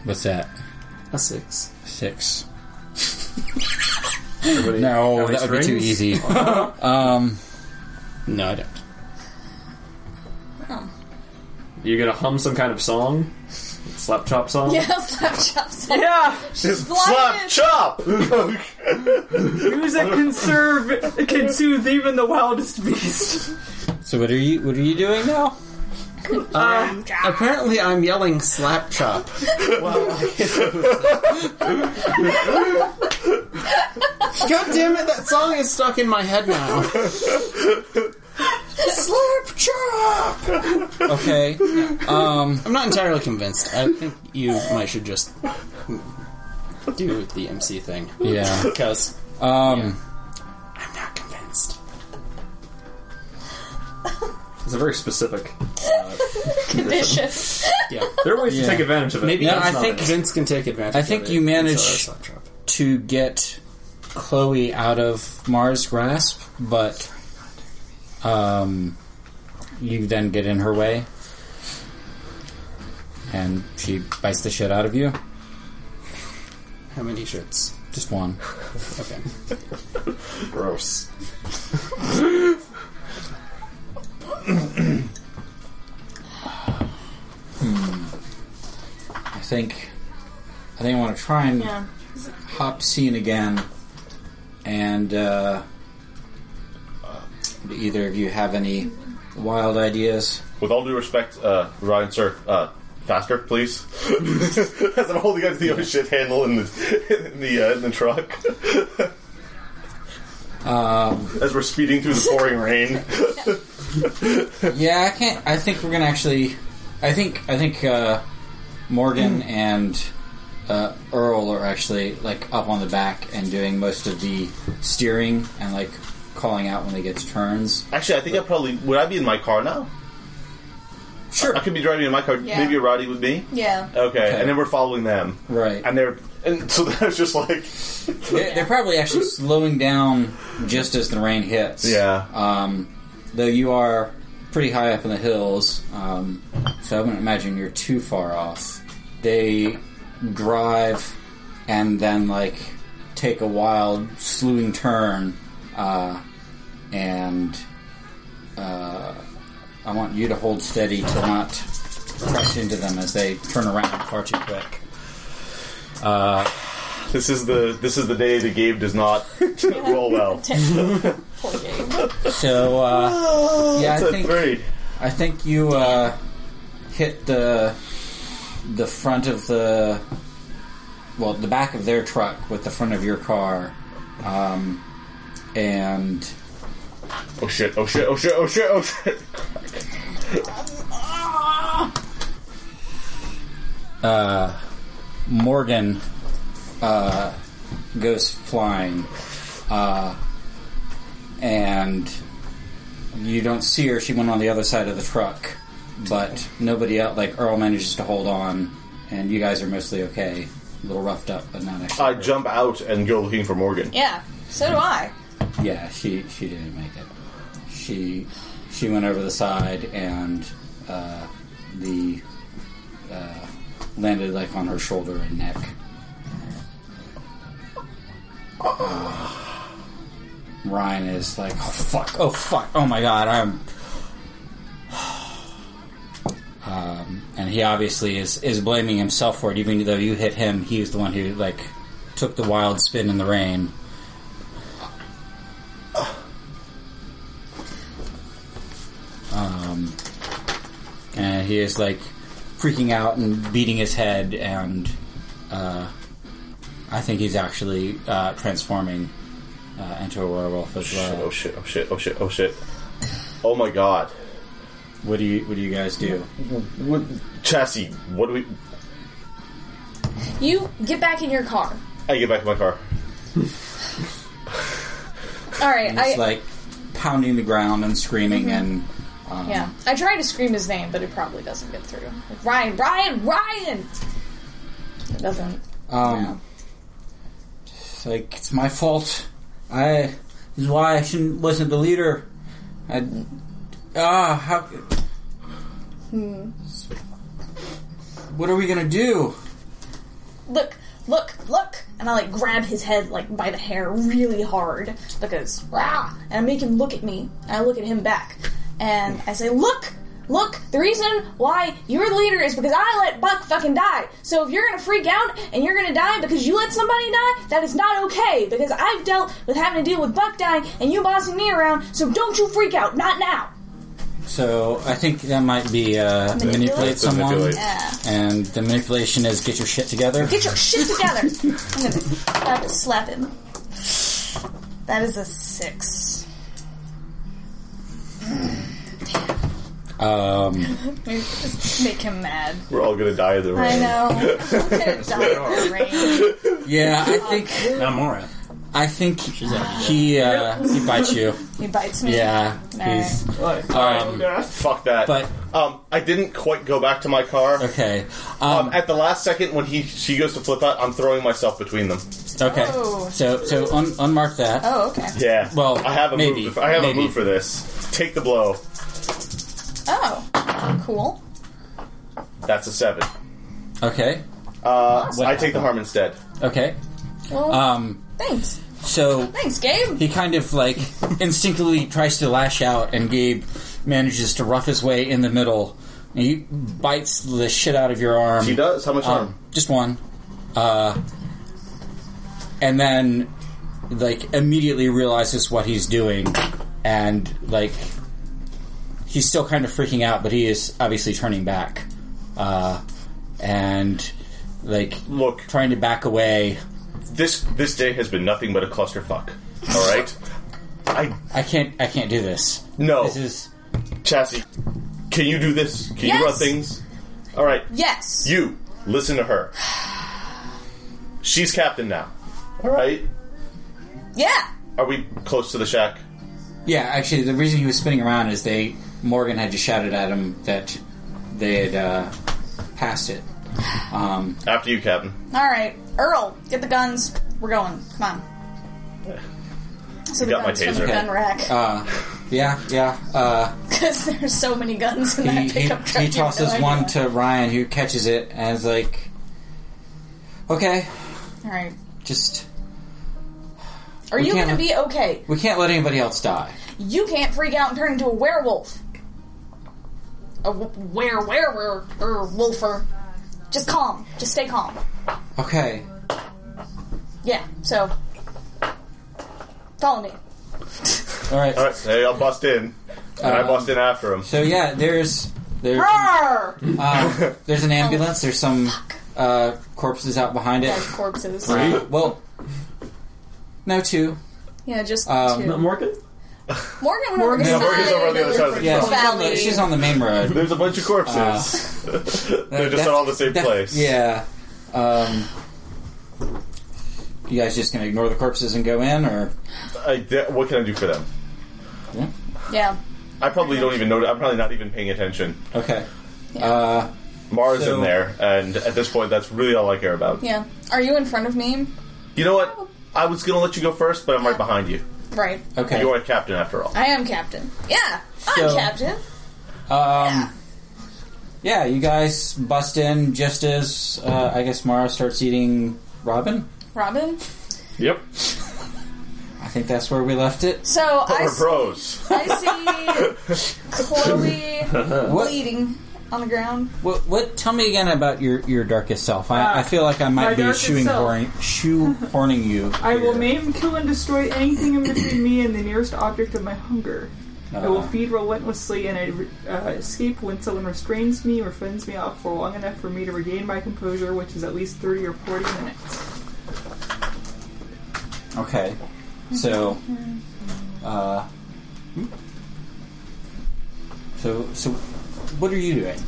Speaker 3: What's that?
Speaker 7: A six.
Speaker 3: Six.
Speaker 2: Everybody
Speaker 3: No,
Speaker 2: have any
Speaker 3: that would be too
Speaker 2: strings?
Speaker 3: easy. um,
Speaker 7: No, I don't.
Speaker 2: You gonna hum some kind of song? Slap chop song?
Speaker 4: Yeah, slap chop slap.
Speaker 5: Yeah,
Speaker 4: Slap
Speaker 8: Chop!
Speaker 5: music can serve, can soothe even the wildest beast.
Speaker 3: so what are you what are you doing now?
Speaker 7: Apparently, I'm yelling slap chop. God damn it, that song is stuck in my head now. slap chop!
Speaker 3: Okay. Um,
Speaker 7: I'm not entirely convinced. I think you might should just do the MC thing.
Speaker 3: yeah.
Speaker 7: Because
Speaker 3: Um,
Speaker 7: I'm not convinced.
Speaker 2: It's a very specific. uh,
Speaker 4: Condition.
Speaker 7: Yeah.
Speaker 2: There are ways
Speaker 3: Yeah.
Speaker 2: to take advantage of it.
Speaker 7: Maybe
Speaker 3: No,
Speaker 7: that's
Speaker 3: I
Speaker 7: not
Speaker 3: think-
Speaker 7: it. Vince can take advantage.
Speaker 3: I think
Speaker 7: of it
Speaker 3: you
Speaker 7: and sell
Speaker 3: manage-
Speaker 7: our slap chop.
Speaker 3: to get Chloe out of Mars' grasp, but um, you then get in her way, and she bites the shit out of you.
Speaker 7: How many shirts?
Speaker 3: Just one.
Speaker 7: Okay.
Speaker 2: Gross.
Speaker 3: I think. I think I want to try and
Speaker 5: Yeah.
Speaker 3: hop scene again, and uh, do either of you have any wild ideas?
Speaker 8: With all due respect, uh, Ryan, sir, uh, faster, please. As I'm holding onto the other shit handle in the in the, uh, in the truck. As we're speeding through the pouring rain.
Speaker 3: Yeah, I can't. I think we're gonna actually. I think I think uh, Morgan and uh, Earl are actually like up on the back and doing most of the steering and like calling out when they get to turns.
Speaker 8: Actually, I think I probably would I be in my car now.
Speaker 3: Sure.
Speaker 8: I could be driving in my car.
Speaker 4: Yeah.
Speaker 8: Maybe you're riding with me.
Speaker 4: Yeah.
Speaker 8: Okay. and then we're following them,
Speaker 3: Right.
Speaker 8: and they're and so that's just like
Speaker 3: They're, they're probably actually slowing down just as the rain hits.
Speaker 8: yeah.
Speaker 3: Um, though you are pretty high up in the hills, um, so I wouldn't imagine you're too far off. They drive and then like take a wild slewing turn, uh, and uh, I want you to hold steady to not crash into them as they turn around far too quick.
Speaker 8: This is the this is the day the game does not roll well.
Speaker 4: Poor game.
Speaker 3: So uh, yeah, I
Speaker 8: It's a
Speaker 3: think
Speaker 8: three.
Speaker 3: I think you uh, hit the the front of the well, the back of their truck with the front of your car, um, and
Speaker 8: Oh shit! Oh shit! Oh shit! Oh shit! Oh shit!
Speaker 3: Morgan uh, goes flying, uh, and you don't see her. She went on the other side of the truck, but nobody else, like Earl, manages to hold on, and you guys are mostly okay. A little roughed up, but not actually.
Speaker 8: I jump out and go looking for Morgan.
Speaker 4: Yeah. So do I.
Speaker 3: Yeah, she she didn't make it. She she went over the side, and uh, the uh, landed like on her shoulder and neck. Uh, Ryan is like, oh fuck, oh fuck, oh my god, I'm. Um, and he obviously is, is blaming himself for it, even though you hit him. He was the one who like took the wild spin in the rain. Um, and he is like freaking out and beating his head, and uh, I think he's actually uh, transforming uh, into a werewolf as well.
Speaker 8: Oh shit! Oh shit! Oh shit! Oh shit! Oh my god!
Speaker 3: What do you What do you guys do?
Speaker 8: What, chassis? What do we?
Speaker 4: You get back in your car.
Speaker 8: I get back in my car.
Speaker 4: All right,
Speaker 3: It's
Speaker 4: I
Speaker 3: like pounding the ground and screaming and. Um,
Speaker 4: yeah. I try to scream his name, but it probably doesn't get through. Like, Ryan, Ryan, Ryan. It doesn't.
Speaker 3: Um, It's like it's my fault. I this is why I shouldn't wasn't the leader. I ah how. What are we gonna do?
Speaker 4: Look, look, look! And I like grab his head like by the hair really hard because rah, and I make him look at me. And I look at him back, and I say, "Look, look! The reason why you're the leader is because I let Buck fucking die. So if you're gonna freak out and you're gonna die because you let somebody die, that is not okay. Because I've dealt with having to deal with Buck dying and you bossing me around. So don't you freak out, not now."
Speaker 3: So I think that might be uh,
Speaker 4: Manipulate?
Speaker 3: manipulate
Speaker 4: That's
Speaker 3: someone,
Speaker 8: manipulate.
Speaker 4: Yeah.
Speaker 3: and the manipulation is get your shit together.
Speaker 4: Get your shit together. I'm gonna have to slap him. That is a six.
Speaker 3: Um,
Speaker 4: Maybe just make him mad.
Speaker 8: We're all gonna die in the rain.
Speaker 4: I know. I'm gonna die in the rain.
Speaker 3: yeah, I think
Speaker 7: Not Mora.
Speaker 3: I think he uh, he bites you.
Speaker 4: He bites me.
Speaker 3: Yeah, he's um,
Speaker 8: Fuck that.
Speaker 3: but
Speaker 8: um, I didn't quite go back to my car.
Speaker 3: okay.
Speaker 8: Um, at the last second, when he she goes to flip out, I'm throwing myself between them.
Speaker 3: Okay.
Speaker 4: Oh.
Speaker 3: So so un- unmark that.
Speaker 4: Oh, okay.
Speaker 8: Yeah.
Speaker 3: Well,
Speaker 8: I have a
Speaker 3: maybe,
Speaker 8: move. I have
Speaker 3: maybe.
Speaker 8: a move for this. Take the blow.
Speaker 4: Oh, cool.
Speaker 8: That's a seven.
Speaker 3: Okay.
Speaker 8: Uh,
Speaker 3: What
Speaker 8: I take the harm instead.
Speaker 3: Okay.
Speaker 4: Well,
Speaker 3: Um.
Speaker 4: thanks.
Speaker 3: So
Speaker 4: Thanks, Gabe.
Speaker 3: he kind of like instinctively tries to lash out, and Gabe manages to rough his way in the middle. He bites the shit out of your arm.
Speaker 8: He does. How much harm?
Speaker 3: Um, just one. Uh, and then, like, immediately realizes what he's doing, and like, he's still kind of freaking out, but he is obviously turning back, uh, and like
Speaker 8: Look,
Speaker 3: trying to back away.
Speaker 8: this this day has been nothing but a clusterfuck. All right. I
Speaker 3: I can't. I can't do this.
Speaker 8: no.
Speaker 3: This is
Speaker 8: Chassis, can you do this? Can
Speaker 4: Yes.
Speaker 8: you run things? All right.
Speaker 4: Yes.
Speaker 8: You listen to her. She's captain now. All right.
Speaker 4: yeah.
Speaker 8: Are we close to the shack?
Speaker 3: yeah. Actually, the reason he was spinning around is they Morgan had just shouted at him that they had uh, passed it. Um,
Speaker 8: After you, Captain.
Speaker 4: All right, Earl, get the guns. We're going. Come on. So the
Speaker 8: got my
Speaker 4: guns from the
Speaker 8: taser.
Speaker 4: gun rack
Speaker 3: uh, yeah, yeah. Uh,
Speaker 4: because there's so many guns in
Speaker 3: he,
Speaker 4: that
Speaker 3: he,
Speaker 4: pickup truck.
Speaker 3: he
Speaker 4: you have
Speaker 3: tosses
Speaker 4: no
Speaker 3: one
Speaker 4: idea.
Speaker 3: to Ryan, who catches it and is like, "Okay,
Speaker 4: All right.
Speaker 3: just
Speaker 4: Are
Speaker 3: We
Speaker 4: you
Speaker 3: can't
Speaker 4: gonna
Speaker 3: let-
Speaker 4: be okay?
Speaker 3: we can't let anybody else die."
Speaker 4: You can't freak out and turn into a werewolf. A w- were were were er, wolfer. Just calm. Just stay calm.
Speaker 3: Okay,
Speaker 4: Yeah. So follow me.
Speaker 3: all right.
Speaker 8: All right. Hey, I'll bust in,
Speaker 3: Um,
Speaker 8: and I bust in after him.
Speaker 3: So yeah, there's there's
Speaker 4: Arr!
Speaker 3: uh, there's an ambulance. There's some uh, corpses out behind it.
Speaker 4: Dead corpses.
Speaker 3: Well, no two.
Speaker 4: Yeah, just
Speaker 3: Um,
Speaker 4: two.
Speaker 2: Not Morgan?
Speaker 4: Morgan went over the
Speaker 8: Yeah,
Speaker 4: side.
Speaker 8: Morgan's over on the other side of the
Speaker 3: Yeah,
Speaker 8: truck.
Speaker 3: she's on, the,
Speaker 4: valley.
Speaker 3: she's on the main road.
Speaker 8: There's a bunch of corpses. They're just
Speaker 3: That's-
Speaker 8: not all the same
Speaker 3: uh, that-
Speaker 8: place.
Speaker 3: Yeah. Um, you guys just gonna ignore the corpses and go in, or
Speaker 8: I, that- what can I do for them?
Speaker 4: Yeah.
Speaker 8: I probably don't even know. I'm probably not even paying attention.
Speaker 3: okay? Uh,
Speaker 8: Mars
Speaker 3: So-
Speaker 8: in there, and at this point, that's really all I care about.
Speaker 4: Yeah. Are you in front of me?
Speaker 8: You know what? I was gonna let you go first, but I'm right behind you.
Speaker 4: Right.
Speaker 3: okay.
Speaker 8: You are a captain after all. um,
Speaker 4: I am captain. Yeah. I'm
Speaker 3: So-
Speaker 4: captain.
Speaker 3: Um, yeah, you guys bust in just as uh, I guess Mara starts eating Robin.
Speaker 4: Robin?
Speaker 2: Yep.
Speaker 3: I think that's where we left it.
Speaker 4: So I,
Speaker 8: We're
Speaker 4: s-
Speaker 8: bros.
Speaker 4: I see Chloe
Speaker 3: What?
Speaker 4: bleeding on the ground.
Speaker 3: What? What? Tell me again about your, your darkest self. I,
Speaker 5: Ah,
Speaker 3: I feel like I
Speaker 5: my
Speaker 3: might be
Speaker 5: darkest
Speaker 3: shoehorning shoehorning you.
Speaker 5: I will
Speaker 3: here.
Speaker 5: maim, kill, and destroy anything in between me and the nearest object of my hunger. I will feed relentlessly and I uh, escape when someone restrains me or fends me off for long enough for me to regain my composure, which is at least 30 or 40 minutes.
Speaker 3: Okay. So, uh, so so, what are you doing?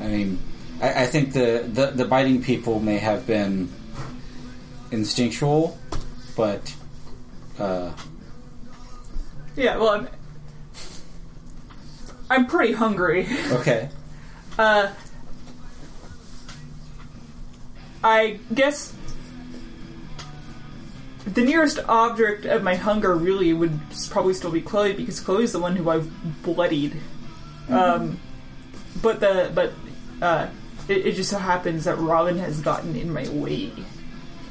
Speaker 3: I mean, I, I think the, the the biting people may have been instinctual, but uh,
Speaker 5: Yeah, well, I'm, I'm pretty hungry.
Speaker 3: okay.
Speaker 5: Uh, I guess the nearest object of my hunger really would s- probably still be Chloe because Chloe's the one who I've bloodied. Um, but the but uh, it, it just so happens that Robin has gotten in my way,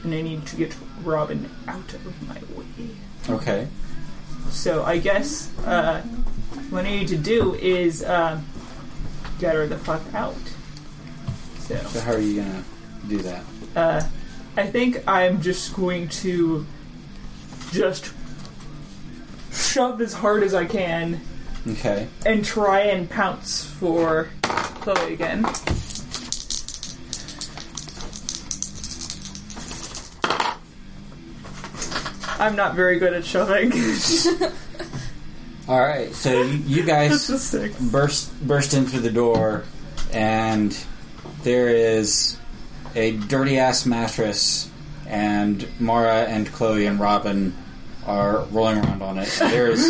Speaker 5: and I need to get Robin out of my way.
Speaker 3: Okay.
Speaker 5: So I guess uh, what I need to do is uh, get her the fuck out. So
Speaker 3: So how are you gonna do that?
Speaker 5: uh, I think I'm just going to just shove as hard as I can
Speaker 3: Okay.
Speaker 5: and try and pounce for Chloe again. I'm not very good at shoving.
Speaker 3: All right. So you, you guys
Speaker 5: this is sick.
Speaker 3: burst burst in through the door, and there is a dirty ass mattress, and Mara and Chloe and Robin are rolling around on it. There is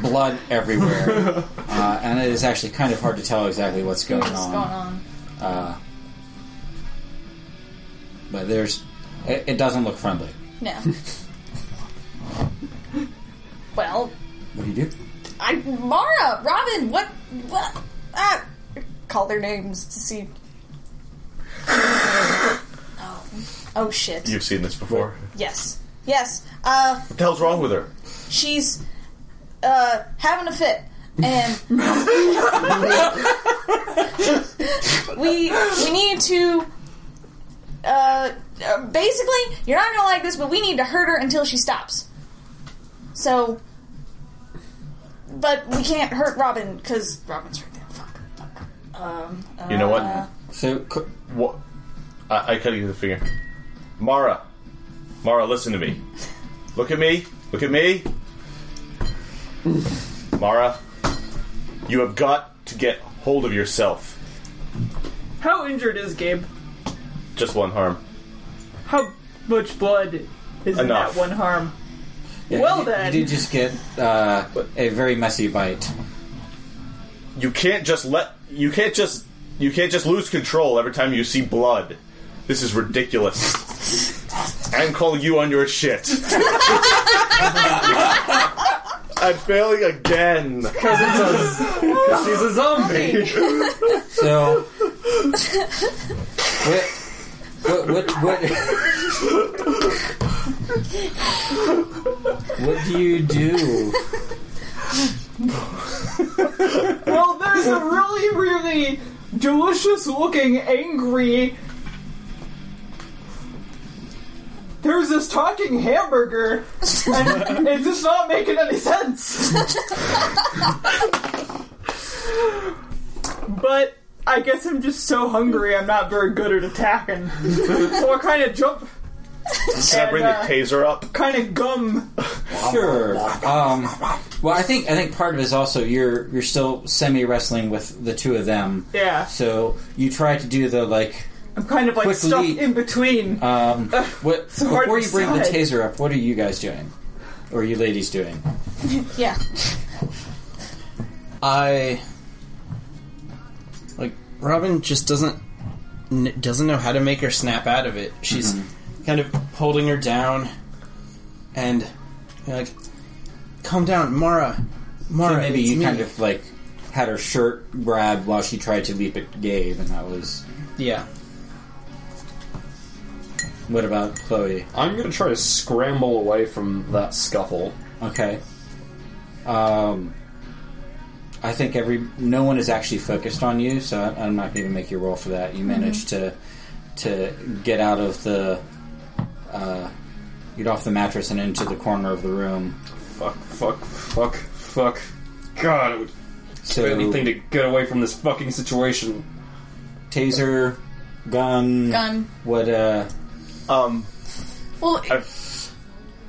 Speaker 3: blood everywhere, uh, and it is actually kind of hard to tell exactly what's going
Speaker 4: What's going
Speaker 3: on.
Speaker 4: on?
Speaker 3: Uh, but there's, it, it doesn't look friendly.
Speaker 4: No. well,
Speaker 3: What do you do?
Speaker 4: I Mara, Robin, what? What? Ah, call their names to see. oh, oh shit!
Speaker 8: You've seen this before.
Speaker 4: Yes, yes. Uh,
Speaker 8: What the hell's wrong with her?
Speaker 4: she's uh having a fit, and we we need to. Uh, uh, basically, you're not gonna like this, but we need to hurt her until she stops. So, but we can't hurt Robin because Robin's right there. Fuck. fuck. Um,
Speaker 8: You know what?
Speaker 4: uh,
Speaker 3: So Cl-
Speaker 8: What? I, I cut you the finger. Mara, Mara, listen to me. Look at me. Look at me. Mara, you have got to get hold of yourself.
Speaker 5: How injured is Gabe?
Speaker 8: Just one harm.
Speaker 5: How much blood is in
Speaker 8: Enough.
Speaker 5: that one harm?
Speaker 3: yeah,
Speaker 5: well
Speaker 3: you,
Speaker 5: then.
Speaker 3: you did just get uh, a very messy bite.
Speaker 8: You can't just let. You can't just. You can't just lose control every time you see blood. This is ridiculous. I'm calling you on your shit. I'm failing again.
Speaker 2: She's a zombie.
Speaker 3: So, what, what, what, what, what do you do?
Speaker 5: Well, there's a really, really delicious looking, angry. There's this talking hamburger, and it's just not making any sense. but I guess I'm just so hungry, I'm not very good at attacking. so I kind of jump,
Speaker 8: Can I bring the
Speaker 5: And, uh,
Speaker 8: taser up?
Speaker 5: kind of gum.
Speaker 3: Sure. Um, well, I think I think part of it is also you're you're still semi wrestling with the two of them.
Speaker 5: Yeah,
Speaker 3: So you try to do the like.
Speaker 5: I'm kind of like
Speaker 3: Quick
Speaker 5: stuck
Speaker 3: leap.
Speaker 5: in between.
Speaker 2: Uh.
Speaker 3: Um, what
Speaker 5: hard
Speaker 3: before
Speaker 5: to
Speaker 3: you bring the
Speaker 5: decide.
Speaker 3: taser up? What are you guys doing? Or are you ladies doing?
Speaker 4: yeah.
Speaker 7: I like Robin just doesn't n- doesn't know how to make her snap out of it. She's
Speaker 3: Mm-hmm.
Speaker 7: kind of holding her down, and you're like, "Calm down, Mara." Mara,
Speaker 3: Or maybe
Speaker 7: it's
Speaker 3: you
Speaker 7: me."
Speaker 3: kind of like had her shirt grabbed while she tried to leap at Gabe, and that was.
Speaker 7: Yeah.
Speaker 3: What about Chloe?
Speaker 2: I'm gonna try to scramble away from that scuffle.
Speaker 3: Okay. Um, I think every no one is actually focused on you, so I, I'm not going to even make you roll for that. You managed to to get out of the uh, get off the mattress and into the corner of the room.
Speaker 2: Fuck, fuck, fuck, fuck. God, it would
Speaker 3: So
Speaker 2: do anything to get away from this fucking situation.
Speaker 3: taser, gun,
Speaker 4: Gun.
Speaker 3: What? Uh,
Speaker 9: Um,
Speaker 4: Well,
Speaker 2: I've-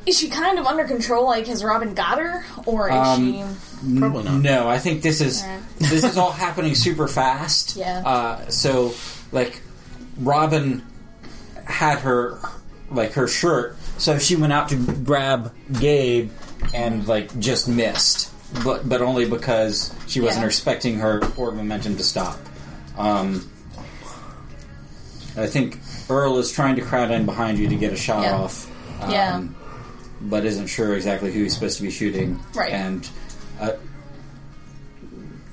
Speaker 4: is she kind of under control? Like, has Robin got her, or is
Speaker 3: Um,
Speaker 7: Probably not.
Speaker 3: No, I think this is
Speaker 4: Alright.
Speaker 3: this is all happening super fast.
Speaker 4: Yeah.
Speaker 3: Uh, so, like, Robin had her like her shirt, so she went out to grab Gabe and like just missed, but but only because she wasn't
Speaker 4: Yeah.
Speaker 3: expecting her forward momentum to stop. Um, I think Earl is trying to crowd in behind you to get a shot
Speaker 4: Yeah.
Speaker 3: off
Speaker 4: she? Yeah.
Speaker 3: um, but isn't sure exactly who he's supposed to be shooting.
Speaker 4: Right.
Speaker 3: And uh,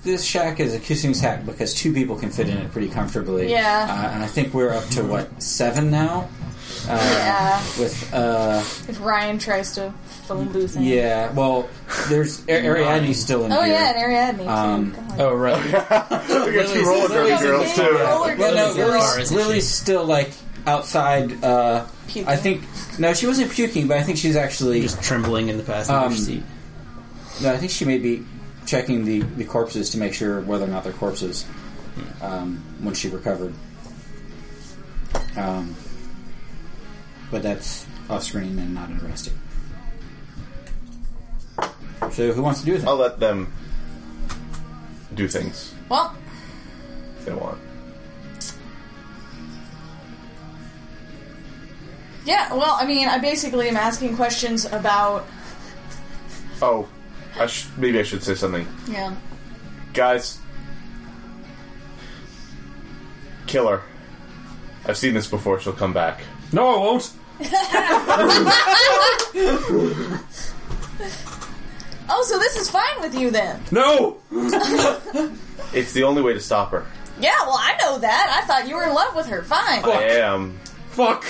Speaker 3: this shack is a kissing sack because two people can fit in it pretty comfortably.
Speaker 4: Yeah.
Speaker 3: Uh, and I think we're up to what seven now. Uh,
Speaker 4: Yeah.
Speaker 3: With uh,
Speaker 4: If Ryan tries to fill in booth. in.
Speaker 3: yeah. Well, there's A- Ariadne's still in
Speaker 4: Oh
Speaker 3: here.
Speaker 4: yeah, and Ariadne too.
Speaker 3: Um,
Speaker 4: God.
Speaker 7: Oh right.
Speaker 8: We got two roller derby
Speaker 4: Lily's
Speaker 8: girls,
Speaker 4: a
Speaker 8: too.
Speaker 4: roller
Speaker 3: Well, no,
Speaker 4: derby
Speaker 7: Lily's- Or
Speaker 4: girl.
Speaker 3: Lily's,
Speaker 7: is it
Speaker 3: Lily's
Speaker 7: she?
Speaker 3: still like outside. Uh,
Speaker 4: Puking.
Speaker 3: I think no, she wasn't puking, but I think she's actually
Speaker 7: Just trembling in the passenger
Speaker 3: Um,
Speaker 7: seat.
Speaker 3: No, I think she may be checking the, the corpses to make sure whether or not they're corpses um, when she recovered. Um, but that's off screen and not interesting. So, who wants to do that?
Speaker 8: Oh.
Speaker 1: I'll let them do things
Speaker 4: Well,
Speaker 1: if they want.
Speaker 4: yeah. Well, I mean, I basically am asking questions about.
Speaker 1: Oh, I sh- maybe I should say something.
Speaker 4: Yeah.
Speaker 1: Guys, kill her. I've seen this before, she'll come back.
Speaker 2: No, I won't.
Speaker 4: Oh, so this is fine with you then?
Speaker 2: No.
Speaker 1: It's the only way to stop her.
Speaker 4: Yeah. Well, I know that. I thought you were in love with her. Fine.
Speaker 3: Oh,
Speaker 1: I am.
Speaker 2: Fuck.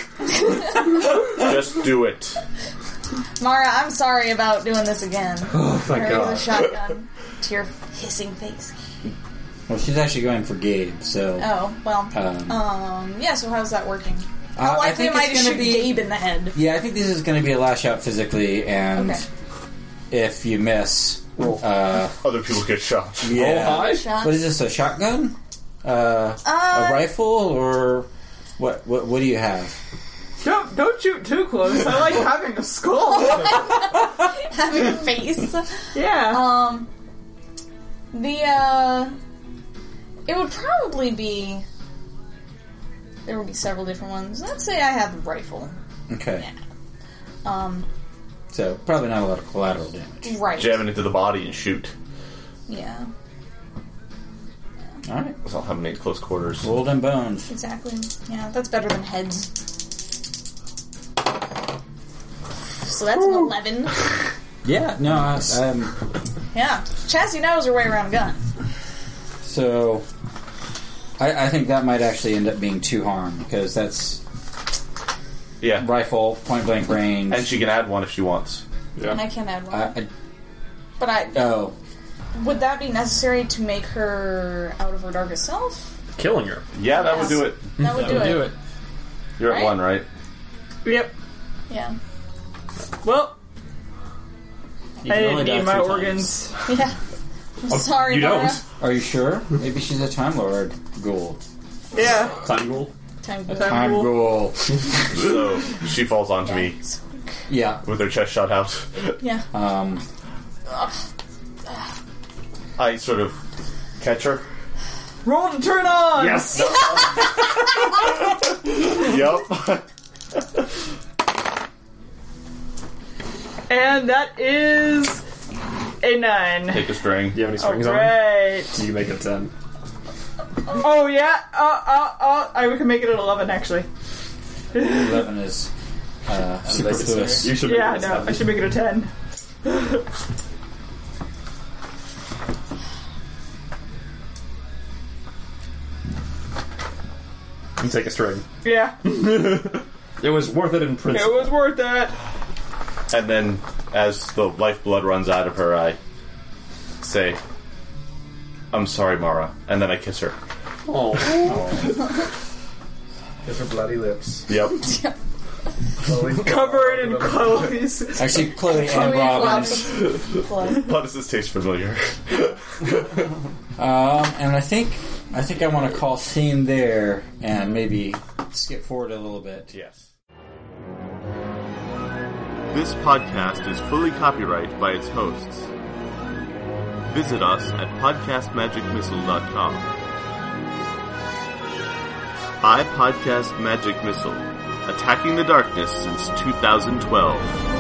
Speaker 1: Just do it.
Speaker 4: Mara, I'm sorry about doing this again.
Speaker 2: Oh, thank
Speaker 4: There
Speaker 2: God.
Speaker 4: is a shotgun to your hissing face.
Speaker 3: Well, she's actually going for Gabe, so.
Speaker 4: Oh well.
Speaker 3: Um,
Speaker 4: Um. Yeah. So how's that working?
Speaker 3: I-
Speaker 4: How
Speaker 3: I
Speaker 4: likely
Speaker 3: think
Speaker 4: am I to
Speaker 3: it's gonna
Speaker 4: shoot
Speaker 3: be-
Speaker 4: Gabe in the head?
Speaker 3: Yeah, I think this is going to be a lash out physically, and
Speaker 4: Okay.
Speaker 3: if you miss. Uh,
Speaker 1: Other people get shot.
Speaker 3: yeah.
Speaker 2: Oh, hi.
Speaker 4: Shot.
Speaker 3: What is this? A shotgun? Uh,
Speaker 4: Uh,
Speaker 3: a rifle, or what? What, what do you have?
Speaker 5: Don't don't shoot too close. I like having a skull.
Speaker 4: having a face.
Speaker 5: Yeah.
Speaker 4: Um, the uh, it would probably be. There would be several different ones. Let's say I have the rifle.
Speaker 3: Okay,
Speaker 4: Um,
Speaker 3: so probably not a lot of collateral damage.
Speaker 4: right.
Speaker 1: Jam it into the body and shoot.
Speaker 4: Yeah.
Speaker 3: All right,
Speaker 1: I'll have made close quarters.
Speaker 3: gold and bones.
Speaker 4: Exactly. Yeah, that's better than heads. So that's an eleven.
Speaker 3: Yeah, no, I, um,
Speaker 4: Yeah, Chassie knows her way around a gun.
Speaker 3: so I, I think that might actually end up being two harm because that's
Speaker 1: Yeah.
Speaker 3: rifle point blank range.
Speaker 1: And she can add one if she wants.
Speaker 4: I can add one,
Speaker 3: I,
Speaker 4: but I
Speaker 3: I, oh,
Speaker 4: would that be necessary to make her out of her darkest self?
Speaker 2: Killing her.
Speaker 1: Yeah, that would
Speaker 4: Yes.
Speaker 1: do it.
Speaker 4: That would do, it.
Speaker 7: Do it.
Speaker 1: You're at
Speaker 4: Right?
Speaker 1: one, right?
Speaker 5: Yep.
Speaker 4: Yeah.
Speaker 5: Well,
Speaker 7: You
Speaker 5: I
Speaker 7: can
Speaker 5: didn't
Speaker 7: only die
Speaker 5: need my
Speaker 7: three times.
Speaker 5: organs.
Speaker 4: Yeah. I'm sorry,
Speaker 2: Oh, you
Speaker 4: Mara.
Speaker 2: don't.
Speaker 3: are you sure? Maybe she's a time lord. Gold.
Speaker 5: Yeah.
Speaker 2: Time gold.
Speaker 4: Time
Speaker 5: A
Speaker 4: goes.
Speaker 5: time
Speaker 3: Time
Speaker 5: rule.
Speaker 3: gold.
Speaker 1: So she falls onto me
Speaker 3: yeah.
Speaker 1: with her chest shot out.
Speaker 4: Yeah.
Speaker 3: Um.
Speaker 1: I sort of catch her.
Speaker 5: Roll to turn on.
Speaker 2: Yes.
Speaker 1: Yep.
Speaker 5: And that is a nine.
Speaker 1: Take a string.
Speaker 2: Do you have any
Speaker 4: Oh,
Speaker 5: All
Speaker 2: strings on?
Speaker 5: right.
Speaker 2: Do you make it a ten?
Speaker 5: Oh yeah. Uh, uh, uh, I can make it at eleven actually.
Speaker 3: Eleven is uh, Lex Lewis.
Speaker 2: You should. Make
Speaker 5: Yeah.
Speaker 2: it a
Speaker 5: No, I
Speaker 2: seven.
Speaker 5: should make it a ten.
Speaker 2: and take a string.
Speaker 5: Yeah,
Speaker 2: It was worth it in
Speaker 5: it
Speaker 2: principle.
Speaker 5: was worth it.
Speaker 8: And then, as the lifeblood runs out of her, I say, I'm sorry, Mara. And then I kiss her.
Speaker 2: Oh,
Speaker 9: Kiss her bloody lips.
Speaker 8: Yep.
Speaker 9: Slowly
Speaker 5: Cover it in clothes.
Speaker 3: Actually, Chloe
Speaker 4: Oh,
Speaker 3: and Robbins.
Speaker 4: Flood.
Speaker 8: How does Oh, this taste familiar?
Speaker 3: Um, and I think I think I want to call scene there and maybe skip forward a little bit.
Speaker 8: yes.
Speaker 1: This podcast is fully copyrighted by its hosts. Visit us at podcastmagicmissile.com. I Podcast Magic Missile, attacking the darkness since 2012.